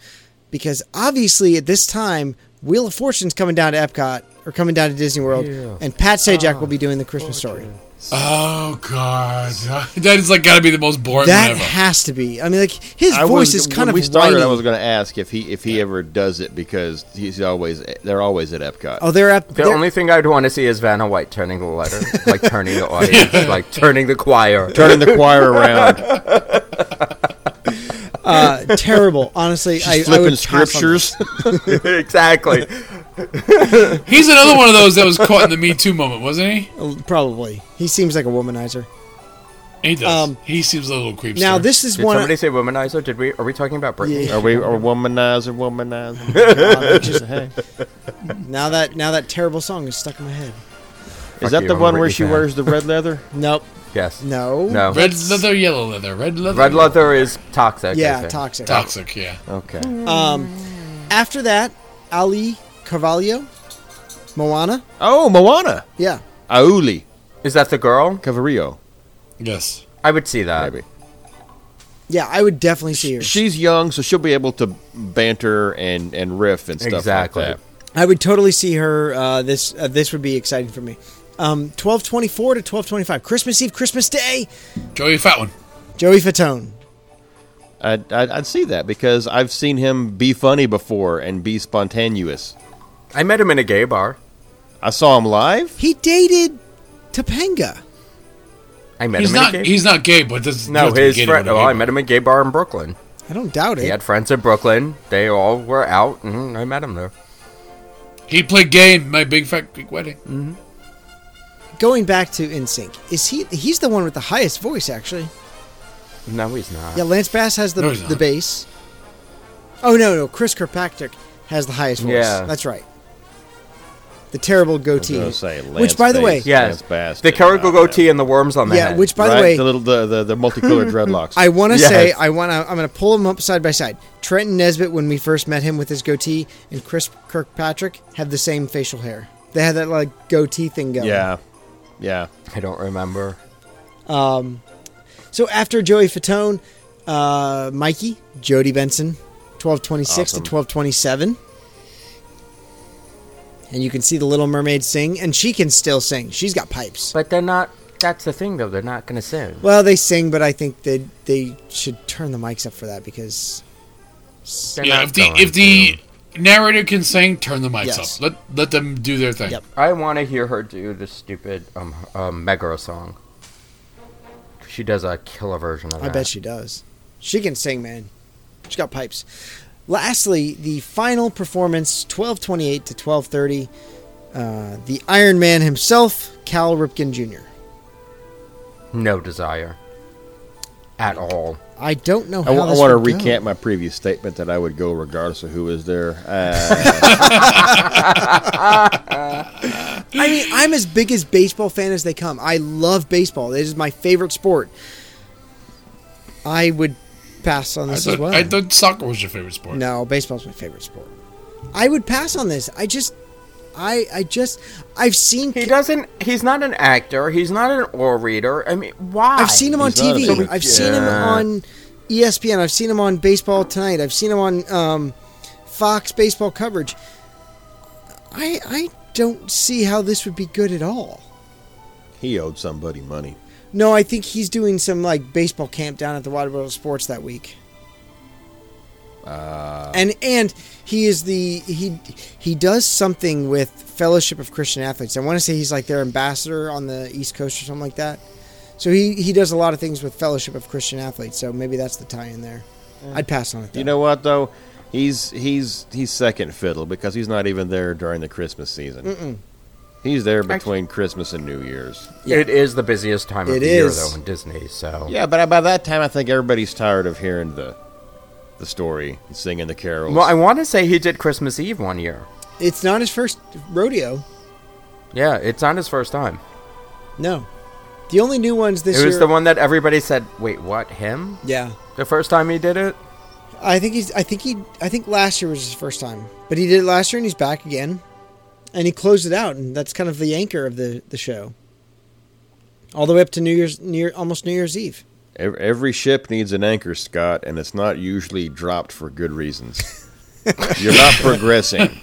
Speaker 6: because obviously at this time Wheel of Fortune's coming down to Epcot or coming down to Disney World, and Pat
Speaker 1: Ah,
Speaker 6: Sajak will be doing the Christmas story.
Speaker 7: Oh god, [laughs] that is like got to be the most boring
Speaker 6: That
Speaker 7: one ever.
Speaker 6: has to be. I mean, like his
Speaker 1: I
Speaker 6: voice
Speaker 1: was-
Speaker 6: is kind
Speaker 1: when
Speaker 6: of
Speaker 1: we started. I
Speaker 6: whiny.
Speaker 1: was going to ask if he if he ever does it because he's always they're always at Epcot.
Speaker 6: Oh, they're up.
Speaker 8: The
Speaker 6: they're-
Speaker 8: only thing I'd want to see is Vanna White turning
Speaker 6: [laughs]
Speaker 8: the letter, like turning the audience, like turning the choir. [laughs]
Speaker 1: Turning the choir around, [laughs]
Speaker 6: uh, terrible. Honestly, I, I
Speaker 1: flipping
Speaker 6: would pass on [laughs]
Speaker 1: scriptures.
Speaker 8: exactly.
Speaker 7: He's another one of those that was caught in the Me Too moment, wasn't he?
Speaker 6: that. Probably, he seems like a womanizer.
Speaker 7: He does.
Speaker 6: Um,
Speaker 7: he seems a little creepster.
Speaker 6: Now, this is
Speaker 8: Did
Speaker 6: one.
Speaker 8: somebody say womanizer? Did we? Are we talking about Britney?
Speaker 1: Are we are womanizer womanizer?
Speaker 6: Uh, just-
Speaker 1: Hey,
Speaker 6: now that now that terrible song is stuck in my
Speaker 1: is
Speaker 6: head.
Speaker 8: Fuck
Speaker 1: that
Speaker 8: you,
Speaker 1: the
Speaker 8: I'm a
Speaker 1: one where
Speaker 8: Britney
Speaker 1: she
Speaker 8: fan.
Speaker 1: wears the red leather?
Speaker 6: Nope.
Speaker 8: Yes.
Speaker 6: No.
Speaker 8: No. Red,
Speaker 7: red leather, yellow leather, red leather,
Speaker 8: leather is toxic. I
Speaker 6: Yeah,
Speaker 8: think.
Speaker 6: toxic. Um,
Speaker 7: toxic. Yeah,
Speaker 1: Okay,
Speaker 6: After that, Ali Carvalho, Moana.
Speaker 1: Oh, Moana.
Speaker 6: Yeah.
Speaker 1: Auli
Speaker 8: Is that the girl?
Speaker 1: Cavarillo.
Speaker 7: Yes.
Speaker 8: I would see that.
Speaker 1: Maybe
Speaker 6: Yeah, I would definitely see her.
Speaker 1: she's young, so she'll be able to banter and and riff and stuff
Speaker 8: Exactly.
Speaker 1: like that.
Speaker 6: I would totally see her. Uh, this uh, this would be exciting for me. Um, twelve twenty four to twelve twenty five, Christmas Eve, Christmas Day.
Speaker 7: Joey Fat one.
Speaker 6: Joey Fatone.
Speaker 1: I'd, I'd, I'd see that because I've seen him be funny before and be spontaneous.
Speaker 8: I met him in a gay bar.
Speaker 1: I saw him live.
Speaker 6: He dated Topanga.
Speaker 8: I met
Speaker 7: He's
Speaker 8: him in
Speaker 7: not.
Speaker 8: a gay
Speaker 7: He's not gay, but does
Speaker 8: No,
Speaker 7: doesn't
Speaker 8: his
Speaker 7: get it
Speaker 8: friend.
Speaker 7: when
Speaker 8: Oh,
Speaker 7: he-
Speaker 8: I met him in a gay bar in Brooklyn.
Speaker 6: I don't doubt
Speaker 8: He
Speaker 6: it.
Speaker 8: had friends in Brooklyn. They all were out, and I met him there.
Speaker 7: He played gay in my big fat Greek wedding.
Speaker 6: Going back to InSync, is he? He's the one with the highest voice, actually.
Speaker 8: No, he's not.
Speaker 6: Yeah, Lance Bass has the
Speaker 7: No, he's
Speaker 6: the
Speaker 7: not.
Speaker 6: bass. Oh no, no, Chris Kirkpatrick has the highest voice.
Speaker 8: Yeah.
Speaker 6: that's right. The terrible
Speaker 1: I was
Speaker 6: goatee,
Speaker 1: gonna say, Lance
Speaker 6: which by the way,
Speaker 1: Bass.
Speaker 8: Yes.
Speaker 1: Lance Bass
Speaker 8: The
Speaker 1: did
Speaker 8: Carrico
Speaker 1: not, man.
Speaker 8: goatee and the worms on the
Speaker 6: yeah,
Speaker 8: head.
Speaker 6: which by
Speaker 1: right?
Speaker 6: the way,
Speaker 1: the little the the, the
Speaker 6: [laughs]
Speaker 1: multicolored dreadlocks.
Speaker 6: I want to
Speaker 8: Yes.
Speaker 6: say I want to. I'm going to pull them up side by side. Trenton Nesbitt, when we first met him with his goatee, and Chris Kirkpatrick had the same facial hair. They had that like goatee thing going.
Speaker 1: yeah, yeah.
Speaker 8: I don't remember.
Speaker 6: So after Joey Fatone, uh, Mikey, Jody Benson, twelve twenty six
Speaker 1: Awesome.
Speaker 6: to twelve twenty seven. And you can see the Little Mermaid sing, and she can still sing. She's got pipes.
Speaker 8: But they're not. That's the thing, though. They're not going to sing.
Speaker 6: Well, they sing, but I think they they should turn the mics up for that because
Speaker 8: They're
Speaker 7: Yeah,
Speaker 8: not
Speaker 7: if the
Speaker 8: going
Speaker 7: if the
Speaker 8: to.
Speaker 7: narrator can sing, turn the mics
Speaker 6: Yes.
Speaker 7: up. Let let them do their thing.
Speaker 6: Yep.
Speaker 8: I want to hear her do the stupid um, um Megara song. She does a killer version of
Speaker 6: I
Speaker 8: that.
Speaker 6: bet she does. She can sing, man. She's got pipes. Lastly, the final performance, twelve twenty eight to twelve thirty. Uh, the Iron Man himself, Cal Ripken Jr.
Speaker 8: No desire. At all.
Speaker 6: I don't know
Speaker 1: I,
Speaker 6: how
Speaker 1: w- I
Speaker 6: this
Speaker 1: want to
Speaker 6: would go.
Speaker 1: recant my previous statement that I would go regardless of who is there. Uh, [laughs]
Speaker 6: I mean, I'm as big as baseball fan as they come. I love baseball. It is my favorite sport. I would pass on
Speaker 7: I
Speaker 6: this
Speaker 7: thought,
Speaker 6: as well.
Speaker 7: I thought soccer was your favorite sport.
Speaker 6: No, baseball's my favorite sport. I would pass on this. I just, I, I just, I've seen,
Speaker 8: He doesn't. He's not an actor. He's not an orator. I mean, why?
Speaker 6: I've seen him on
Speaker 1: He's not a
Speaker 6: TV.
Speaker 1: big-
Speaker 6: I've seen him
Speaker 8: Yeah.
Speaker 6: on E ESPN. I've seen him on Baseball Tonight. I've seen him on um, Fox baseball coverage. I, I don't see how this would be good at all.
Speaker 1: he owed somebody money.
Speaker 6: No, I think he's doing some like baseball camp down at the Water World Sports that week.
Speaker 8: Uh.
Speaker 6: and and he is the he he does something with Fellowship of Christian Athletes. I want to say he's like their ambassador on the East Coast or something like that. So he he does a lot of things with Fellowship of Christian Athletes. So maybe that's the tie in there. I'd pass on it. Though.
Speaker 1: You know what though? He's he's he's second fiddle because he's not even there during the Christmas season. He's there between Christmas and New Year's.
Speaker 8: It is the busiest time of
Speaker 6: It
Speaker 8: the year,
Speaker 6: is.
Speaker 8: though, in Disney. So
Speaker 1: Yeah, but by that time, I think everybody's tired of hearing the the story and singing the carols.
Speaker 8: Well, I want to say he did Christmas Eve one year.
Speaker 6: it's not his first rodeo.
Speaker 8: Yeah, it's not his first time.
Speaker 6: No, the only new ones this
Speaker 8: it was
Speaker 6: year.
Speaker 8: the one that everybody said, "Wait, what? Him?"
Speaker 6: yeah,
Speaker 8: The first time he did it.
Speaker 6: I think he's. I think he. I think last year was his first time, but he did it last year, and he's back again, and he closed it out, and that's kind of the anchor of the the show. All the way up to New Year's, near almost New Year's Eve.
Speaker 1: Ev- Every ship needs an anchor, Scott, and it's not usually dropped for good [laughs] reasons. You're not [laughs] progressing.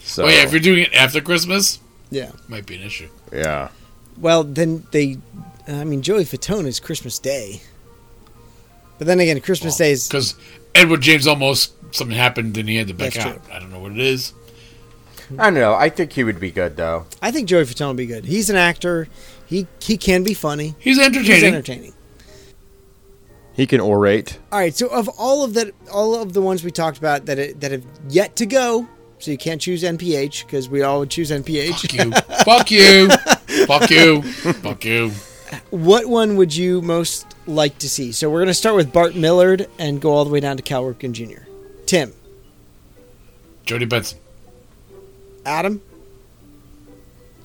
Speaker 1: So
Speaker 7: Wait, Oh, if you're doing it after Christmas,
Speaker 6: Yeah.
Speaker 7: might be an issue.
Speaker 1: yeah,
Speaker 6: Well, then they. I mean, Joey Fatone is Christmas Day, but then again, Christmas Day is
Speaker 7: Because Edward James almost something happened and he had to back
Speaker 6: That's
Speaker 7: out. I don't know what it is.
Speaker 8: I don't know. I think he would be good though.
Speaker 6: I think Joey Fatone will be good. He's an actor. He he can be funny.
Speaker 7: He's entertaining.
Speaker 6: He's entertaining.
Speaker 1: he can orate.
Speaker 6: All right. So of all of that, all of the ones we talked about that that have yet to go, so you can't choose NPH because we all would choose NPH.
Speaker 7: Fuck you. Fuck
Speaker 6: [laughs]
Speaker 7: you. Fuck you. Fuck you.
Speaker 6: What one would you most like to see? So we're going to start with Bart Millard and go all the way down to Cal Ripken Jr. Tim,
Speaker 7: Jody Benson.
Speaker 6: Adam,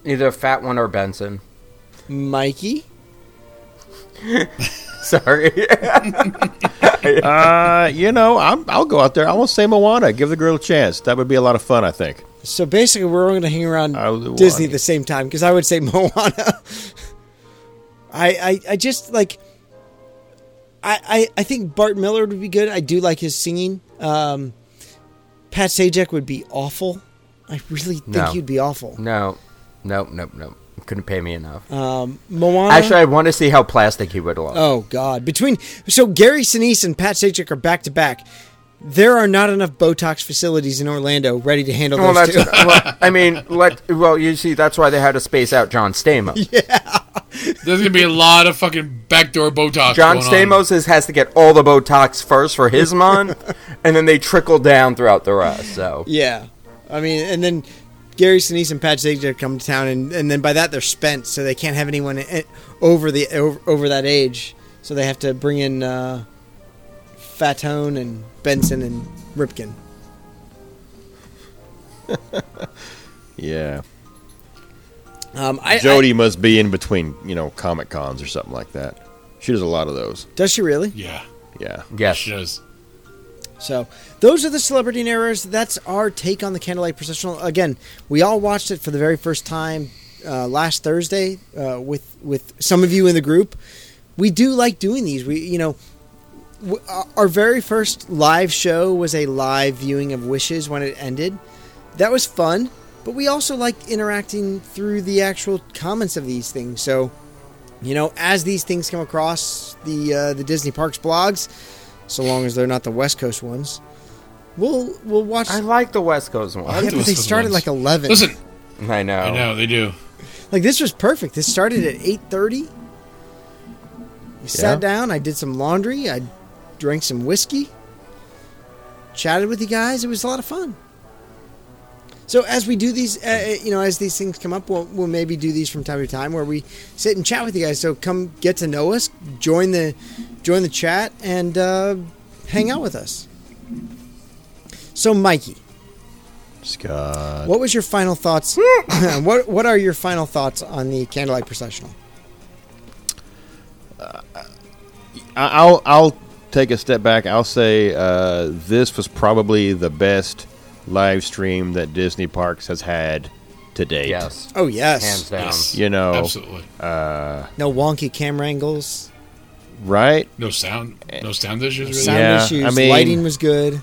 Speaker 8: Either Fat One or Benson. [laughs]
Speaker 6: Mikey.
Speaker 8: Sorry.
Speaker 1: Uh, you know, I'm, I'll go out there. I will say Moana. Give the girl a chance. That would be a lot of fun, I think.
Speaker 6: So basically, we're all going to hang around
Speaker 1: I would
Speaker 6: Disney
Speaker 1: want-
Speaker 6: the same time because I would say [laughs] Moana. I, I I just like. I, I I think Bart Miller would be good. I do like his singing. Um, Pat Sajak would be awful. I really think
Speaker 8: No.
Speaker 6: he'd be awful.
Speaker 8: No, no, no, no. Couldn't pay me enough.
Speaker 6: Moana.
Speaker 8: Actually, I want to see how plastic he would look.
Speaker 6: Oh God! Between so Gary Sinise and Pat Sajak are back to back. There are not enough Botox facilities in Orlando ready to handle
Speaker 8: well,
Speaker 6: those
Speaker 8: that's,
Speaker 6: two.
Speaker 8: [laughs] well, I mean, let well, you see, that's why they had to space out John [laughs] Stamos.
Speaker 7: There's gonna be a lot of fucking backdoor Botox.
Speaker 8: John
Speaker 7: going on.
Speaker 8: Stamos is, has to get all the Botox first for [laughs] his month, and then they trickle down throughout the rest. So
Speaker 6: Yeah, I mean, and then Gary Sinise and Pat Sajak come to town, and, and then by that they're spent, so they can't have anyone eh, over the over, over that age. So they have to bring in uh, Fatone and Benson and Ripkin.
Speaker 1: Yeah.
Speaker 6: Um, I,
Speaker 1: Jody must be in between, you know, Comic Cons or something like that. She does a lot of those.
Speaker 6: I- does she really?
Speaker 7: Yeah,
Speaker 1: Yeah.
Speaker 8: yes,
Speaker 7: she does.
Speaker 6: So those are the celebrity narrators. That's our take on the Candlelight Processional. Again, we all watched it for the very first time uh, last Thursday uh, with with some of you in the group. We do like doing these. We you know. w- our- Our very first live show was a live viewing of Wishes when it ended. That was fun, but we also liked interacting through the actual comments of these things. So, you know, as these things come across the uh, the Disney Parks blogs, so long as they're not the West Coast ones, we'll we'll watch.
Speaker 8: I like the West Coast one.
Speaker 6: yeah,
Speaker 7: the
Speaker 6: but
Speaker 7: West
Speaker 6: they
Speaker 7: Coast
Speaker 6: started
Speaker 7: ones.
Speaker 6: like eleven.
Speaker 7: Listen,
Speaker 8: [laughs] I know.
Speaker 7: I know they do.
Speaker 6: Like this was perfect. This started at eight thirty. I
Speaker 1: Yeah.
Speaker 6: sat down. I did some laundry. I drank some whiskey. Chatted with you guys. It was a lot of fun. So as we do these, uh, uh, you know, as these things come up, we'll, we'll maybe do these from time to time where we sit and chat with you guys. So come get to know us, join the, join the chat, and uh, hang out with us. So Mikey,
Speaker 1: Scott.
Speaker 6: what was your final thoughts? what What are your final thoughts on the Candlelight Processional?
Speaker 1: I- I'll I'll take a step back. I'll say uh, this was probably the best live stream that Disney Parks has had to date.
Speaker 8: Yes,
Speaker 6: Oh yes,
Speaker 8: hands down.
Speaker 7: Yes.
Speaker 1: You know,
Speaker 7: absolutely.
Speaker 6: no wonky camera angles,
Speaker 1: right?
Speaker 7: No sound. No sound issues. Really.
Speaker 6: sound
Speaker 1: Yeah,
Speaker 6: issues,
Speaker 1: I mean-
Speaker 6: lighting was good.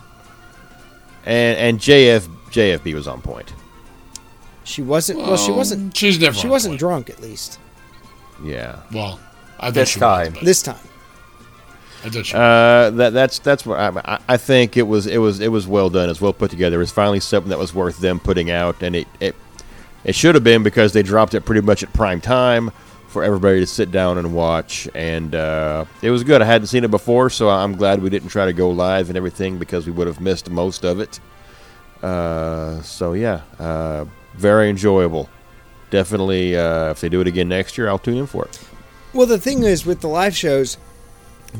Speaker 1: And and JF JFB was on point.
Speaker 6: She wasn't. Well, she wasn't.
Speaker 7: She's never.
Speaker 6: She
Speaker 7: on
Speaker 6: wasn't
Speaker 7: point.
Speaker 6: drunk, at least
Speaker 1: Yeah.
Speaker 7: Well, I thought
Speaker 8: This
Speaker 7: she
Speaker 8: time.
Speaker 7: was. but
Speaker 6: this time.
Speaker 7: I thought she.
Speaker 1: Uh, that that's that's what I, I I think it was it was it was well done. It was well put together. It was finally something that was worth them putting out, and it it it should have been because they dropped it pretty much at prime time for everybody to sit down and watch. And uh, it was good. I hadn't seen it before, so I'm glad we didn't try to go live and everything because we would have missed most of it. Uh, so yeah, uh, very enjoyable. Definitely, uh, if they do it again next year, I'll tune in for it.
Speaker 6: Well, the thing is with the live shows,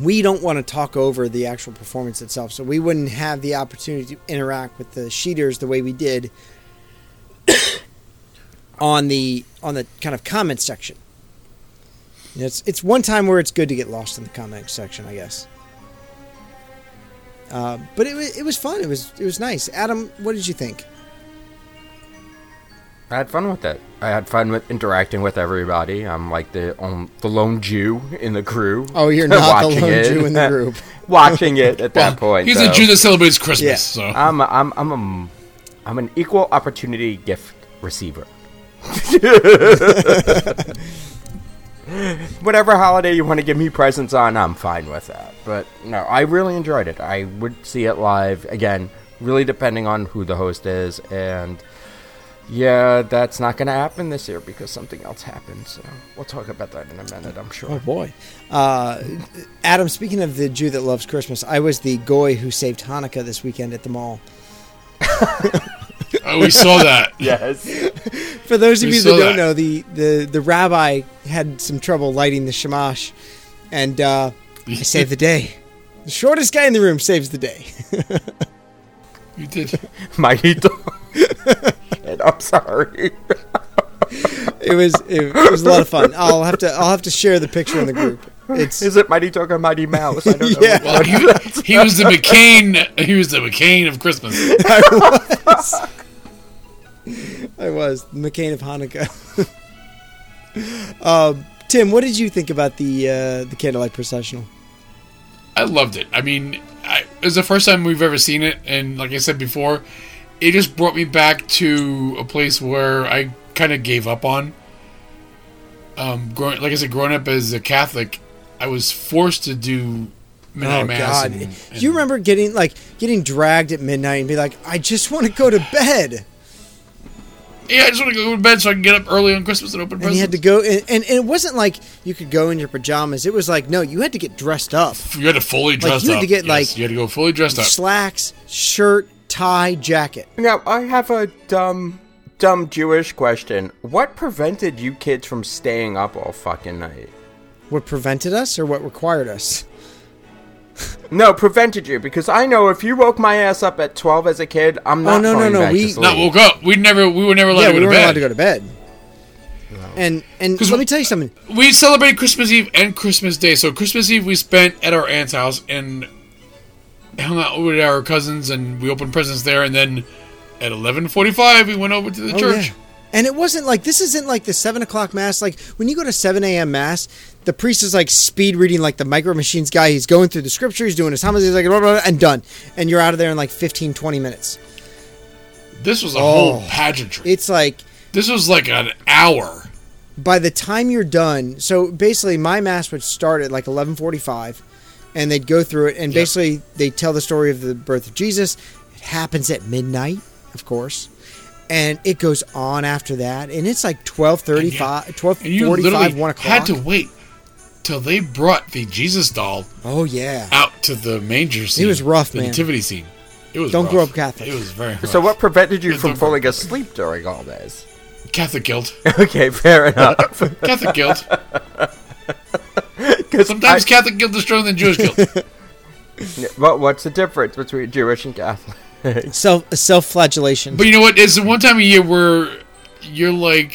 Speaker 6: we don't want to talk over the actual performance itself, so we wouldn't have the opportunity to interact with the sheeters the way we did [coughs] on the on the kind of comment section. You know, It's it's one time where it's good to get lost in the comment section, I guess. Uh, but it was it was fun. It was it was nice. Adam, what did you think?
Speaker 8: I had fun with it. I had fun with interacting with everybody. I'm like the um, the lone Jew in the crew.
Speaker 6: Oh,
Speaker 8: [laughs]
Speaker 6: you're not the
Speaker 8: Watching
Speaker 6: lone
Speaker 8: it.
Speaker 6: Jew in
Speaker 8: [laughs]
Speaker 6: the group.
Speaker 8: Watching it at that point.
Speaker 7: He's
Speaker 8: though.
Speaker 7: a Jew that celebrates Christmas.
Speaker 6: Yeah.
Speaker 7: So
Speaker 8: I'm a, I'm I'm a, I'm an equal opportunity gift receiver. [laughs] Whatever holiday you want to give me presents on, I'm fine with that. But no, I really enjoyed it. I would see it live again, really depending on who the host is and yeah, that's not going to happen this year because something else happened. So we'll talk about that in a minute, I'm sure.
Speaker 6: Oh,
Speaker 8: [laughs]
Speaker 6: boy. Uh, Adam, speaking of the Jew that loves Christmas, I was the goy who saved Hanukkah this weekend at the mall.
Speaker 7: uh, we saw
Speaker 8: [laughs]
Speaker 7: that.
Speaker 8: Yes.
Speaker 6: For those of
Speaker 7: We
Speaker 6: you that
Speaker 7: saw
Speaker 6: don't
Speaker 7: that.
Speaker 6: know, the, the, the rabbi had some trouble lighting the shamash, and uh,
Speaker 7: [laughs]
Speaker 6: I saved the day. The shortest guy in the room saves the day. [laughs]
Speaker 7: You did.
Speaker 8: My [laughs] And
Speaker 6: [laughs]
Speaker 8: I'm sorry.
Speaker 6: It was it, it was a lot of fun. I'll have to I'll have to share the picture in the group. It's
Speaker 8: Is it Mighty Dog or Mighty Mouse? I don't know.
Speaker 6: [laughs] Yeah.
Speaker 7: Well, he, he
Speaker 8: [laughs]
Speaker 7: was the McCain. He was the McCain of Christmas.
Speaker 6: I was McCain of Hanukkah. [laughs] um, Tim, what did you think about the uh, the candlelight processional?
Speaker 7: I loved it. I mean, I, it was the first time we've ever seen it, and like I said before, it just brought me back to a place where I kind of gave up on. Um, growing, like I said, growing up as a Catholic, I was forced to do
Speaker 6: Oh,
Speaker 7: midnight mass. and- and-
Speaker 6: Do you remember getting like getting dragged at midnight and be like, I just want to go to bed,
Speaker 7: Yeah, I just want to go to bed so I can get up early on Christmas and open
Speaker 6: and you
Speaker 7: presents.
Speaker 6: had to go, and, and, and it wasn't like you could go in your pajamas. It was like, no, you had to get dressed up,
Speaker 7: you had to fully dress
Speaker 6: you had
Speaker 7: up.
Speaker 6: to get,
Speaker 7: Yes,
Speaker 6: like,
Speaker 7: you had to go fully dressed up.
Speaker 6: slacks, shirt, tie, jacket.
Speaker 8: Now, I have a dumb, dumb Jewish question. What prevented you kids from staying up all fucking night?
Speaker 6: What prevented us, or what required us?
Speaker 8: No, prevented you because I know if you woke my ass up at twelve as a kid, I'm not.
Speaker 6: Oh, no, no,
Speaker 8: going
Speaker 6: no,
Speaker 8: back
Speaker 6: we-
Speaker 8: to sleep.
Speaker 7: Not woke up. We never. We were never allowed
Speaker 6: yeah,
Speaker 7: to go
Speaker 6: we
Speaker 7: to
Speaker 6: weren't
Speaker 7: bed.
Speaker 6: allowed to go to bed. And and
Speaker 7: 'Cause
Speaker 6: let
Speaker 7: we-
Speaker 6: me tell you something.
Speaker 7: we celebrated Christmas Eve and Christmas Day. So Christmas Eve we spent at our aunt's house and hung out with our cousins, and we opened presents there. And then at eleven forty-five we went over to the
Speaker 6: Oh,
Speaker 7: church.
Speaker 6: yeah. And it wasn't like this isn't like the seven o'clock mass. Like when you go to seven a.m. mass, the priest is like speed reading like the micro machines guy. He's going through the scripture. He's doing his homilies. He's like blah, blah, blah, and done. And you're out of there in like 15, 20 minutes.
Speaker 7: This was a
Speaker 6: Oh.
Speaker 7: whole pageantry.
Speaker 6: It's like
Speaker 7: this was like an hour.
Speaker 6: by the time you're done. So basically, my mass would start at like eleven forty-five, and they'd go through it. And basically, they tell the story of the birth of Jesus. It happens at midnight, of course. And it goes on after that, and it's like 12.35,
Speaker 7: And you literally
Speaker 6: 12.45, 1 o'clock.
Speaker 7: had to wait till they brought the Jesus doll
Speaker 6: Oh yeah.
Speaker 7: out to the manger scene.
Speaker 6: was rough,
Speaker 7: the
Speaker 6: man.
Speaker 7: nativity scene. It was
Speaker 6: Don't
Speaker 7: rough.
Speaker 6: grow up Catholic.
Speaker 7: It was very rough.
Speaker 8: So what prevented you
Speaker 7: It's
Speaker 8: from
Speaker 7: not-
Speaker 8: falling asleep during all this? [laughs]
Speaker 7: Catholic guilt.
Speaker 8: Okay, fair enough.
Speaker 7: Catholic guilt. [laughs] Sometimes Catholic guilt is stronger than Jewish guilt.
Speaker 8: Well, what's the difference between Jewish and Catholic?
Speaker 6: Self self flagellation.
Speaker 7: But you know what? It's the one time a year where you're like.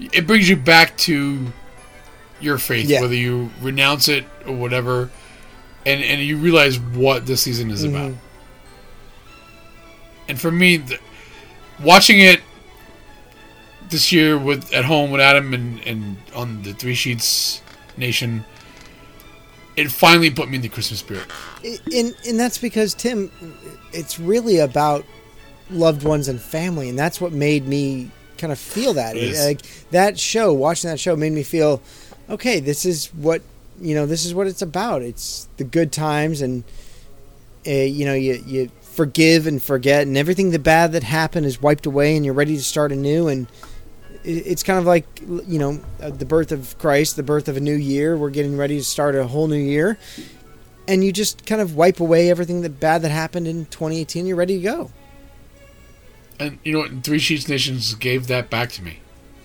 Speaker 7: It brings you back to your faith,
Speaker 6: Yeah.
Speaker 7: whether you renounce it or whatever, and, and you realize what this season is about. And for me, th- watching it this year with at home with Adam and, and on the Three Sheets Nation, it finally put me in the Christmas spirit.
Speaker 6: and and that's because Tim, it's really about loved ones and family, and that's what made me kind of feel that.
Speaker 7: Yes.
Speaker 6: Like that show, watching that show made me feel, okay, this is what you know. This is what it's about. It's the good times, and uh, you know, you you forgive and forget, and everything the bad that happened is wiped away, and you're ready to start anew. And it- it's kind of like you know uh, the birth of Christ, the birth of a new year. We're getting ready to start a whole new year and you just kind of wipe away everything that bad that happened in 2018 you're ready to go
Speaker 7: And you know what? Three Sheets Nations gave that back to me.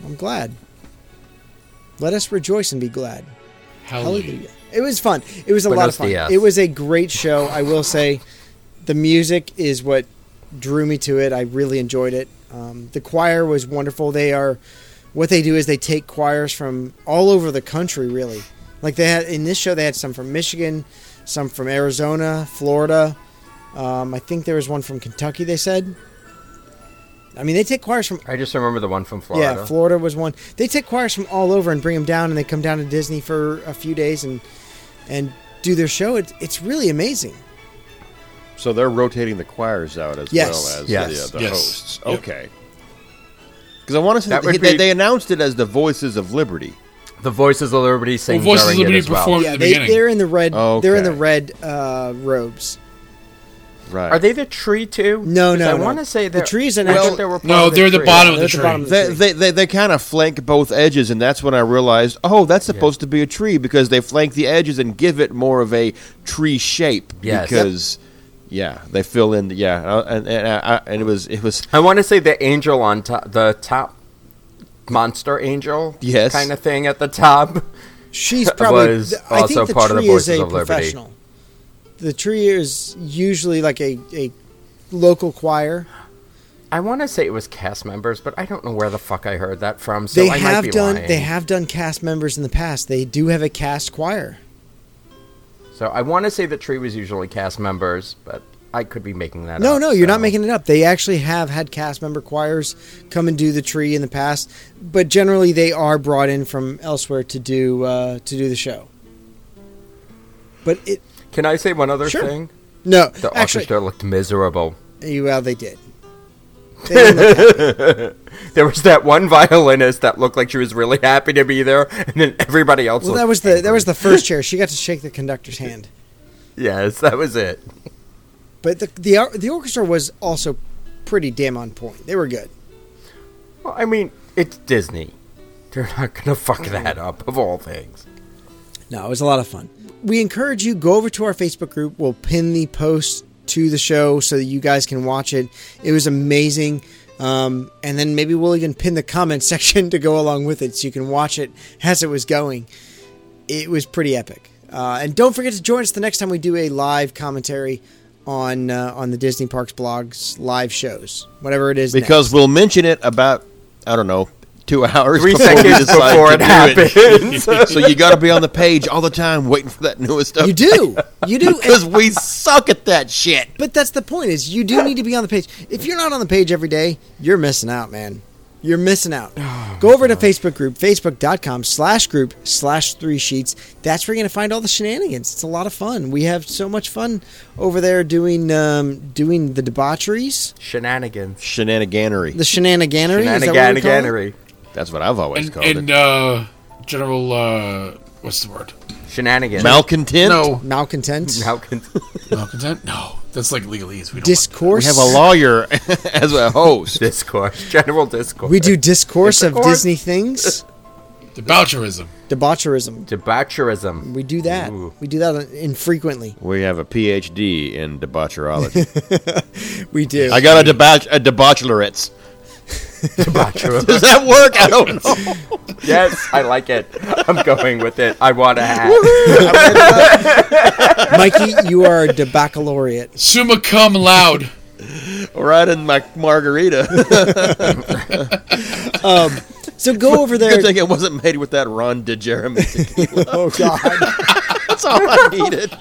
Speaker 6: i'm glad let us rejoice and be glad
Speaker 7: Hallelujah.
Speaker 6: hallelujah it was fun it was a lot of
Speaker 8: Buenos
Speaker 6: fun
Speaker 8: dias.
Speaker 6: it was a great show i will say the music is what drew me to it i really enjoyed it um, the choir was wonderful they are what they do is they take choirs from all over the country really like they had in this show they had some from michigan some from arizona florida um, i think there was one from kentucky they said i mean they take choirs from
Speaker 8: I just remember the one from Florida.
Speaker 6: yeah, Florida was one. They take choirs from all over and bring them down, and they come down to Disney for a few days and and do their show. It's it's really amazing.
Speaker 1: So they're rotating the choirs out as
Speaker 6: Yes.
Speaker 1: well as
Speaker 8: Yes.
Speaker 1: the, the
Speaker 7: Yes.
Speaker 1: hosts.
Speaker 7: Yep.
Speaker 1: Okay. Because I want to say
Speaker 8: That
Speaker 1: that
Speaker 8: would
Speaker 1: they,
Speaker 8: be-
Speaker 1: they announced it as the Voices of Liberty.
Speaker 8: the Voices of Liberty
Speaker 7: Well,
Speaker 8: sings
Speaker 7: Voices of
Speaker 8: during
Speaker 7: Liberty
Speaker 8: it as well.
Speaker 7: performed
Speaker 6: Yeah,
Speaker 7: at Oh, the
Speaker 6: they,
Speaker 7: beginning.
Speaker 6: they're in the red. They're in the
Speaker 1: Okay.
Speaker 6: red uh, robes.
Speaker 1: Right.
Speaker 8: Are they the tree too?
Speaker 6: No, no,
Speaker 8: Because I
Speaker 6: no.
Speaker 8: want to say
Speaker 6: The
Speaker 8: they're,
Speaker 6: trees and-
Speaker 8: I thought
Speaker 1: Well-
Speaker 8: they were part
Speaker 7: no,
Speaker 8: of
Speaker 7: they're the
Speaker 8: tree.
Speaker 7: bottom of
Speaker 6: They're
Speaker 7: the
Speaker 6: at the
Speaker 7: tree.
Speaker 6: bottom of the-
Speaker 1: They, they, they, they kind of flank both edges, and that's when I realized, oh, that's supposed to be a tree because they flank the edges and give it more of a tree shape.
Speaker 8: Yes.
Speaker 1: Because, yeah, they fill in. The, yeah, uh, and and, I, I- and it was it was
Speaker 8: I want to say the angel on top, the top monster angel,
Speaker 1: Yes.
Speaker 8: kind of thing at the top.
Speaker 6: She's probably.
Speaker 8: Was
Speaker 6: th- I
Speaker 8: also
Speaker 6: think the
Speaker 8: part of the
Speaker 6: tree is
Speaker 8: Voices
Speaker 6: a
Speaker 8: of Liberty.
Speaker 6: professional. The tree is usually like a, a local choir.
Speaker 8: I want to say it was cast members, but I don't know where the fuck I heard that from. So
Speaker 6: they
Speaker 8: I might
Speaker 6: have
Speaker 8: be
Speaker 6: done.
Speaker 8: lying.
Speaker 6: They have done cast members in the past. They do have a cast choir.
Speaker 8: So I want to say the tree was usually cast members, but I could be making that
Speaker 6: No,
Speaker 8: up.
Speaker 6: no, you're
Speaker 8: so-
Speaker 6: not making it up. They actually have had cast member choirs come and do the tree in the past, but generally they are brought in from elsewhere to do uh, to do the show. But it
Speaker 8: Can I say one other
Speaker 6: Sure.
Speaker 8: thing?
Speaker 6: no,
Speaker 8: The
Speaker 6: actually,
Speaker 8: orchestra looked miserable.
Speaker 6: well, they
Speaker 8: [laughs]
Speaker 6: did. They didn't look-
Speaker 8: There was that one [laughs] violinist that looked like she was really happy to be there, and then everybody else.
Speaker 6: well,
Speaker 8: looked
Speaker 6: that was the that
Speaker 8: angry.
Speaker 6: was the first chair. She got to shake the conductor's hand,
Speaker 8: Yes, that was it.
Speaker 6: but the the or- the orchestra was also pretty damn on point. They were good.
Speaker 8: Well, I mean, it's Disney. They're not gonna fuck
Speaker 6: Mm.
Speaker 8: that up of all things.
Speaker 6: No, it was a lot of fun. We encourage you go over to our Facebook group. We'll pin the post to the show so that you guys can watch it. It was amazing. Um, and then maybe we'll even pin the comment [laughs] section to go along with it so you can watch it as it was going. It was pretty epic. Uh, and don't forget to join us the next time we do a live commentary on uh, on the Disney Parks blogs live shows, whatever it is. next.
Speaker 1: because we'll mention it about I don't know two [laughs] hours
Speaker 8: Three
Speaker 1: before we
Speaker 8: seconds
Speaker 1: decide
Speaker 8: before
Speaker 1: to
Speaker 8: it
Speaker 1: do [laughs]
Speaker 8: happens.
Speaker 1: so you got to be on the page all the time waiting for that newest stuff.
Speaker 6: you do, you do,
Speaker 1: [laughs] because we suck at that shit.
Speaker 6: But that's the point is you do need to be on the page. If you're not on the page every day, you're missing out, man. You're missing out. Go over to Facebook group, facebook.com slash group slash three sheets. That's where you're going to find all the shenanigans. It's a lot of fun. We have so much fun over there doing um, doing the debaucheries,
Speaker 8: Shenanigans.
Speaker 1: Shenaniganery.
Speaker 6: the shenaniganery. Is that what we call it?
Speaker 8: Shenaniganery.
Speaker 1: That's what I've always
Speaker 7: And,
Speaker 1: called
Speaker 7: and
Speaker 1: it.
Speaker 7: uh, general, uh, what's the word?
Speaker 8: Shenanigans.
Speaker 1: Malcontent.
Speaker 7: No,
Speaker 6: Malcontents,
Speaker 8: How can [laughs]
Speaker 7: malcontent. No, that's like legalese. We don't.
Speaker 1: We
Speaker 6: discourse.
Speaker 1: have a lawyer [laughs] as a [laughs] host.
Speaker 8: discourse? General discourse.
Speaker 6: We do discourse of
Speaker 8: Discourse.
Speaker 6: Disney things,
Speaker 7: want debaucherism.
Speaker 6: debaucherism.
Speaker 8: debaucherism.
Speaker 6: We do that.
Speaker 8: Ooh.
Speaker 6: We do that infrequently.
Speaker 1: We have a PhD in [laughs] debaucherology.
Speaker 6: We do.
Speaker 1: I got a debauch a debauchelorates.
Speaker 8: Debaucherism.
Speaker 1: Does that work? I don't know.
Speaker 8: [laughs] yes, I like it. I'm going with it. I want to have.
Speaker 6: Mikey, you are a debacalaureate.
Speaker 7: Summa cum loud.
Speaker 1: [laughs] Right in my [laughs] margarita.
Speaker 6: So go over there.
Speaker 1: Good thing it wasn't made with that Ron DeJeremy [laughs] tequila.
Speaker 6: oh God!
Speaker 1: That's all I needed.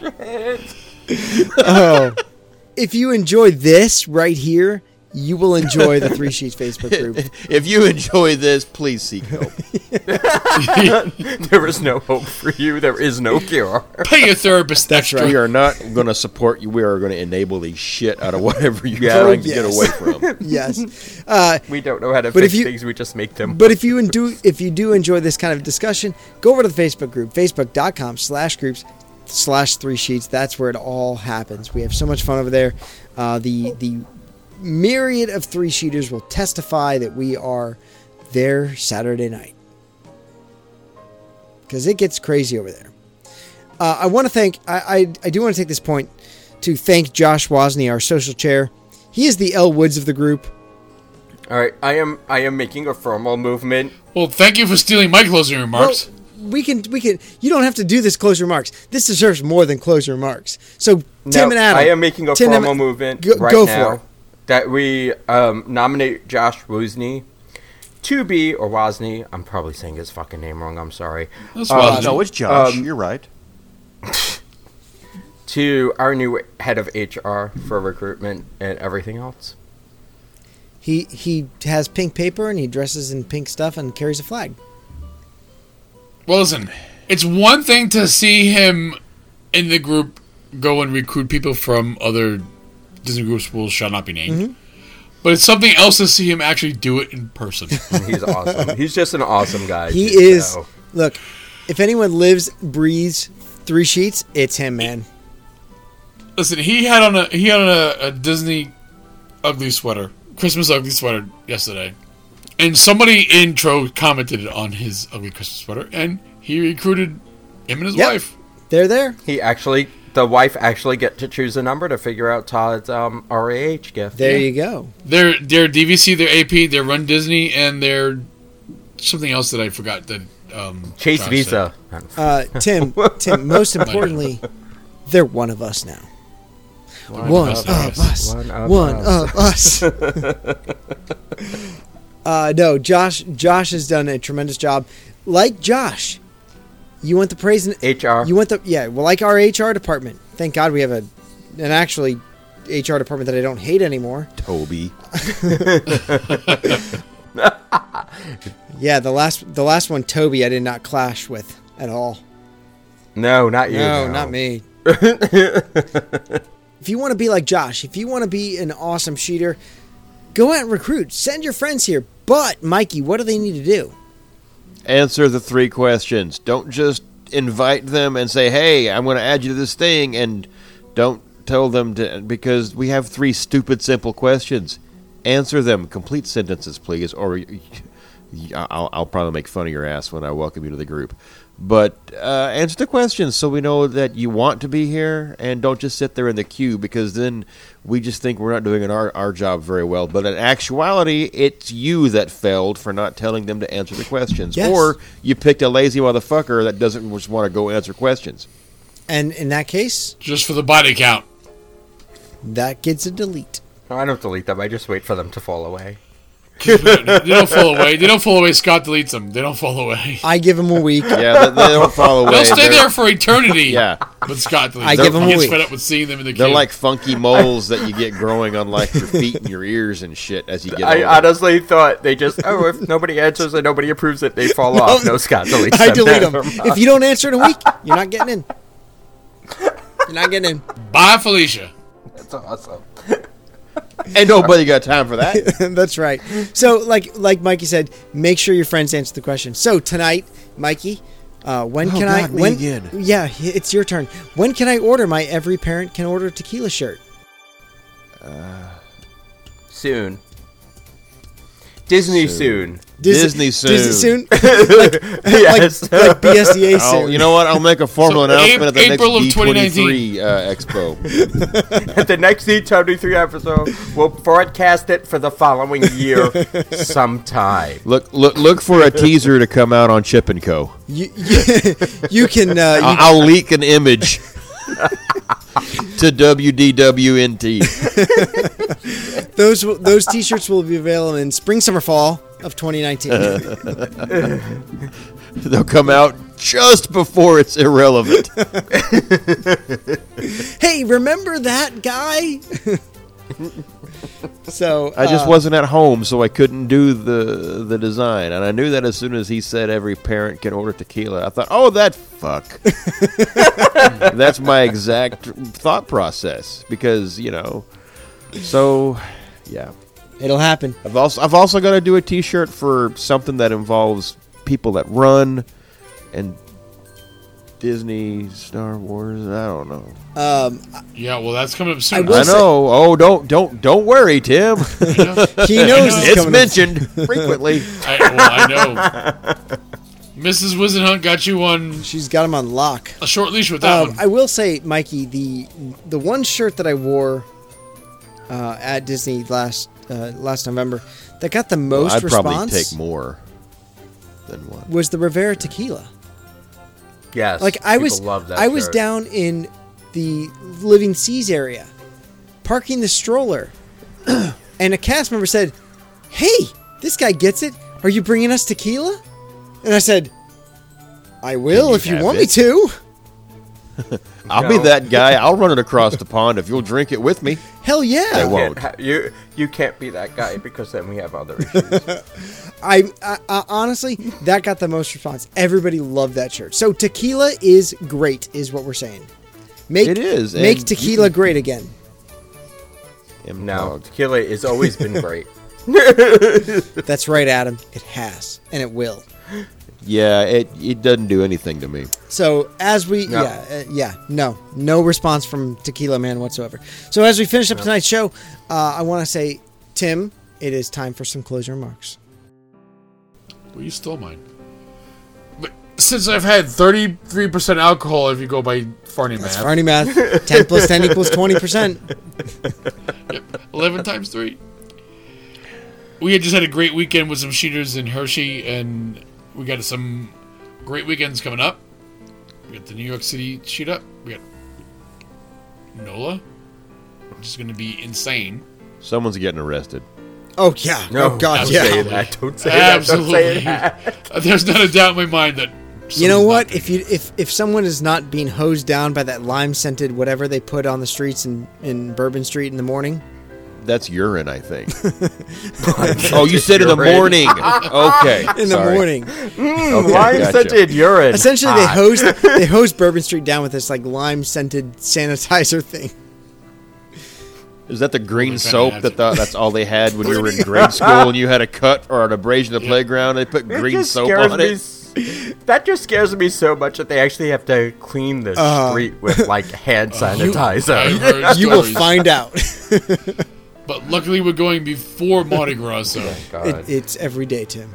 Speaker 6: if you enjoy this right here, you will enjoy the Three Sheets Facebook group.
Speaker 1: [laughs] If you enjoy this, please seek help.
Speaker 8: [laughs] There is no hope for you. There is no cure.
Speaker 7: Pay your therapist.
Speaker 1: [laughs]
Speaker 7: That's
Speaker 1: We are not going to support you. We are going to enable the shit out of whatever you're
Speaker 8: Yeah.
Speaker 1: trying to
Speaker 6: Oh,
Speaker 1: get
Speaker 6: yes.
Speaker 1: away [laughs] from.
Speaker 6: Yes,
Speaker 8: We don't know how to
Speaker 6: But
Speaker 8: fix
Speaker 6: if you-
Speaker 8: things. We just make them.
Speaker 6: but if you en- do, if you do enjoy this kind of discussion, go over to the Facebook group, Facebook.com/slash/groups. Slash three sheets. That's where it all happens. We have so much fun over there. Uh, the the myriad of three sheeters will testify that we are there Saturday night because it gets crazy over there. Uh, I want to thank, I, I, I do want to take this point to thank Josh Wozni, our social chair. He is the L Woods of the group.
Speaker 8: All right, I am. I am making a formal movement.
Speaker 7: Well, thank you for stealing my closing remarks.
Speaker 6: Well, Oh, we can, we can, you don't have to do this closing remarks. This deserves more than closing remarks. So, Tim and Adam.
Speaker 8: I am making a
Speaker 6: Tim and-
Speaker 8: formal movement
Speaker 6: go-
Speaker 8: right
Speaker 6: go
Speaker 8: now
Speaker 6: for it.
Speaker 8: that we um, nominate Josh Wozni to be or Wozni. I'm probably saying his fucking name wrong. I'm sorry.
Speaker 7: That's
Speaker 8: Um,
Speaker 7: wise.
Speaker 1: Oh, uh, no, it's Josh.
Speaker 8: Um,
Speaker 1: you're right.
Speaker 8: To our new head of HR for recruitment and everything else.
Speaker 6: He, he has pink paper and he dresses in pink stuff and carries a flag.
Speaker 7: Well, listen, it's one thing to see him in the group go and recruit people from other Disney groups will shall not be named. But it's something else to see him actually do it in person.
Speaker 6: [laughs]
Speaker 8: He's awesome. He's just an awesome guy.
Speaker 6: He
Speaker 8: too,
Speaker 6: is,
Speaker 8: so.
Speaker 6: look, if anyone lives, breathes three sheets, it's him, man.
Speaker 7: listen, he had on a he had on a, a Disney ugly sweater, Christmas ugly sweater yesterday, and somebody intro commented on his ugly Christmas sweater, and he recruited him and his
Speaker 6: Yep.
Speaker 7: wife.
Speaker 6: They're there.
Speaker 8: He actually, the wife actually get to choose a number to figure out Todd's um, RAH gift.
Speaker 6: There you go.
Speaker 7: Their their DVC, their AP, their Run Disney, and their something else that I forgot that um,
Speaker 8: Chase
Speaker 7: Josh
Speaker 8: Visa.
Speaker 6: Uh, Tim, Tim. Most importantly, they're one of us now. One,
Speaker 7: of
Speaker 6: of
Speaker 7: us.
Speaker 6: us.
Speaker 8: One of
Speaker 6: One of us. uh, no, Josh. Josh has done a tremendous job. Like Josh, you want the praise and
Speaker 8: HR.
Speaker 6: you want the yeah. Well, like our HR department. Thank God we have a an actually HR department that I don't hate anymore.
Speaker 1: Toby.
Speaker 6: Yeah, the last the last one, Toby, I did not clash with at all.
Speaker 8: No, not you.
Speaker 6: No, not me. if you want to be like Josh, if you want to be an awesome cheater, go out and recruit. Send your friends here. But Mikey, what do they need to do?
Speaker 1: Answer the three questions. Don't just invite them and say, "Hey, I'm going to add you to this thing," and don't tell them to because we have three stupid simple questions. Answer them. Complete sentences, please, or y- y- I'll, I'll probably make fun of your ass when I welcome you to the group. But uh, answer the questions so we know that you want to be here, and don't just sit there in the queue because then we just think we're not doing an- our our job very well. But in actuality, it's you that failed for not telling them to answer the questions,
Speaker 6: Yes.
Speaker 1: or you picked a lazy motherfucker that doesn't just want to go answer questions.
Speaker 6: And in that case,
Speaker 7: Just for the body count.
Speaker 6: that gets a delete.
Speaker 8: No, I don't delete them. I just wait for them to fall away.
Speaker 7: they don't fall away. They don't fall away. Scott deletes them. They don't fall away.
Speaker 6: I give him a week.
Speaker 1: Yeah, they, they don't follow away.
Speaker 7: They'll stay
Speaker 1: They're-
Speaker 7: there for eternity.
Speaker 1: Yeah.
Speaker 7: But Scott deletes
Speaker 6: I
Speaker 7: them.
Speaker 6: give 'em
Speaker 7: he
Speaker 6: a
Speaker 7: gets
Speaker 6: week.
Speaker 7: fed up with seeing them in the
Speaker 1: They're
Speaker 7: queue.
Speaker 1: like funky moles that you get growing on like your feet and your ears and shit as you get
Speaker 8: I
Speaker 1: older.
Speaker 8: honestly thought they just, oh,
Speaker 6: [laughs]
Speaker 8: if nobody answers and nobody approves it, they fall off. No, Scott deletes
Speaker 6: I
Speaker 8: them. [laughs]
Speaker 6: delete them.
Speaker 8: Never mind.
Speaker 6: If you don't answer in a week, you're not getting in. You're not getting in.
Speaker 7: Bye, Felicia.
Speaker 8: That's awesome.
Speaker 1: and nobody got time for
Speaker 8: [laughs]
Speaker 1: that.
Speaker 6: [laughs] That's right. So, like like Mikey said, make sure your friends answer the question. So tonight, Mikey, uh, when can I?
Speaker 1: Oh, God, me
Speaker 6: When
Speaker 1: again.
Speaker 6: yeah, h- it's your turn. When can I order my every parent can order tequila shirt?
Speaker 8: Soon. Disney soon.
Speaker 6: Dis-
Speaker 1: Disney soon. Oh,
Speaker 6: Disney soon. [laughs] like, [laughs]
Speaker 8: Yes.
Speaker 6: like, like
Speaker 1: [laughs]
Speaker 6: BSDA soon.
Speaker 1: I'll, you know what? I'll make a formal
Speaker 7: So,
Speaker 1: announcement at the
Speaker 7: April of
Speaker 1: next D23 uh, Expo.
Speaker 8: At [laughs] the next D23 episode, we'll broadcast it for the following
Speaker 1: [laughs]
Speaker 8: year sometime.
Speaker 1: Look, look, look for a teaser to come out on Chip and Co.
Speaker 6: You, [laughs] you, you can. Uh, you,
Speaker 1: I'll, I'll leak an image [laughs] to WDWNT. [laughs]
Speaker 6: those will- those t-shirts will be available in spring, summer, fall of
Speaker 1: Uh-huh.
Speaker 6: 2019.
Speaker 1: They'll come out just before it's irrelevant.
Speaker 6: [laughs] hey, remember that guy? [laughs] so
Speaker 1: I just
Speaker 6: uh,
Speaker 1: wasn't at home, so I couldn't do the the design. And I knew that as soon as he said every parent can order tequila, I thought, oh, that fuck. That's my exact thought process because you know. So, yeah,
Speaker 6: uh, it'll happen.
Speaker 1: I've also I've also got to do a T-shirt for something that involves people that run and Disney, Star Wars. I don't know.
Speaker 7: Yeah, well, that's coming up soon.
Speaker 6: will-
Speaker 1: I
Speaker 6: Listen-
Speaker 1: know. Oh, don't don't don't worry,
Speaker 6: [laughs]
Speaker 1: Tim.
Speaker 6: He knows
Speaker 1: [laughs]
Speaker 7: It's
Speaker 1: it's
Speaker 6: coming up. [laughs]
Speaker 1: mentioned frequently.
Speaker 7: I, well, I know. Mrs. Wizenhunt got you on
Speaker 6: She's got him on lock.
Speaker 7: a short leash with that
Speaker 6: Um,
Speaker 7: one.
Speaker 6: I will say, Mikey, the the one shirt that I wore uh, at Disney last uh, last November that got the most
Speaker 1: I'd probably
Speaker 6: response
Speaker 1: take more than one.
Speaker 6: was the Rivera Tequila.
Speaker 8: Yes.
Speaker 6: Like I
Speaker 8: people
Speaker 6: was,
Speaker 8: love that
Speaker 6: I was
Speaker 8: shirt.
Speaker 6: down in the Living Seas area, parking the stroller, [clears throat] and a cast member said, "Hey, this guy gets it. Are you bringing us tequila?" And I said, "I will
Speaker 1: you
Speaker 6: if you
Speaker 1: have
Speaker 6: want me
Speaker 1: it?"
Speaker 6: to."
Speaker 1: I'll
Speaker 8: No.
Speaker 1: be that guy. I'll run it across the pond if you'll drink it with me.
Speaker 6: Hell yeah!
Speaker 1: They
Speaker 8: You
Speaker 1: won't.
Speaker 8: can't ha- you you can't be that guy because then we have other issues.
Speaker 1: [laughs]
Speaker 6: I, I, I honestly, that got the most response. Everybody loved that shirt. So tequila is great, is what we're saying. Make
Speaker 1: It is,
Speaker 6: Make
Speaker 1: and
Speaker 6: tequila great again.
Speaker 8: No,
Speaker 1: Improv.
Speaker 8: tequila has always been
Speaker 1: [laughs]
Speaker 8: great.
Speaker 6: That's right, Adam. It has, and it will.
Speaker 1: Yeah, it it doesn't do anything to me.
Speaker 6: So as we,
Speaker 8: No.
Speaker 6: yeah, uh, yeah, no, no response from Tequila Man whatsoever. So as we finish up tonight's show, uh, I want to say, Tim, it is time for some closing remarks.
Speaker 7: Well, you stole mine. But since I've had 33% alcohol, if you go by Farney math,
Speaker 1: [laughs]
Speaker 6: Arnie math, ten plus ten equals twenty percent.
Speaker 7: 11 times 3. We had just had a great weekend with some shooters in Hershey, and we got some great weekends coming up. We got the New York City shoot up. We got NOLA, which is going to be insane.
Speaker 1: Someone's getting arrested.
Speaker 6: Oh yeah.
Speaker 8: No,
Speaker 6: oh god.
Speaker 8: don't
Speaker 6: Yeah.
Speaker 8: [laughs] say that. Don't say that. Don't
Speaker 7: [laughs] Absolutely.
Speaker 8: say that.
Speaker 7: There's not a doubt in my mind that
Speaker 6: you know
Speaker 7: Something's not
Speaker 6: what?
Speaker 7: good.
Speaker 6: If you if if someone is not being hosed down by that lime scented whatever they put on the streets in, in Bourbon Street in the morning,
Speaker 1: That's urine, I think.
Speaker 8: [laughs]
Speaker 1: oh, you said in the
Speaker 8: Urine. [laughs]
Speaker 1: morning. Okay.
Speaker 6: in the
Speaker 1: sorry.
Speaker 6: morning,
Speaker 1: Okay,
Speaker 8: Hmm, Why
Speaker 1: gotcha.
Speaker 8: is such a urine?
Speaker 6: essentially they hose they hose Bourbon Street down with this like lime scented sanitizer thing.
Speaker 1: Is that the green
Speaker 7: Really trying to
Speaker 1: soap
Speaker 7: add
Speaker 1: that
Speaker 7: to-
Speaker 1: the, that's all they had when you were in grade school and you had a cut or an abrasion in the playground? They put
Speaker 8: It
Speaker 1: green
Speaker 8: just
Speaker 1: soap
Speaker 8: scares
Speaker 1: on
Speaker 8: me
Speaker 1: it.
Speaker 8: s- That just scares me so much that they actually have to clean the
Speaker 6: Uh.
Speaker 8: street with
Speaker 6: [laughs]
Speaker 8: like hand [laughs]
Speaker 7: I've
Speaker 8: sanitizer.
Speaker 7: heard
Speaker 6: You will
Speaker 7: stories.
Speaker 6: find out.
Speaker 7: But luckily, we're going before Mardi Gras, so
Speaker 6: [laughs] It, it's every day, Tim.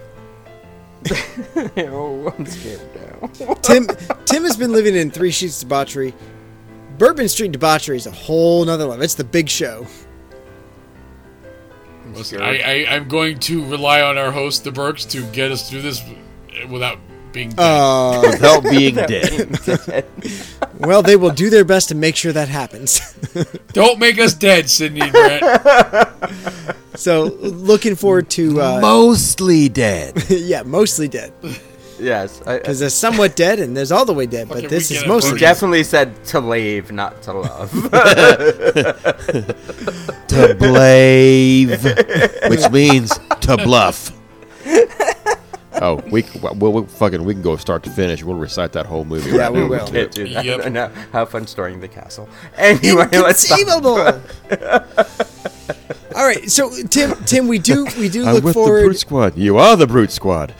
Speaker 8: Ew,
Speaker 6: [laughs]
Speaker 8: I'm scared now.
Speaker 6: Tim Tim has been living in Three Sheets debauchery. Bourbon Street debauchery is a whole nother level. It's the big show.
Speaker 7: listen, I, I, I'm going to rely on our host, the Burks, to get us through this without being.
Speaker 6: Uh,
Speaker 1: Without
Speaker 8: [laughs]
Speaker 1: being dead.
Speaker 6: well, they will do their best to make sure that happens. [laughs]
Speaker 7: Don't make us dead, Sydney Grant.
Speaker 6: so, looking forward to uh,
Speaker 1: Mostly dead.
Speaker 6: [laughs] yeah, mostly dead
Speaker 8: Yes, I,
Speaker 6: because there's somewhat dead and there's all the way dead, but
Speaker 7: Fucking
Speaker 6: this is
Speaker 7: weekend
Speaker 8: I
Speaker 6: mostly.
Speaker 7: at Bernie's.
Speaker 8: definitely said to leave, not to love.
Speaker 1: to blave, [laughs] which means to bluff. Oh, we c- well, we fucking we can go start to finish. We'll recite that whole movie.
Speaker 6: Yeah,
Speaker 1: right
Speaker 8: [laughs]
Speaker 6: we
Speaker 1: now.
Speaker 6: will.
Speaker 8: Can't do that.
Speaker 7: Yep.
Speaker 8: No, have fun storing the castle. Anyway, let's stop.
Speaker 6: Inconceivable. [laughs]
Speaker 1: [laughs]
Speaker 6: all right, so Tim, Tim, we do we do
Speaker 1: I'm
Speaker 6: look
Speaker 1: with the
Speaker 6: forward
Speaker 1: brute squad. You are the brute squad.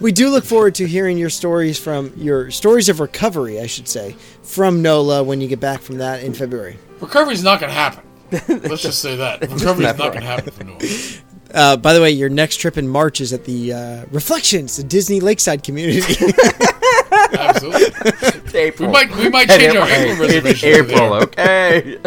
Speaker 6: we do look forward to hearing your stories from your stories of recovery, I should say, from NOLA when you get back from that in February.
Speaker 7: Recovery's not going to
Speaker 6: [laughs]
Speaker 7: happen. Let's just say that recovery's not going to happen for Noah.
Speaker 6: Uh, by the way, your next trip in March is at the uh, Reflections, the Disney Lakeside community. [laughs]
Speaker 7: Absolutely,
Speaker 8: April.
Speaker 7: we might we might change our April
Speaker 8: It's
Speaker 7: reservation.
Speaker 8: Oh. April, okay.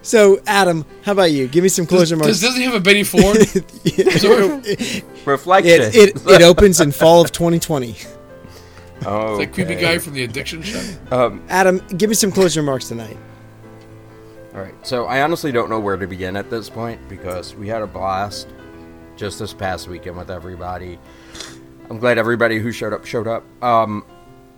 Speaker 6: so, Adam, how about you? Give me some closure
Speaker 7: Does
Speaker 6: marks.
Speaker 7: Disney have a
Speaker 6: [laughs]
Speaker 7: Betty Ford? Reserve? it's
Speaker 8: Reflection.
Speaker 6: It, it,
Speaker 7: [laughs]
Speaker 6: it opens in fall of 2020.
Speaker 8: oh,
Speaker 7: that creepy guy from the addiction show.
Speaker 6: Adam, give me some closure marks tonight.
Speaker 8: All right. So I honestly don't know where to begin at this point because we had a blast just this past weekend with everybody. I'm glad everybody who showed up showed up. Um,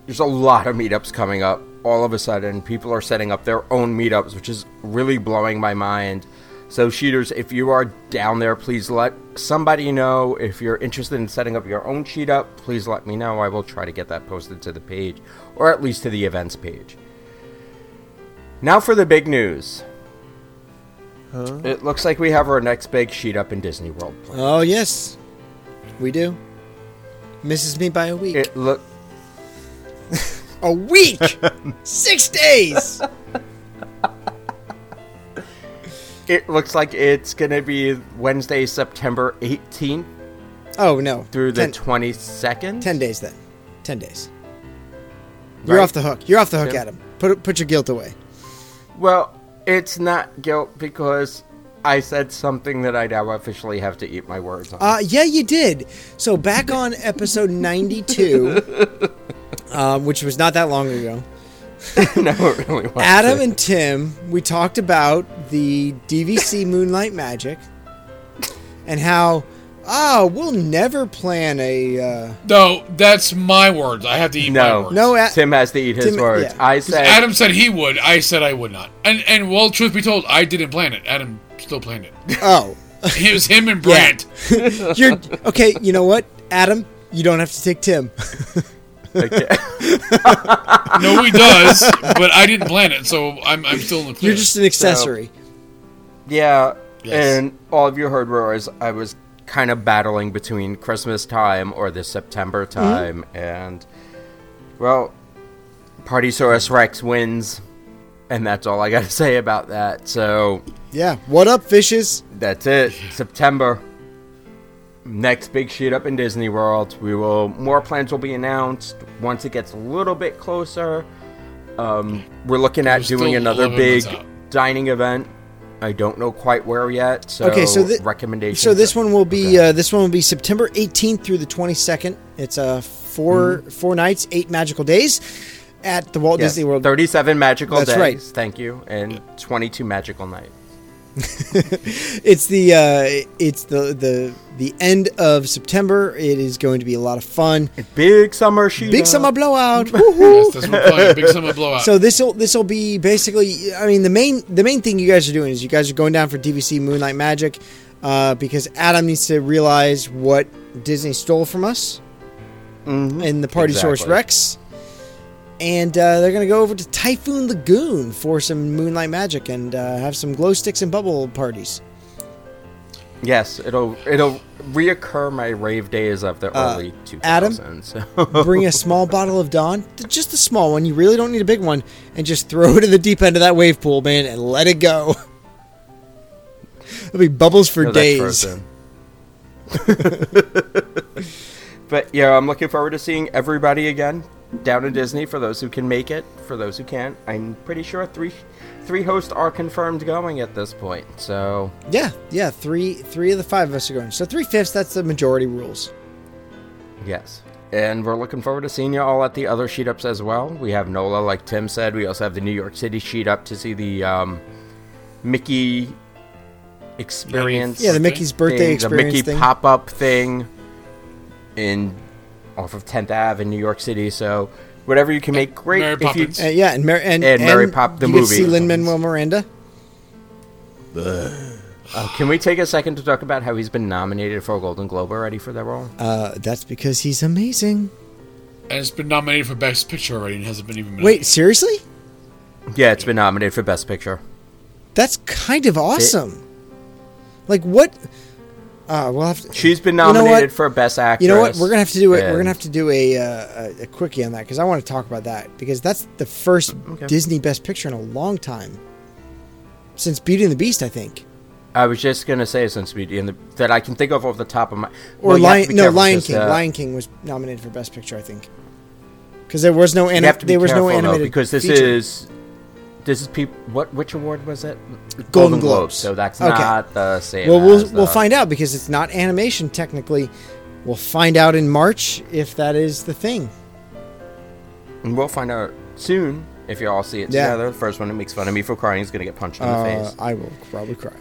Speaker 8: there's a lot of meetups coming up. All of a sudden, people are setting up their own meetups, which is really blowing my mind. So, cheaters, if you are down there, please let somebody know. If you're interested in setting up your own cheat up, please let me know. I will try to get that posted to the page, or at least to the events page. Now for the big news. It looks like we have our next big sheet up in Disney World. planned.
Speaker 6: Oh, yes, we do. Misses me by a week.
Speaker 8: It look
Speaker 6: a
Speaker 8: [laughs]
Speaker 6: week! Six days!
Speaker 8: it looks like it's gonna be Wednesday, September 18th
Speaker 6: Oh, no.
Speaker 8: through the
Speaker 6: Ten-
Speaker 8: 22nd.
Speaker 6: 10 days then. 10 days. You're
Speaker 8: Right.
Speaker 6: off the hook. You're off the hook,
Speaker 8: Tim?
Speaker 6: Adam. Put put your guilt away.
Speaker 8: Well, it's not guilt because I said something that I now officially have to eat my words on.
Speaker 6: Uh, yeah, you did. So back on episode
Speaker 8: [laughs]
Speaker 6: 92, um, which was not that long ago,
Speaker 8: [laughs] no, it really wasn't.
Speaker 6: Adam and Tim, we talked about the
Speaker 8: [laughs]
Speaker 6: DVC Moonlight Magic and how, oh, we'll never plan a. Uh,
Speaker 7: No, that's my words. I have to eat my
Speaker 8: no,
Speaker 7: words.
Speaker 6: No, A-
Speaker 8: Tim has to eat his
Speaker 6: Tim-
Speaker 8: words.
Speaker 6: yeah.
Speaker 8: I said [laughs]
Speaker 7: Adam said he would. I said I would not. And and well, truth be told, I didn't plan it. Adam still planned it.
Speaker 6: oh,
Speaker 7: It was him
Speaker 8: [laughs]
Speaker 7: and Brant.
Speaker 6: you're. Okay, you know what? Adam, you don't have to take Tim. [laughs]
Speaker 8: Okay.
Speaker 7: No, he does, but I didn't plan it, so I'm I'm still in the clear.
Speaker 6: You're just an accessory.
Speaker 8: Yeah,
Speaker 7: Yes.
Speaker 8: and all of you heard roars. I was kind of battling between Christmas time or the September time, and well, Partysaurus Rex wins, and that's all I got to [laughs] say about that. So
Speaker 6: Yeah. What up, fishes?
Speaker 8: that's it. September. Next big shoot up in Disney World. We will more plans will be announced once it gets a little bit closer. Um, we're looking at
Speaker 7: There's
Speaker 8: doing
Speaker 7: still
Speaker 8: another
Speaker 7: 11 months
Speaker 8: big
Speaker 7: out.
Speaker 8: dining event. I don't know quite where yet. So
Speaker 6: Okay, so thi-
Speaker 8: recommendations.
Speaker 6: So this one will be
Speaker 8: Okay.
Speaker 6: uh, this one will be September 18th through the 22nd. It's uh, 4 four nights, eight magical days at the Walt
Speaker 8: Yes,
Speaker 6: Disney World.
Speaker 8: Thirty-seven magical
Speaker 6: That's
Speaker 8: days.
Speaker 6: right.
Speaker 8: Thank you, and twenty-two magical nights.
Speaker 6: it's the uh, it's the the the end of September. It is going to be a lot of fun.
Speaker 8: Big summer she.
Speaker 6: Big summer blowout.
Speaker 7: Yes, that's what I'm calling it. Big summer blowout.
Speaker 6: So this will this will be basically. I mean, the main the main thing you guys are doing is you guys are going down for DVC Moonlight Magic, uh, because Adam needs to realize what Disney stole from us, and the Party Source
Speaker 8: Exactly.
Speaker 6: Rex, and uh, they're gonna go over to Typhoon Lagoon for some Moonlight Magic and uh, have some glow sticks and bubble parties.
Speaker 8: Yes, it'll it'll reoccur my rave days of the early 2000s.
Speaker 6: Uh, Adam?
Speaker 8: [laughs] so.
Speaker 6: Bring a small bottle of Dawn, th- just a small one. You really don't need a big one, and just throw it in the deep end of that wave pool, man, and let it go. [laughs] It'll be bubbles for
Speaker 8: No, that's
Speaker 6: days.
Speaker 8: Frozen. [laughs] but yeah, I'm looking forward to seeing everybody again down in Disney for those who can make it. For those who can't, I'm pretty sure three three hosts are confirmed going at this point. So
Speaker 6: Yeah, yeah. Three, three of the five of us are going. So three fifths. That's the majority rules.
Speaker 8: yes. And we're looking forward to seeing you all at the other sheet ups as well. We have NOLA, like Tim said. We also have the New York City sheet up to see the um, Mickey experience.
Speaker 6: Yeah, the
Speaker 7: Okay.
Speaker 6: Mickey's birthday
Speaker 8: thing,
Speaker 6: experience
Speaker 8: the Mickey
Speaker 6: thing.
Speaker 8: pop up thing in off of 10th Ave in New York City. So whatever you can make great.
Speaker 7: Mary
Speaker 8: if you,
Speaker 7: Poppins.
Speaker 6: Uh, yeah, and, Mar- and,
Speaker 8: And Mary Pop the
Speaker 6: you
Speaker 8: movie.
Speaker 6: Get to see Lin Manuel Miranda.
Speaker 8: Oh, can we take a second to talk about how he's been nominated for a Golden Globe already for that role?
Speaker 6: Uh, that's because he's amazing.
Speaker 7: and it's been nominated for Best Picture already and hasn't been even.
Speaker 6: Wait, seriously?
Speaker 8: yeah, it's been nominated for Best Picture.
Speaker 6: That's kind of awesome. like what? Uh, we'll have to.
Speaker 8: She's been
Speaker 6: You know what?
Speaker 8: nominated for Best Actress.
Speaker 6: You know what? We're gonna have to do it. We're
Speaker 8: and-
Speaker 6: gonna have to do a uh, a, a quickie on that because I want to talk about that because that's the first Disney Best Picture in a long time since Beauty and the Beast, I think.
Speaker 8: I was just gonna say since we and the, that I can think of off the top of my
Speaker 6: or
Speaker 8: Well, you have to
Speaker 6: Lion,
Speaker 8: be
Speaker 6: no
Speaker 8: careful,
Speaker 6: Lion
Speaker 8: 'cause,
Speaker 6: King.
Speaker 8: uh,
Speaker 6: Lion King was nominated for Best Picture, I think, because there was no
Speaker 8: You
Speaker 6: anim-
Speaker 8: have to be
Speaker 6: there was
Speaker 8: careful
Speaker 6: no animated
Speaker 8: though, because this
Speaker 6: feature.
Speaker 8: is this is peop- what which award was it? Golden,
Speaker 6: Globes.
Speaker 8: So that's
Speaker 6: Okay.
Speaker 8: not the same.
Speaker 6: Well,
Speaker 8: as
Speaker 6: we'll
Speaker 8: the,
Speaker 6: we'll find out because it's not animation technically. We'll find out in March if that is the thing.
Speaker 8: We'll find out soon if you all see it
Speaker 6: Yeah.
Speaker 8: together. The first one who makes fun of me for crying is gonna get punched in the
Speaker 6: Uh,
Speaker 8: face.
Speaker 6: I will probably
Speaker 8: [laughs]
Speaker 6: cry.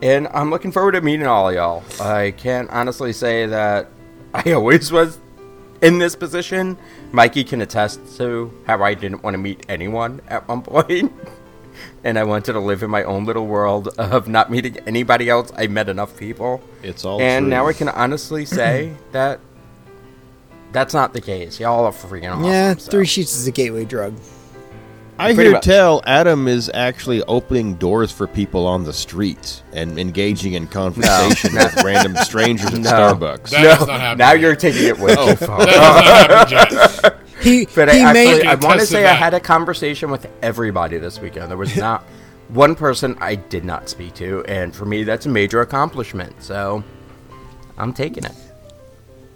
Speaker 8: And I'm looking forward to meeting all of y'all. I can't honestly say that I [laughs] always was in this position. Mikey can attest to how I didn't want to meet anyone at one [laughs] point. and I wanted to live in my own little world of not meeting anybody else. I met enough people.
Speaker 1: It's all
Speaker 8: and
Speaker 1: true.
Speaker 8: now I
Speaker 1: [clears throat]
Speaker 8: can honestly say that that's not the case. Y'all are freaking awesome.
Speaker 6: yeah,
Speaker 8: so.
Speaker 6: three sheets is a gateway drug.
Speaker 1: I
Speaker 8: Pretty
Speaker 1: hear
Speaker 8: much.
Speaker 1: tell Adam is actually opening doors for people on the streets and engaging in conversation with
Speaker 6: [laughs]
Speaker 1: random strangers at Starbucks.
Speaker 7: That
Speaker 8: No,
Speaker 7: is not happening.
Speaker 8: now you're taking it way
Speaker 1: Oh,
Speaker 8: too far.
Speaker 7: That
Speaker 8: [laughs]
Speaker 7: does not happen, Jack.
Speaker 6: He
Speaker 8: But I
Speaker 6: he
Speaker 8: actually,
Speaker 6: may
Speaker 8: I want to
Speaker 7: attest to
Speaker 8: say I
Speaker 7: that.
Speaker 8: had a conversation with everybody this weekend.
Speaker 6: [laughs]
Speaker 8: There was not one person I did not speak to, and for me, that's a major accomplishment. So I'm taking it.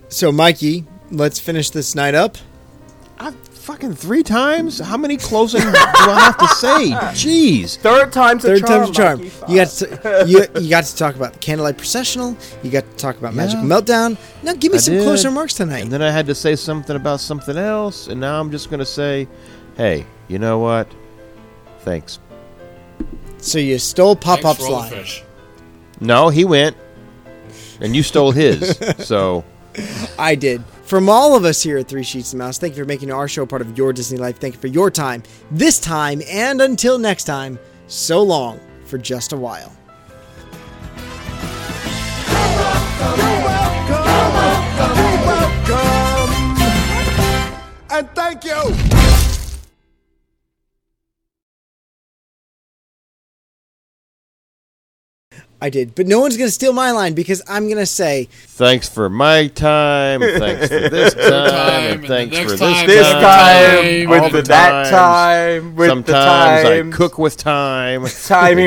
Speaker 6: so Mikey. Let's finish this night up.
Speaker 1: I, fucking three times? How many closing do I have to
Speaker 6: [laughs]
Speaker 1: say? Jeez.
Speaker 8: Third time's a
Speaker 6: Third
Speaker 8: charm.
Speaker 6: time's a charm.
Speaker 8: Mikey.
Speaker 6: You got to, you, you got to talk about the candlelight processional. You got to talk about magic meltdown. Now give me
Speaker 1: I
Speaker 6: some
Speaker 1: did.
Speaker 6: closing remarks tonight.
Speaker 1: And then I had to say something about something else, and now I'm just going to say, hey, you know what? Thanks.
Speaker 6: So you stole Pop Up's
Speaker 7: Thanks for all the
Speaker 6: line.
Speaker 7: fish.
Speaker 1: No, he went, and you stole his. so,
Speaker 6: I did. From all of us here at Three Sheets and Mouse, thank you for making our show part of your Disney life. Thank you for your time, this time, and until next time, so long for just a while.
Speaker 2: And thank you.
Speaker 6: I did. But no one's going to steal my line because I'm going to say,
Speaker 1: thanks for my time. Thanks for this time.
Speaker 7: time, and
Speaker 1: and
Speaker 7: the
Speaker 1: thanks
Speaker 7: next
Speaker 1: for
Speaker 7: time,
Speaker 1: this
Speaker 8: this
Speaker 7: Time,
Speaker 8: time
Speaker 7: all
Speaker 8: with the
Speaker 7: the
Speaker 8: that
Speaker 1: times.
Speaker 8: time with
Speaker 1: Sometimes
Speaker 8: the time.
Speaker 1: I cook with time.
Speaker 8: Timey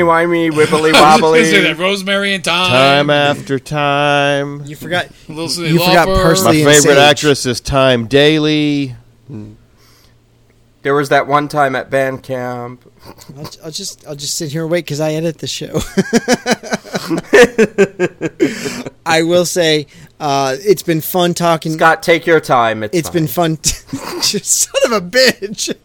Speaker 7: [laughs]
Speaker 8: wimey wibbly
Speaker 7: I was just gonna say
Speaker 8: wobbly.
Speaker 7: that. Rosemary and Time.
Speaker 1: Time after time.
Speaker 6: you forgot.
Speaker 7: Little Cindy
Speaker 6: You forgot
Speaker 7: Lauper.
Speaker 1: My
Speaker 6: Parsley. and
Speaker 1: favorite
Speaker 6: Sage.
Speaker 1: actress is Time Daly.
Speaker 8: There was that one time at band camp.
Speaker 6: I'll, I'll just I'll just sit here and wait because I edit the show. I will say uh, it's been fun talking.
Speaker 8: Scott, take your time. It's
Speaker 6: It's [laughs]
Speaker 8: fine.
Speaker 6: been fun. T- son of a bitch.